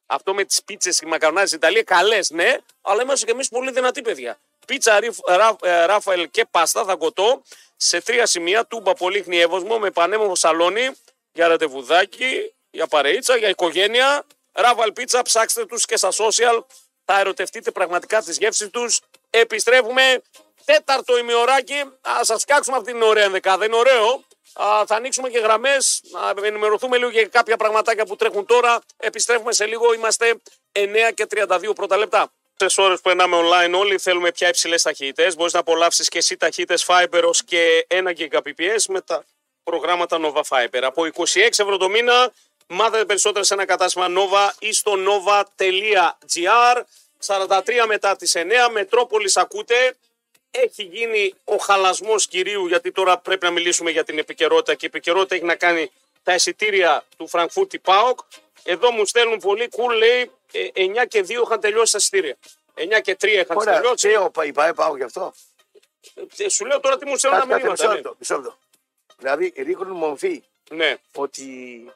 Αυτό με τις πίτσες και μακαρονάδες στην Ιταλία, καλές ναι, αλλά είμαστε κι εμείς πολύ δυνατοί, παιδιά. Πίτσα Ρίφ- Ρα- ε, Ράφαελ και πάστα θα κοτώ σε τρία σημεία. Τούμπα πολύχνη εύωσμο με πανέμορφο σαλόνι για ραντεβουδάκι, για παρείτσα, για οικογένεια. Ράβαλ πίτσα, ψάξτε τους και στα social. Θα ερωτευτείτε πραγματικά τις γεύσεις τους. Επιστρέφουμε τέταρτο ημιωράκι. Α, σας φτιάξουμε αυτή την ωραία ενδεκάδα. Είναι ωραίο. Α, θα ανοίξουμε και γραμμές. Να ενημερωθούμε λίγο για κάποια πραγματάκια που τρέχουν τώρα. Επιστρέφουμε σε λίγο. Είμαστε 9 και 32 πρώτα λεπτά. Τέσσερι ώρες που περνάμε online, όλοι θέλουμε πια υψηλές ταχύτητες. Μπορείς να απολαύσεις και εσύ ταχύτητες Fiber ως και 1 GBps με τα προγράμματα Nova Fiber. Από 26 ευρώ το μήνα Μάθετε περισσότερα σε ένα κατάστημα Nova ή στο nova.gr. 43 μετά τις 9, Μετρόπολης ακούτε. Έχει γίνει ο χαλασμός κυρίου, γιατί τώρα πρέπει να μιλήσουμε για την επικαιρότητα και η επικαιρότητα έχει να κάνει τα εισιτήρια του Φραγκφούρτη ΠΑΟΚ. Εδώ μου στέλνουν πολύ cool, λέει, ε, 9 και 2 είχαν τελειώσει τα εισιτήρια. 9 και 3 είχαν Ωραία, τελειώσει. τι ο Πα- η ΠΑΕ πάω γι' αυτό. Ε, Σου λέω τώρα τι μου στέλνουν Κάτι τα κάτι μισό μηνύματα. ναι. λεπτό. μισό λεπτό. Δηλαδή ρίχνουν μορφή Ναι. ότι. η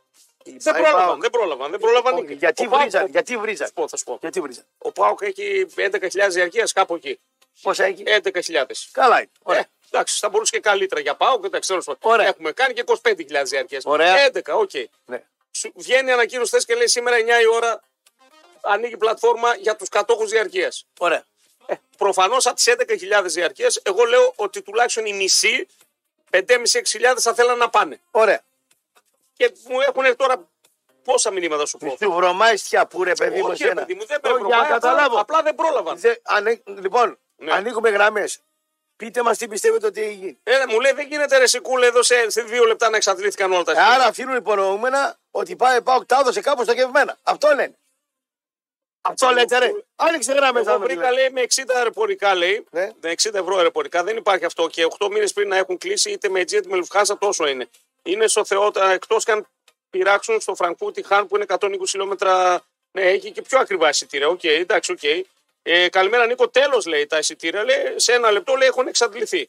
Δεν ΠΑΕ πρόλαβαν, ΠΑΟΚ- δεν πρόλαβαν, δεν πρόλαβαν. Όχι, Γιατί Ο ΠΑΟΚ- βρίζανε, γιατί βρίζανε. Θα σου πω, θα σου πω. Γιατί βρίζανε. Ο ΠΑΟΚ έχει 11.000 διαρκείας κάπου εκεί. Πόσα έχει. 11.000. Καλά είναι. Ωραία. Ε, εντάξει, θα μπορούσε και καλύτερα για ΠΑΟΚ. Εντάξει, τέλος πάντων. Ωραία. Έχουμε κάνει και 25.000 διαρκείας. Ωραία. 11, οκ. Ναι. Σου βγαίνει ανακοίνωση θες και λέει σήμερα 9 η ώρα ανοίγει πλατφόρμα για τους κατόχους διαρκείας. Ωραία. Προφανώς από τις 11.000 διαρκείε, εγώ λέω ότι τουλάχιστον οι μισοί, 5.500-6.000 θα θέλαν να πάνε. Ωραία. Και μου έχουν τώρα πόσα μηνύματα σου πω. Του βρωμάει στιά που ρε παιδί μου Όχι, ρε εσένα. παιδί μου, δεν Όχι, πρέπει για να καταλάβω. Απλά δεν πρόλαβαν. Δε- ανε- Λοιπόν, Ναι. ανοίγουμε γραμμές. Πείτε μας τι πιστεύετε ότι έχει γίνει. Ε, μου λέει δεν γίνεται ρε Σικούλε, εδώ σε, σε δύο λεπτά να εξαντλήθηκαν όλα τα Ε, στοιχεία. Άρα αφήνουν υπονοούμενα ότι πάει πάω τα έδωσε κάπου στοχευμένα. Αυτό λένε. Αυτό Εγώ- λέτε ρε. Άνοιξε γραμμέ. Εγώ βρήκα λέει με 60 αεροπορικά λέει. δηλαδή. Ναι. Με 60 ευρώ αεροπορικά. Δεν υπάρχει αυτό. Και 8 μήνες πριν να έχουν κλείσει είτε με Aegean είτε με Lufthansa τόσο είναι. Είναι στο Θεό, εκτός και αν πειράξουν στο Φραγκφούρτη Χάν που είναι 120 χιλιόμετρα. Ναι, έχει και πιο ακριβά εισιτήρια. Οκ, εντάξει, οκ. Ε, καλημέρα Νίκο, τέλος λέει τα εισιτήρια. Λέει, σε ένα λεπτό λέει έχουν εξαντληθεί.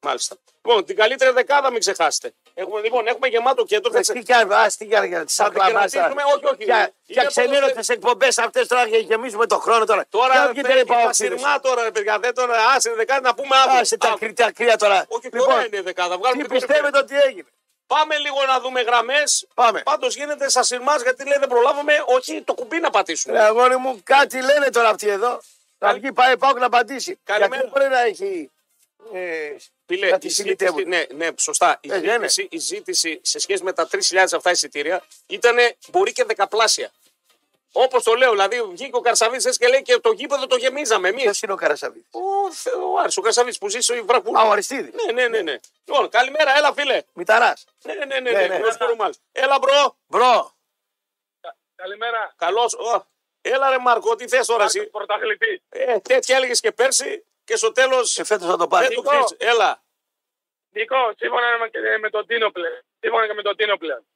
Μάλιστα. Λοιπόν, την καλύτερη δεκάδα μην ξεχάσετε. Έχουμε, λοιπόν, έχουμε γεμάτο κέντρο. Θα, ξε- Τι κι αν ας, τι κι αν για τι Θα την κρατήσουμε, όχι, όχι. Είναι Για ξενέρωτε εκπομπές αυτές τώρα και γεμίζουμε τον χρόνο τώρα. Για Τώρα βγείτε, ρε, δεν πάω, τα σειρμά τώρα, ρε παιδιά. Δεν τώρα, άσε δεκάδα να πούμε αύριο. Άσε τα Αύριο. κρυ- τα κρύα τώρα. Όχι, τώρα Λοιπόν, είναι η δεκάδα. τι Βγάλουμε την πιστεύετε ότι έγινε. Πάμε λίγο να δούμε γραμμές. Πάμε. Πάντως γίνεται σα σειρμάς γιατί λέει δεν προλάβαμε. Όχι, το κουμπί να πατήσουμε. Ρε αγόρι μου, κάτι λένε τώρα αυτοί εδώ. Να βγει πάει πάω να απαντήσει. Καλημέρα. Γιατί δεν μπορεί να έχει. ε, Φίλε, να τη η συλλητεύουν. ζήτηση, ναι, ναι, σωστά. Η, Ε, δεν ζήτηση, η ζήτηση σε σχέση με τα 3.000 αυτά εισιτήρια ήταν μπορεί και δεκαπλάσια. Όπως το λέω, δηλαδή βγήκε ο Καρσαβίτ και λέει και το γήπεδο το γεμίζαμε εμείς. Ποιος είναι ο Καρασαβή. Ο, Θε- ο Άρης, ο Καρσαβίτ που ζει στο Βραχούλη. Α, ο Αριστίδης. Ναι, ναι, ναι, ναι. Λοιπόν, καλημέρα, έλα φίλε. Μηταράς. Ναι, ναι, ναι, ναι. Ναι, ναι, ναι. Γνώση Κορομάλης. Έλα, μπρο. Μπρο. Καλημέρα. Καλώς. Έλα, ρε Μαρκό, τι θες τώρα Άκου εσύ. Πρωταθλητή. Ε, τέτοια έλεγες και πέρσι και στο τέλος. Και φέτος θα το Δεν πάρει. το Νικό. ξέρεις. Έλα. Νικό, σύμφωνα με, και με τον Τίνο πλέον. Σύμφωνα και με τον Τίνο πλέον.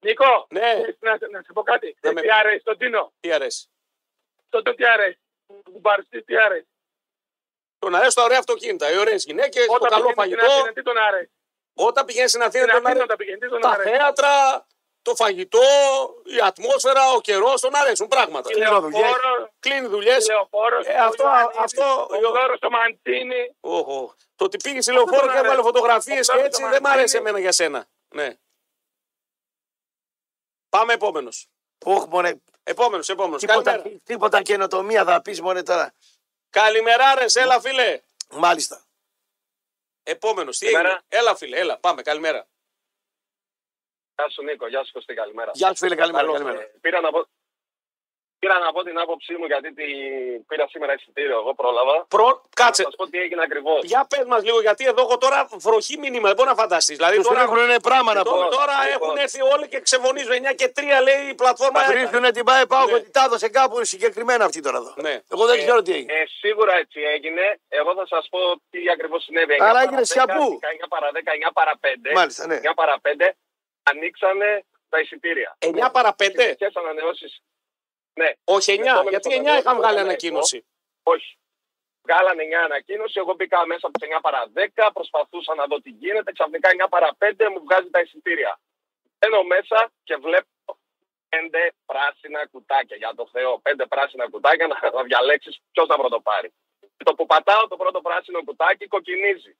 Νικό, Ναι. ε, να, να σε πω κάτι. Ναι, Ε, με- Τι αρέσει τον Τίνο. Τι αρέσει. Τότε τι αρέσει. Του Μπαρσί τι αρέσει. Τον αρέσουν τα ωραία αυτοκίνητα, οι ωραίες γυναίκες, το καλό πηγαίνεις στην φαγητό. Αθήνα, τι τον αρέσει. Όταν πηγαίνεις στην Αθήνα, Στην τον Αθήνα αρέ... τα πηγαίνεις, τι τον τα αρέσει. θέατρα, το φαγητό, η ατμόσφαιρα, ο καιρός, τον αρέσουν πράγματα. Η Τι λέω, δουλειές. Λεωφόρος, Κλείνει δουλειές. η Λεωφόρος, Ε, αυτό- ο Ιωαννίδης, αυτό- ο Φλόρος, ο Μαντσίνη. Το ότι πήγες στη λεωφόρο τον και έβαλε αρέσει. φωτογραφίες Αυτό και τον έτσι δεν αρέσει. μ' αρέσει εμένα για σένα. Ναι. Πάμε επόμενος. Όχι, μωρέ. Επόμενος, επόμενος. Τίποτα, Καλημέρα. τίποτα καινοτομία θα πεις μωρέ τώρα. Καλημεράρες, έλα φίλε. Μάλιστα. Επόμενος, τι Καλημέρα. έγινε. Έλα, φίλε, έλα. Πάμε, καλημέρα. Γεια σου Νίκο, γεια σου Κωστή, καλημέρα. Γεια σου φίλε, καλημέρα. Καλώς, καλημέρα. Ε, πήρα, να πω, πήρα να πω την άποψή μου γιατί τη... πήρα σήμερα εισιτήριο. Εγώ πρόλαβα. Προ... Κάτσε. Να σας πω τι έγινε ακριβώς. Για πες μας λίγο, γιατί εδώ έχω τώρα βροχή μήνυμα. Δεν μπορώ να φανταστείς. Δηλαδή Τους τώρα, ρίχνουν ένα πράγμα να τώρα, πούμε. Λοιπόν, τώρα λοιπόν. έχουν έρθει όλοι και ξεφωνίζουν. 9 και 3 λέει η πλατφόρμα. Θα έκανε. βρίσκουν την ΠΑΕ πάω Ναι. ότι τα έδωσε κάπου συγκεκριμένα αυτή τώρα εδώ. Ναι. Εγώ δεν ξέρω τι έγινε. Ε, σίγουρα έτσι έγινε. Εγώ θα σας πω τι ακριβώς συνέβη. Άρα 9 παρα έγινε 10, σιαπού. 19 παρα 10, 9 παρα 5. Μάλιστα, ναι. 9 παρα 5 ανοίξανε τα εισιτήρια. 9 παρα 5. Ποιε ανανεώσεις. Ναι, Όχι 9, Επόμενο Λοιπόν. γιατί στο 9 είχαν επόμενο βγάλει είναι ανακοίνωση. όχι. Βγάλανε 9 ανακοίνωση. Εγώ μπήκα μέσα από τις 9 παρα 10. Προσπαθούσα να δω τι γίνεται. Ξαφνικά 9 παρα 5 μου βγάζει τα εισιτήρια. Μπαίνω μέσα και βλέπω πέντε πράσινα κουτάκια. Για το Θεό, πέντε πράσινα κουτάκια να, να διαλέξεις ποιος θα πρωτοπάρει. Το που πατάω το πρώτο πράσινο κουτάκι κοκκινίζει.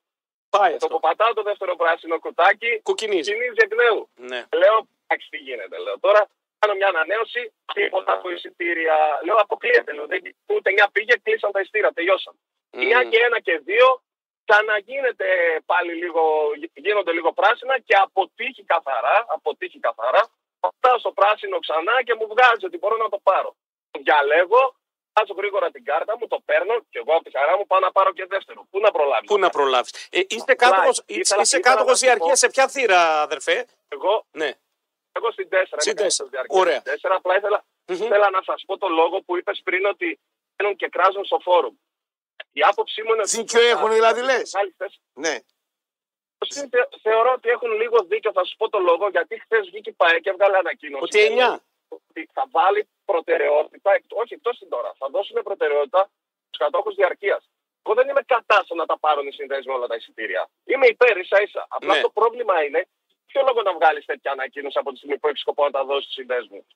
Πάει Το που αυτό. πατάω το δεύτερο πράσινο κουτάκι Κοκκινίζει. κοκκινίζει εκ νέου. Ναι. Λέω, εντάξει, τι γίνεται. Λέω τώρα, κάνω μια ανανέωση, τίποτα από εισιτήρια. Λέω, αποκλείεται. Λέω, δεν, ούτε 9 πήγε, κλείσαν τα εισιτήρια, τελειώσαν. 9 Μμμ. και 1 και 2, ξαναγίνεται πάλι λίγο, γι- γίνονται λίγο πράσινα και αποτύχει καθαρά, αποτύχει καθαρά. Πατάω στο πράσινο ξανά και μου βγάζει ότι μπορώ να το πάρω. Το διαλέγω, βάζω γρήγορα την κάρτα μου, το παίρνω και εγώ από τη χαρά μου πάω να πάρω και δεύτερο. Πού να προλάβεις. Πού να προλάβεις. Ε, είστε κάτοχος- ήθελα- είσαι ήθελα να κάτοχος σας πω- διαρκεία σε ποια θύρα, αδερφέ. Εγώ Ναι. Εγώ στην 4. Στην έκανα τέσσερα. τη διάρκεια Ωραία. της 4. Απλά ήθελα, Μμμ. ήθελα να σας πω το λόγο που είπες πριν ότι μπαίνουν και κράζουν στο φόρουμ. Η άποψή μου είναι ότι. Δίκιο έχουν δηλαδή, λες. Μεγάλη θέση. Ναι. Θε- Θεωρώ ότι έχουν λίγο δίκιο. Θα σου πω το λόγο γιατί χθες βγήκε η ΠαΕ και έβγαλε ανακοίνωση. Ότι εννιά. Ότι θα βάλει προτεραιότητα. εκ- Όχι, εκτός την τώρα. Θα δώσουν προτεραιότητα στους κατόχους διαρκείας. Εγώ δεν είμαι κατά στο να τα πάρουν οι συνδέσμοι όλα τα εισιτήρια. Είμαι υπέρ ίσα ίσα. Απλά Ναι. το πρόβλημα είναι ποιο λόγο να βγάλεις τέτοια ανακοίνωση από τη στιγμή που έχεις σκοπό να τα δώσεις στους συνδέσμους.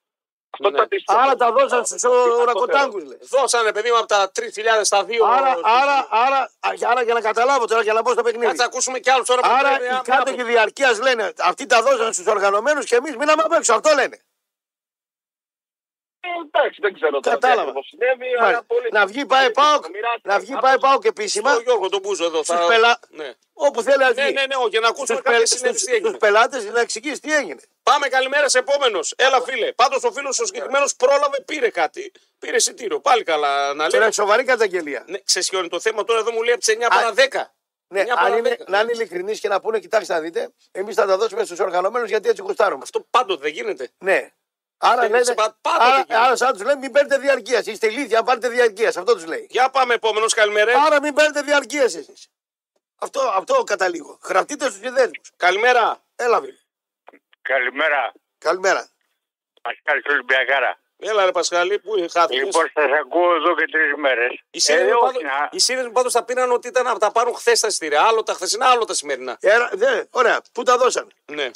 Αυτό Ναι. το αντίστοιχο. Άρα τα δώσαν στου ορακοτάγκου, λες. Δώσανε παιδί μου από τα 3.000 στα 2. Άρα, άρα, άρα, άρα, για να καταλάβω τώρα, για να μπω στο παιχνίδι. Κάτσε να ακούσουμε κι άλλους τώρα Άρα πρέπει να- οι κάτοικοι διαρκείας λένε αυτοί τα δώσαν στους οργανωμένους και εμείς μείναμε απ' έξω. Αυτό λένε. Ε, εντάξει, δεν ξέρω τώρα τι Κατάλαβα. ακριβώς συνέβη. Μάλιστα. αλλά πολύ- Να βγει πάει πάω, μοιράστηκε. να βγει πάει πάω και επίσημα Ο Γιώργο τον Μπούζο εδώ. Στους πελα- Ναι. όπου θέλει να ναι, βγει. ναι, ναι, όχι, για να ακούσουμε κάποια συνέντευξη Ναι, τι έγινε. Στους πελάτες να εξηγήσει τι έγινε. Πάμε καλημέρα σε επόμενος. Έλα, φίλε. Πάντως ο φίλος ο συγκεκριμένος πρόλαβε, πήρε κάτι. Πήρε εισιτήριο. Πάλι καλά να Τώρα λέει. είναι σοβαρή καταγγελία. Ναι, ξέρεις ποιο είναι το θέμα τώρα εδώ μου λέει από τις 9 παρα 10. Ναι, Μια αν παρά είναι, δέκα. να είναι ειλικρινείς και να πούνε, κοιτάξτε να δείτε, εμείς θα τα δώσουμε στους οργανωμένους γιατί έτσι κουστάρουμε. Αυτό πάντοτε δεν γίνεται. Ναι. Άρα, Δεν λένε, σε πα- πάντα άρα, γίνεται. άρα σαν τους λένε μην παίρνετε διαρκείας. Είστε ηλίθια, αν πάρετε διαρκείας. Αυτό τους λέει. Για πάμε επόμενος, καλημέρα. Άρα μην παίρνετε διαρκείας εσείς. Αυτό, αυτό καταλήγω. Γραφτείτε στους συνδέσμους. Καλημέρα. Έλα, Βίλ. Καλημέρα, Καλημέρα. Πασχάλης Ολυμπιακάρα. Έλα, ρε Πασχάλη, που χάθηκες. Λοιπόν, σας ακούω εδώ και τρεις μέρες. Οι σύνδεσμοι πάντως- να... οι σύνδεσμοι πάντως τα πήραν ότι ήταν να τα πάρουν χθες τα εισιτήρια. Άλλο τα χθεσινά, άλλο τα σημερινά. Έρα, δε, ωραία, πού τα δώσαν. Ναι.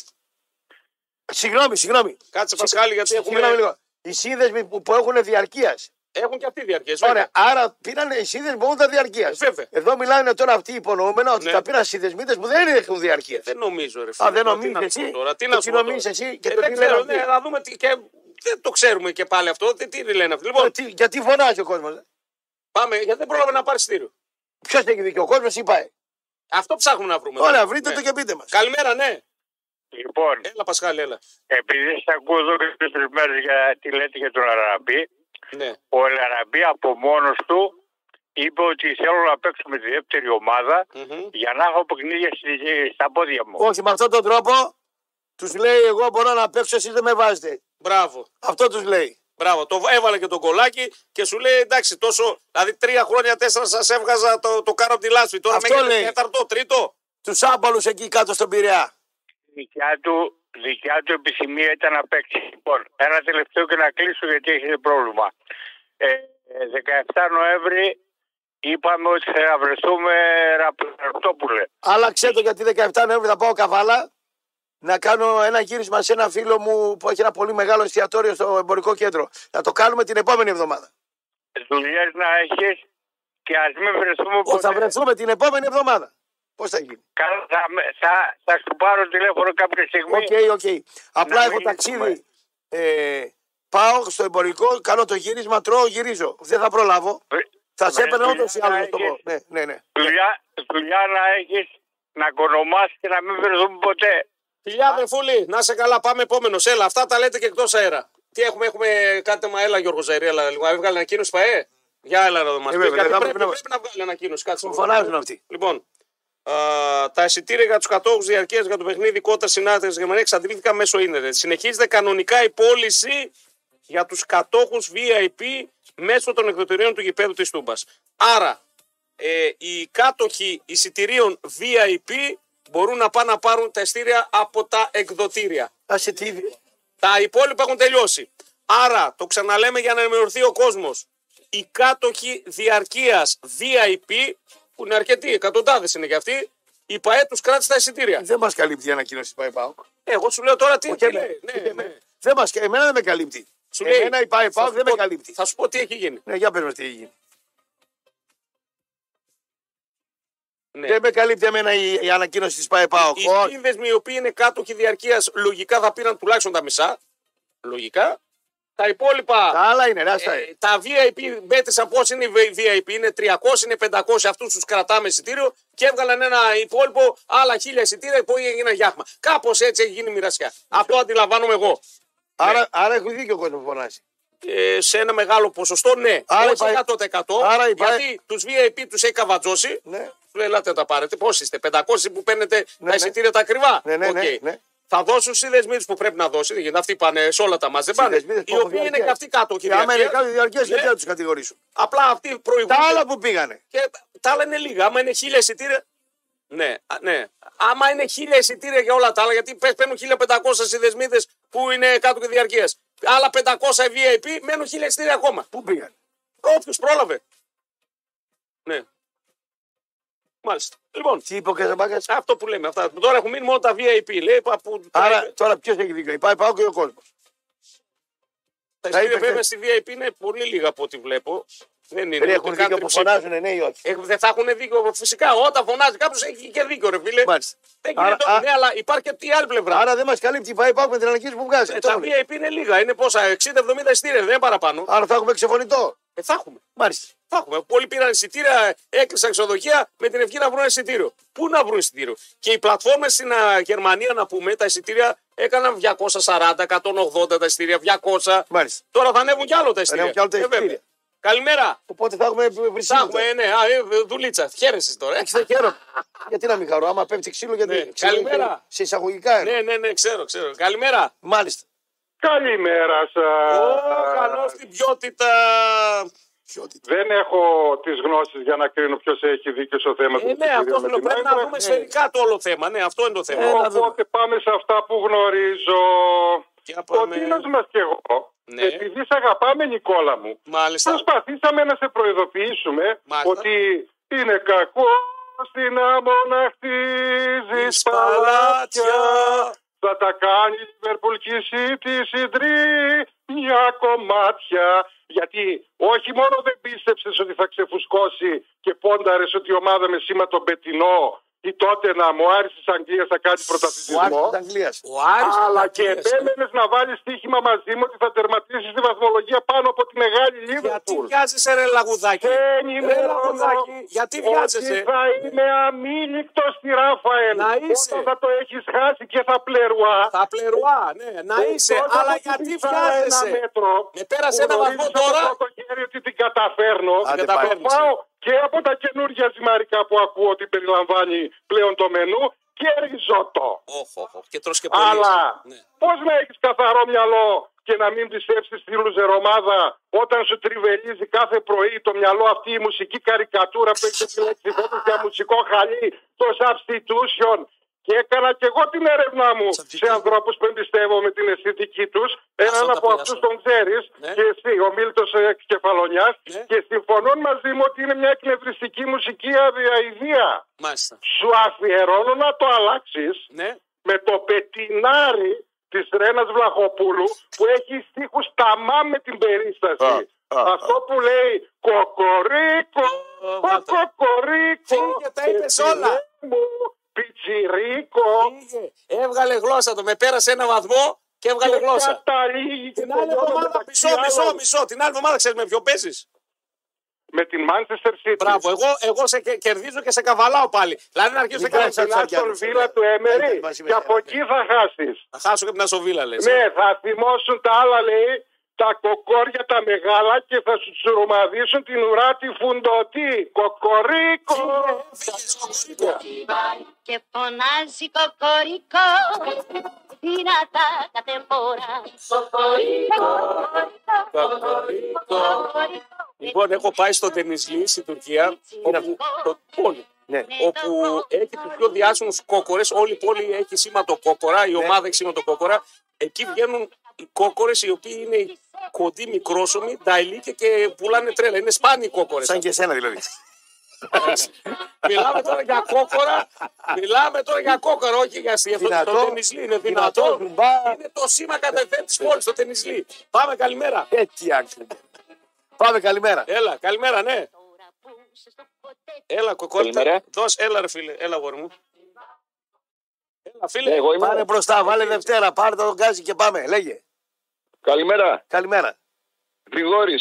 Συγγνώμη, συγγνώμη. Κάτσε, Πασχάλη, γιατί Συγγνώμη έχουμε... λίγο. Οι σύνδεσμοι που, που έχουν διαρκείας. έχουν και αυτοί διαρκέ. Ωραία, άρα πήραν οι σύνδεσμοι που έχουν τα διαρκείας. Βέβαια. Εδώ μιλάνε τώρα αυτοί οι υπονοούμενοι ότι Ναι. τα πήραν συνδεσμίτε που δεν έχουν διαρκεία. Δεν νομίζω, ρε φίλε. Α, δεν Τώρα, τι να νομίζει σου πω εσύ. Τώρα, τι Και να τι σου πω νομίζεις τώρα. εσύ και Ε, το δεν τι ξέρω, λένε ναι, αυτοί. να δούμε τι. Και... Δεν το ξέρουμε και πάλι αυτό. Τι, τι λένε αυτοί. Λοιπόν, Γιατί, γιατί φωνάζει ο κόσμος. πάμε, γιατί δεν πρόλαβε να πάρει στήριο. Ποιος έχει δίκιο, ο κόσμος ή πάει. Αυτό ψάχνουμε να βρούμε. Ωραία, τώρα. βρείτε Ναι. το και πείτε μας. Καλημέρα, ναι. Λοιπόν, Έλα, Πασχάλη, έλα. επειδή σα ακούω εδώ και τρεις μέρες για τι λέτε για τον Αραμπή, Ναι. ο Αραμπή από μόνος του είπε ότι θέλω να παίξω με τη δεύτερη ομάδα Μμμ. για να έχω παιχνίδια στη- στα πόδια μου. Όχι, με αυτόν τον τρόπο τους λέει: Εγώ μπορώ να παίξω, εσείς δεν με βάζετε. Μπράβο. Αυτό τους λέει. Μπράβο, το έβαλε και τον κολάκι και σου λέει εντάξει, τόσο. Δηλαδή, τρία χρόνια, τέσσερα σας έβγαζα το, το κάρο από τη λάσπη. Τώρα Αυτό με έχετε λέει. τέταρτο, τρίτο. Τους άμπαλους εκεί κάτω στον Πειραιά. Δικιά του, δικιά του επιθυμία ήταν να παίξει. Λοιπόν, ένα τελευταίο και να κλείσω γιατί έχετε πρόβλημα. Ε, ε, 17 Νοέμβρη είπαμε ότι θα βρεθούμε Ρα- Ραπτόπουλε. Άλλαξε το γιατί 17 Νοέμβρη θα πάω καβάλα να κάνω ένα γύρισμα σε ένα φίλο μου που έχει ένα πολύ μεγάλο εστιατόριο στο εμπορικό κέντρο. Να το κάνουμε την επόμενη εβδομάδα. Δουλειές να έχεις και ας μην βρεθούμε Ό, θα ποτέ. βρεθούμε την επόμενη εβδομάδα. Πώς θα γίνει. Καλά, Θα, με- θα, θα σου πάρω τηλέφωνο κάποια στιγμή. Οκ, Ναι. οκ. Απλά Να έχω μην ταξίδι. έχουμε. Ε, πάω στο εμπορικό, κάνω το γύρισμα, τρώω, γυρίζω. Δεν θα προλάβω. Βρε- Θα σε βρε, έπαιρνα δουλειά ούτως ή να άλλως. να σου το πω. έχεις. Ναι, ναι, ναι. Δουλειά, δουλειά να έχεις, να κονομάς και να μην βρεθούμε ποτέ. Φιλιά, αδερφούλη, να σε καλά, πάμε επόμενος. Έλα, αυτά τα λέτε και εκτός αέρα. Τι έχουμε, έχουμε κάτεμα, έλα Γιώργος Ζαρή, έλα λίγο. Έβγαλε ανακοίνωση ΠαΕ. Για έλα εδώ μα πει. Ε, βέβαια, γιατί θα πρέπει, πρέπει να- πρέπει να βγάλει ανακοίνωση, κάτσε. λίγο. Φωνάζουν αυτοί. Λοιπόν, α, τα εισιτήρια για τους κατόχους διαρκείας για το παιχνίδι Κότα Συνάδελφε Γερμανίας εξαντλήθηκαν μέσω ίντερνετ. Συνεχίζεται κανονικά η πώληση για τους κατόχους VIP μέσω των εκδοτηρίων του γηπέδου της Τούμπας. Άρα, ε, οι κάτοχοι εισιτηρίων VIP μπορούν να πάνε να πάρουν τα εισιτήρια από τα εκδοτήρια. Α σε τι. Τα υπόλοιπα έχουν τελειώσει. Άρα, το ξαναλέμε για να ενημερωθεί ο κόσμος. Οι κάτοχοι διαρκείας VIP, που είναι αρκετοί, εκατοντάδες είναι και αυτοί, η ΠαΕ τους κράτησε τα εισιτήρια. Δεν μας καλύπτει η ανακοίνωση της ΠΑΕΠΑΟΚ. Ε, Εγώ σου λέω τώρα τι. Όχι τι εμένα. λέει. Ναι, Ούτε ναι. εμένα. Δεν μας, εμένα δεν με καλύπτει. Σου λέει, εμένα η ΠΑΕΠΑΟΚ θα δεν σου με πω- καλύπτει. Θα σου πω τι έχει γίνει. Ναι, για πες μας τι έγινε. Ναι. Δεν με καλύπτει εμένα η, η ανακοίνωση της ΠΑΕΠΑΟΚ. Οι Όχι. σύνδεσμοι οι οποίοι είναι κάτοχοι διαρκείας λογικά θα πήραν τουλάχιστον τα μισά. Λογικά. Τα υπόλοιπα. Τα άλλα είναι, ρε, Ε, τα VIP μέτρησαν πώ είναι οι VIP, είναι 300, είναι 500, αυτούς τους κρατάμε εισιτήριο και έβγαλαν ένα υπόλοιπο άλλα χίλια εισιτήρια που έγινε γιάχμα. Κάπως έτσι έχει γίνει η μοιρασιά. Αυτό αντιλαμβάνομαι εγώ. άρα, άρα έχει δίκιο ο κόσμος που φωνάζει. Ε, σε ένα μεγάλο ποσοστό, ναι. Άρα Όχι υπά- 100%. άρα υπά- γιατί τους VIP τους έχει καβατζώσει. Ναι. Του λέει, ελάτε τα πάρετε. Πώς είστε, 500 που παίρνετε Ναι, τα ναι. εισιτήρια τα ακριβά. Ναι, ναι, ναι, Οκ. ναι. Θα θα δώσουν στου δεσμοί που πρέπει να δώσει. Γιατί αυτοί πάνε σε όλα τα μας. Δεν Στις πάνε. δεσμίδες Οι οποίοι είναι παχωδιαρκές. και αυτοί κάτω. Οι Κυριακέ. Αμερικάνοι διαρκέ Ναι. γιατί να τους κατηγορήσουν. Απλά αυτοί Τα προηγούνται. άλλα που πήγανε. Και τα άλλα είναι λίγα. Άμα είναι χίλια εισιτήρια. Ναι, α, ναι. Άμα είναι χίλια εισιτήρια για όλα τα άλλα, γιατί πες, παίρνουν 1500 οι δεσμίδε που είναι κάτω και διαρκείας. Άλλα 500 VIP μένουν χίλια εισιτήρια ακόμα. Πού πήγανε. Όποιος πρόλαβε. Ναι. Μάλιστα. Λοιπόν, Τι είπε ο Καζαμπάκα. αυτό που λέμε. Αυτά. Τώρα έχουν μείνει μόνο τα VIP. Λέει, από... Άρα τώρα ποιος έχει δίκιο. Υπάρχει πάω και ο κόσμος. Ε, τα τα εισιτήρια είπε βέβαια στη VIP είναι πολύ λίγα από ό,τι βλέπω. Δεν είναι. ούτε Δηλαδή, Έχουν καν δίκιο που τριψήφιο. φωνάζουν ναι ή όχι. Ε, Δεν θα έχουν δίκιο. Φυσικά, όταν φωνάζει κάποιος έχει και δίκιο, ρε φίλε. Μάλιστα. Δεν Άρα- γίνεται. α- Ναι, αλλά υπάρχει και από την άλλη πλευρά. Άρα δεν μας καλύπτει η ΠΑΕΠΑΚ με την ανακοίνωση που βγάζει. Ε, Αυτό τα λέει. VIP είναι λίγα. Είναι πόσα, 60-70 εισιτήρια, δεν είναι παραπάνω. Άρα θα έχουμε ξεφωνητό. Ε, θα έχουμε. Μάλιστα. Θα έχουμε. Πολλοί πήραν εισιτήρια, έκλεισαν ξενοδοχεία με την ευχή να βρουν ένα εισιτήριο. Πού να βρουν εισιτήριο. Και οι πλατφόρμες στην α, Γερμανία, να πούμε, τα εισιτήρια έκαναν 240, 180 τα εισιτήρια, 200. Μάλιστα. Τώρα θα ανέβουν κι άλλο τα εισιτήρια. ανέβουν κι άλλο τα Ε, βέβαια. εισιτήρια. Καλημέρα. Οπότε θα έχουμε Θα βρισίδι. έχουμε, ναι, α, ε, δουλίτσα. Χαίρεσαι τώρα. ε. Δεν χαίρομαι. γιατί να μην χαρώ, άμα πέφτει ξύλο, γιατί. Ναι. ξύλο είναι Καλημέρα. και- Σε εισαγωγικά. εννοώ. ναι, ναι, ναι, ξέρω, ξέρω. Καλημέρα. Μάλιστα. Καλημέρα Ω, σα. καλό στην ποιότητα. Δεν έχω τις γνώσεις για να κρίνω ποιος έχει δίκιο στο θέμα Ε, ναι, αυτό με λέω. την Πρέπει να Άγκρα. δούμε σφαιρικά το όλο θέμα. Ναι, αυτό είναι το θέμα. Ε, να δούμε. Οπότε πάμε σε αυτά που γνωρίζω. Για Ο πάμε. Τίνος μας και εγώ, Ναι. επειδή σε αγαπάμε, Νικόλα μου, Μάλιστα. προσπαθήσαμε να σε προειδοποιήσουμε Μάλιστα. ότι είναι κακός στην άμμο χτίζει παλάτια. Σπαλάτια. Θα τα κάνει η Λίβερπουλ και η City συντρίμια κομμάτια. Γιατί όχι μόνο δεν πίστεψες ότι θα ξεφουσκώσει και πόνταρες ότι η ομάδα με σήμα τον Πετινό ή τότε να μου άρεσε τη Αγγλία θα κάνει Ο Άρης πρωταθλητισμό. τη Αγγλίας. Ο Άρης Αλλά ήταν και κυρίας, ναι. επέμενες να βάλεις στοίχημα μαζί μου ότι θα τερματίσεις τη βαθμολογία πάνω από τη μεγάλη Γιατί Λίβερπουλ. Ε, βιάζεσαι ρε λαγουδάκι. Δεν Ρε ενημερώνω λαγουδάκι. Γιατί ότι βιάζεσαι. θα είμαι αμήλικτο στη Ράφαελ. Να είσαι. Όταν θα το έχεις χάσει και θα πλερουά. Θα πλερουά, ναι. Να Ε, είσαι. Τότε Αλλά από γιατί την Σάρα Ένα βιάζεσαι. μέτρο, Με πέρασε ένα βαθμό τώρα. Το χέρι ότι την καταφέρνω. Άντε Και τα πάλι. παίρνεις. Πάω και από τα καινούργια ζυμαρικά που ακούω ότι περιλαμβάνει πλέον το μενού και ριζότο. Όχ, όχ, όχ, Και τρως και πολύ. Αλλά Ναι. πώς να έχεις καθαρό μυαλό και να μην πιστέψεις τη λουζερομάδα όταν σου τριβελίζει κάθε πρωί το μυαλό αυτή η μουσική καρικατούρα που έχεις επιλέξει φέτος για μουσικό χαλί, το substitution. Και έκανα και εγώ την έρευνά μου σε Substitution. ανθρώπους που εμπιστεύομαι την αισθητική τους. Έναν τα από πει, αυτούς άστα. τον ξέρεις Ναι. και εσύ, ο Μίλτος ε, Κεφαλονιάς. Ναι. Και συμφωνούν μαζί μου ότι είναι μια εκνευριστική μουσική αδιαειδία. Μάλιστα. Σου αφιερώνω να το αλλάξεις Ναι. με το πετινάρι της Ρένας Βλαχοπούλου που έχει στίχους ταμά με την περίσταση. Αυτό που λέει κοκορίκο, Ε, βάλτε. κοκορίκο, Φύγε, τα είπες όλα. παιδί μου, πιτσιρίκο. Πήγε. Έβγαλε γλώσσα το. Με πέρασε ένα βαθμό και έβγαλε Και γλώσσα. καταλήγει και Την άλλη τελειώνει εβδομάδα. μεταξύ Μισό, μισό, άλλων μισό. Την άλλη εβδομάδα ξέρεις με ποιο παίζεις. Με την Manchester City. Μπράβο. Εγώ, εγώ σε κε- κερδίζω και σε καβαλάω πάλι. Δηλαδή να αρχίσω να Λοιπόν, κάνω. Με σαν την Άστον Τσαμπιάννη, Βίλα ναι. του Ήταν Έμερι μαζί με και από εμένα, εκεί θα χάσεις. Θα χάσω και την ασοβίλα λε. Ναι, θα θυμώσουν τα άλλα, λέει, τα κοκόρια τα μεγάλα και θα σου τσουρμαδίσουν την ουρά τη φουντωτή. Κοκορίκο! και φωνάζει κοκορικό δυνατά κάθε μόρα. Κοκορικό, κοκορικό. Λοιπόν, έχω πάει στο Τενισλί στην Τουρκία, όπου, το, πόλη, Ναι. όπου έχει τους πιο διάσημους κόκορες. Όλη η πόλη έχει σήμα το κόκορα, Ναι. η ομάδα έχει σήμα το κόκορα. Εκεί βγαίνουν οι κόκορες οι οποίοι είναι κοντοί, μικρόσωμοι, τα ελίκια και πουλάνε τρέλα. Είναι σπάνιοι κόκορες. Σαν και εσένα δηλαδή. Μιλάμε τώρα για κόκορα, μιλάμε τώρα για κόκορα, όχι για αστεία. Αυτό Δυνατό. Το Τενισλί είναι δυνατό. Δυνατό, ζουμπά. Είναι το σήμα κατά εφέν της πόλης, το Τενισλί. Πάμε, καλημέρα. Έτσι άκουσα. Πάμε καλημέρα. Έλα, καλημέρα, ναι. Τώρα που είσαι στο ποτέ Έλα, κοκόρτα. Καλημέρα. Δώσ' έλα, ρε φίλε. Έλα, γόρι μου. Έλα, φίλε. Ναι, εγώ είμαι. Πάρε μπροστά, βάλε Δευτέρα, πάρε τον Γκάζι και πάμε. Λέγε. Καλημέρα. Καλημέρα. Γρηγόρης.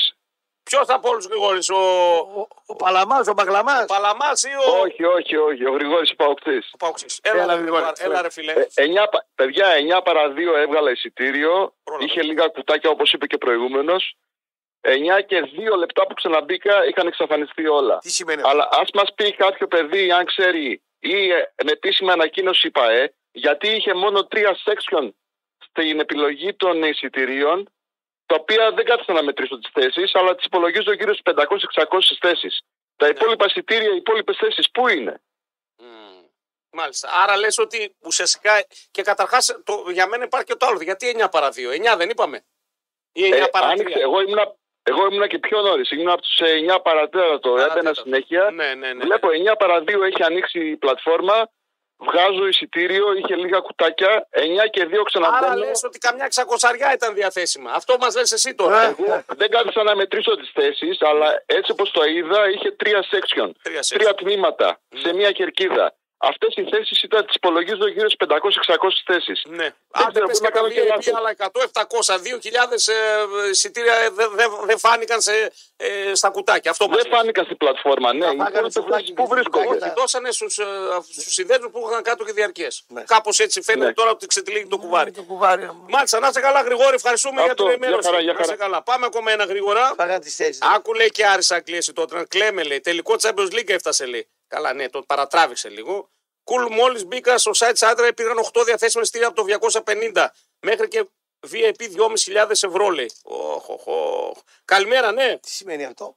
Ποιο από όλους Γρηγόρης, ο, Ο, ο Παλαμάς, ο Μπαγλαμά. ο Παλαμάς ή ο. Όχι, όχι, όχι. Ο Γρηγόρης Παοκτής. Ο Παουξής. Έλα, Έλα, ρε, Γρηγόρη. Γρηγόρη, έλα, ρε Ε, φίλε. Παιδιά, 9 παρα 2 έβγαλα εισιτήριο. Πρόλαβα. Είχε λίγα κουτάκια όπως είπε και προηγούμενος. 9 και 2 λεπτά που ξαναμπήκα είχαν εξαφανιστεί όλα. Τι σημαίνει αυτό. Αλλά ας μας πει κάποιο παιδί, αν ξέρει, ή ε, με επίσημη ανακοίνωση η ΠαΕ, γιατί είχε μόνο τρία section στην επιλογή των εισιτηρίων, τα οποία δεν κάθισαν να μετρήσουν τις θέσεις, αλλά τις υπολογίζω γύρω στις 500-600 θέσεις. Τα υπόλοιπα εισιτήρια, οι υπόλοιπες θέσεις, πού είναι. Μμμ. Μάλιστα. Άρα λες ότι ουσιαστικά. Και καταρχάς το, για μένα υπάρχει και το άλλο. Γιατί 9 παρα 2, 9 δεν είπαμε. Ή 9 Ε, παρα 3. άνοιξε, εγώ, ήμουνα, εγώ ήμουνα και πιο νωρίς. Ήμουνα από τους 9 παρατέρατο. Έμπαινα Παρατέταρτο. συνέχεια. Ναι, ναι, ναι. Βλέπω 9 παρα 2 έχει ανοίξει η πλατφόρμα. Βγάζω εισιτήριο, είχε λίγα κουτάκια. 9 και 2 Άρα ξαναμπαίνω. λες ότι καμιά ξακοσαριά ήταν διαθέσιμα. Αυτό μας λες εσύ τώρα. Εγώ δεν κάθισα να μετρήσω τις θέσεις, αλλά έτσι όπως το είδα, είχε τρία section. Τρία σετ. Τρία τμήματα σε μία κερκίδα. Αυτές οι θέσεις ήταν, τις υπολογίζω γύρω στις 500-600 θέσεις. Ναι. ξέρω, Άντε πες μπορεί να κάνω και και τα λάθος. άλλα 100, 700, 2.000 ε, εισιτήρια δεν δε, δε φάνηκαν σε, ε, στα κουτάκια. Αυτό μας Δεν λες. φάνηκα στην πλατφόρμα, ναι. Τα Οι φάγανε υπόλοιπες σουβλάκι και θέσεις πού τα κουτάκια. βρίσκονται. Και δώσανε στους, ε, στους συνδέσμους που είχαν κάτω και διαρκές. Ναι. Κάπως έτσι φαίνεται Ναι. τώρα ότι ξετυλίγει το κουβάρι. Το κουβάρι. μου. Μάλιστα, να είσαι καλά, Γρηγόρη. Ευχαριστούμε Αυτό, για την για ενημέρωση. χαρά, για Να είσαι χαρά. καλά. Πάμε ακόμα ένα γρήγορα. Φάγανε τις θέσεις. Άκου λέει και άρισα κλίση τότε. Κλέμε λέει. Τελικό Champions League έφτασε λέει. Καλά, ναι, το παρατράβηξε λίγο. Κουλ, μόλις μπήκα στο site τη άντρα, πήραν 8 διαθέσιμε στήρια από το 250 μέχρι και VIP 2.500 ευρώ λέει. Οχ, οχ, οχ. Καλημέρα, ναι. Τι σημαίνει αυτό.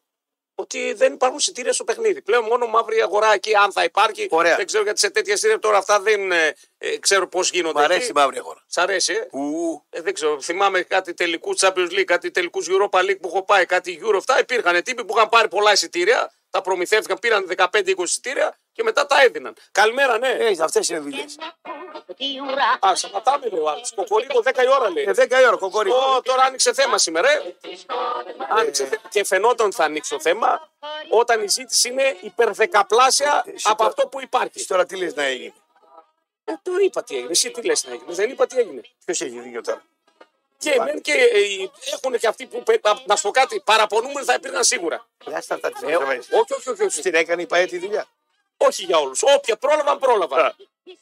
Ότι δεν υπάρχουν εισιτήρια στο παιχνίδι. Πλέον μόνο μαύρη αγορά εκεί, αν θα υπάρχει. Ωραία. Δεν ξέρω γιατί σε τέτοια εισιτήρια τώρα αυτά δεν ε, ε, ξέρω πώς γίνονται. Μ' αρέσει εκεί. η μαύρη αγορά. Σ' αρέσει, ε? Ου, Ε, δεν ξέρω, θυμάμαι κάτι τελικού Champions League, κάτι τελικούς Europa League που έχω πάει, κάτι Euro. Αυτά υπήρχαν Ε, τύποι που είχαν πάρει πολλά εισιτήρια, τα προμηθεύτηκαν, πήραν 15-20 εισιτήρια και μετά τα έδιναν. Καλημέρα, ναι. Ε, αυτές είναι δουλειές. Τι ουρά. Α, σταματάμε, λέω. Άλεξ. Κοκορίκο 10 η ώρα λέει. Ε, 10 η ώρα, κοκορικό. Ω, τώρα άνοιξε θέμα σήμερα. ε. Άνοιξε θέμα. Και φαινόταν ότι θα ανοίξει το θέμα όταν η ζήτηση είναι υπερδεκαπλάσια εσύ από Ε, τώρα- αυτό που υπάρχει. Τώρα τι λες να έγινε. Ε, το είπα τι έγινε. Εσύ τι λες να έγινε. Δεν είπα τι έγινε. Ποιος έχει δίκιο τώρα. Και εμένα και ε, οι- έχουν και αυτοί που. πε- να- Να σου πω κάτι, παραπονούμενοι θα υπήρχαν σίγουρα. Κάτσε αυτά τις Ε, εβδομάδες. όχι, όχι, όχι, όχι. Την έκανε η ΠαΕ τη δουλειά. Όχι για όλους. Όποια πρόλαβαν, πρόλαβαν.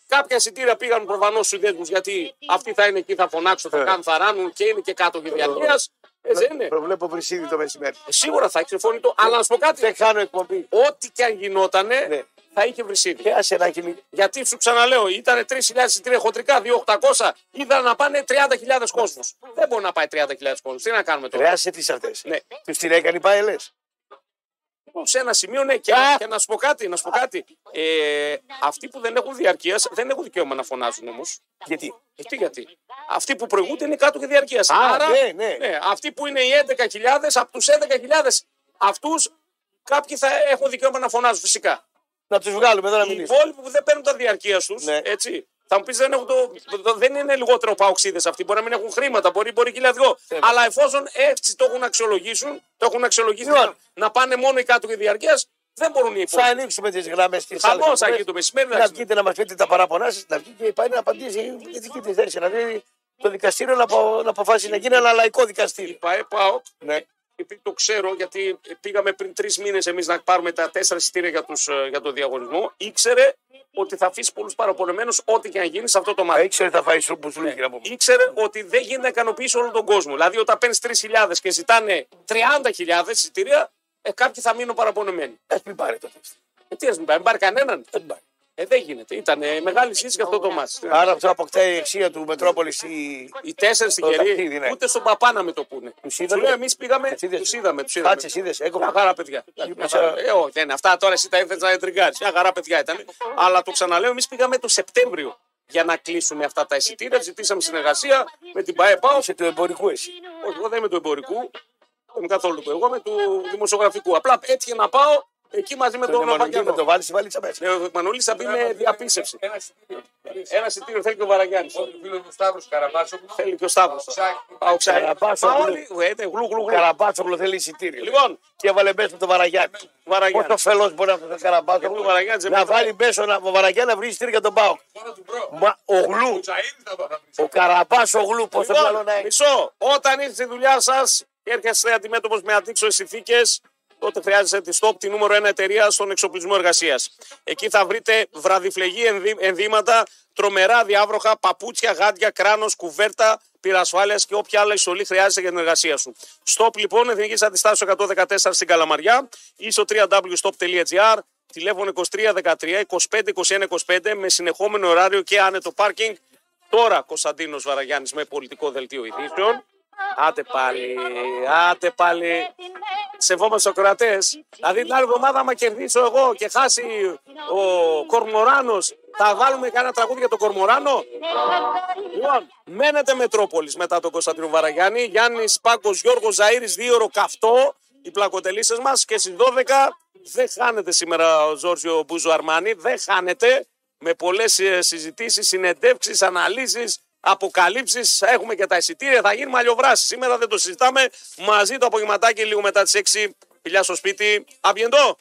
Κάποια εισιτήρια πήγαν προφανώς στους Δέσμου γιατί αυτοί θα είναι εκεί, θα φωνάξουν, θα Ε. κάνουν, θα ράνουν και είναι και κάτω και διαρκεία. Έτσι Ε, δεν είναι. Προβλέπω βρυσίδι το μεσημέρι. Σίγουρα θα έχει συμφωνητό. Αλλά να σου πω κάτι. Δεν κάνω εκπομπή. Ό,τι και αν Ναι. γινότανε θα είχε βρυσίδι. Και άσε να έχει Γιατί σου ξαναλέω, ήταν 3.000 εισιτήρια χοντρικά, 2.800, είδα να πάνε 30.000 κόσμος. Δεν μπορεί να πάει 30.000 κόσμος. Τι να κάνουμε τώρα. Ρεάσε τις αυτές. Ναι. Τους την έκανε η ΠαΕ λες. Λοιπόν, σε ένα σημείο, ναι, και, και να σου πω κάτι. Να σου πω κάτι. Ε, αυτοί που δεν έχουν διαρκείας δεν έχουν δικαίωμα να φωνάζουν όμως. Γιατί. Ε, Τι γιατί. Αυτοί που προηγούνται είναι κάτω και διαρκείας. Α, ναι, ναι. αυτοί που είναι οι 11.000, από του 11.000, αυτούς κάποιοι θα έχουν δικαίωμα να φωνάζουν φυσικά. Να τους βγάλουμε εδώ να Οι μιλήσουμε. υπόλοιποι που δεν παίρνουν τα διαρκείας τους, Ναι. έτσι. Θα μου πεις δεν, έχουν το, το- δεν είναι λιγότερο παοξίδες αυτοί. Μπορεί να μην έχουν χρήματα, μπορεί, μπορεί χιλιαδικό. Αλλά εφόσον έτσι το έχουν αξιολογήσουν, το έχουν αξιολογήσει Λοιπόν. να, να πάνε μόνο οι κάτω και διαρκείας, δεν μπορούν οι Θα υπόλοιποι. ανοίξουμε τις γραμμές της Χαμό θα γίνει το μεσημέρι. Να εντάξει. βγείτε να μας πείτε τα παράπονά σας, να βγει και η ΠΑΕ να απαντήσει για δική της θέση. Να δει το δικαστήριο να, απο- να αποφάσει να γίνει ένα λαϊκό δικαστήριο. Είπα, ε, πάω, Ναι. επειδή το ξέρω, γιατί πήγαμε πριν τρεις μήνες εμείς να πάρουμε τα τέσσερα εισιτήρια για, τους, ε, για τον διαγωνισμό, ήξερε ότι θα αφήσει πολλούς παραπονεμένους ό,τι και αν γίνει σε αυτό το Α, μάτι. Ε, ήξερε θα φάει σου που σου λέει να πούμε. Ναι. Ήξερε ότι δεν γίνεται να ικανοποιήσει όλο τον κόσμο. Δηλαδή, όταν παίρνεις 3.000 και ζητάνε 30.000 εισιτήρια, ε, κάποιοι θα μείνουν παραπονεμένοι. Ας μην πάρει το τεστ. Ε, τι ας μην πάρει, μην πάρει κανέναν. Ε, Ε, δεν γίνεται. Ήταν μεγάλη σύζυγη αυτό το μάτι. Άρα αυτό αποκτάει η αξία του Μετρόπολης ή Οι τέσσερις στην Το ταξίδι, κερί, ναι. ούτε στον παπά να με το πούνε. Τους Του είδατε? λέω, εμείς πήγαμε, Τους είδες? τους είδαμε. τους είδαμε. Κάτσε, είδε, Μια έκοπα. χαρά παιδιά. Μια σαν- χαρά. Ε, όχι, δεν είναι. Αυτά τώρα εσύ τα ήθελε να εντριγκάρεις. Μια χαρά παιδιά ήταν. Αλλά το ξαναλέω, εμείς πήγαμε το Σεπτέμβριο για να κλείσουμε αυτά τα εισιτήρια. Ζητήσαμε συνεργασία με την ΠαΕ ΠΑΟ. Είσαι του εμπορικού εσύ. Όχι, εγώ δεν είμαι του εμπορικού. Δεν είμαι καθόλου του. Εγώ είμαι του δημοσιογραφικού. Απλά έτυχε να πάω εκεί μαζί με Το τον νεμονική με Βαγγέλη. το βάλει στη βαλίτσα μέσα. Ε, Ο Μανουλή θα πει με διαπίστευση. Ένα εισιτήριο θέλει και ο Βαραγιάννης. Θέλει και ο Σταύρος. Πάω ξανά. Καραμπάσο, Πάω γλου. όλοι. Ε, ναι, γλου, γλου, Ο γλου. Καραμπάτσογλου θέλει εισιτήριο. Λοιπόν, Και έβαλε μέσα το Βαραγιάννη. Βαραγιάννη. Πόσο φελός μπορεί να είναι ο Ο Καραμπάτσογλου. Βαραγιάννης δεν Να μετράει. βάλει μέσα να- ο Βαραγιάννη να βρει εισιτήριο για τον Πάο. Μα ο Γλου. Ο Καραμπάτσογλου πόσο καλό Λοιπόν, να έχει. μισό. Όταν ήρθε στη δουλειά σας και έρχεστε αντιμέτωπος με αντίξωες συνθήκες, τότε χρειάζεστε τη STOP, τη νούμερο 1 εταιρεία στον εξοπλισμό εργασίας. Εκεί θα βρείτε βραδιφλεγή ενδύ- ενδύματα, τρομερά διάβροχα, παπούτσια, γάντια, κράνος, κουβέρτα, πυρασφάλειας και όποια άλλη ιστολή χρειάζεται για την εργασία σου. STOP λοιπόν, Εθνικής Αντιστάσεως 114 στην Καλαμαριά, ίσο www.stop.gr τηλέφωνο 2313-252125 με συνεχόμενο ωράριο και άνετο πάρκινγκ. Τώρα Κωνσταντίνος Βαραγιάννης με πολιτικό δελτίο ειδήσεων. Άτε πάλι, άτε πάλι. Σεβόμαστε τους ακροατέ. Δηλαδή την άλλη εβδομάδα, άμα κερδίσω εγώ και χάσει ο Κορμοράνος, θα βάλουμε κανένα τραγούδι για τον Κορμοράνο. Ναι, Λοιπόν, μένετε Μετρόπολης μετά τον Κωνσταντίνο Βαραγιάννη. Γιάννης Πάκος, Γιώργος Ζαήρη, δύο ώρο καυτό. Οι πλακοτελίσε μας και στις 12 δεν χάνεται σήμερα ο Ζόρζιο Μπούζο Αρμάνι. Δεν χάνεται με ε, πολλέ συζητήσεις, συνεντεύξεις, αναλύσεις, αποκαλύψεις. Έχουμε και τα εισιτήρια. Θα γίνουμε αλλιοβράσει. Σήμερα δεν το συζητάμε. Μαζί το απογευματάκι λίγο μετά τις 6. Φιλιά στο σπίτι. Αμπιεντό!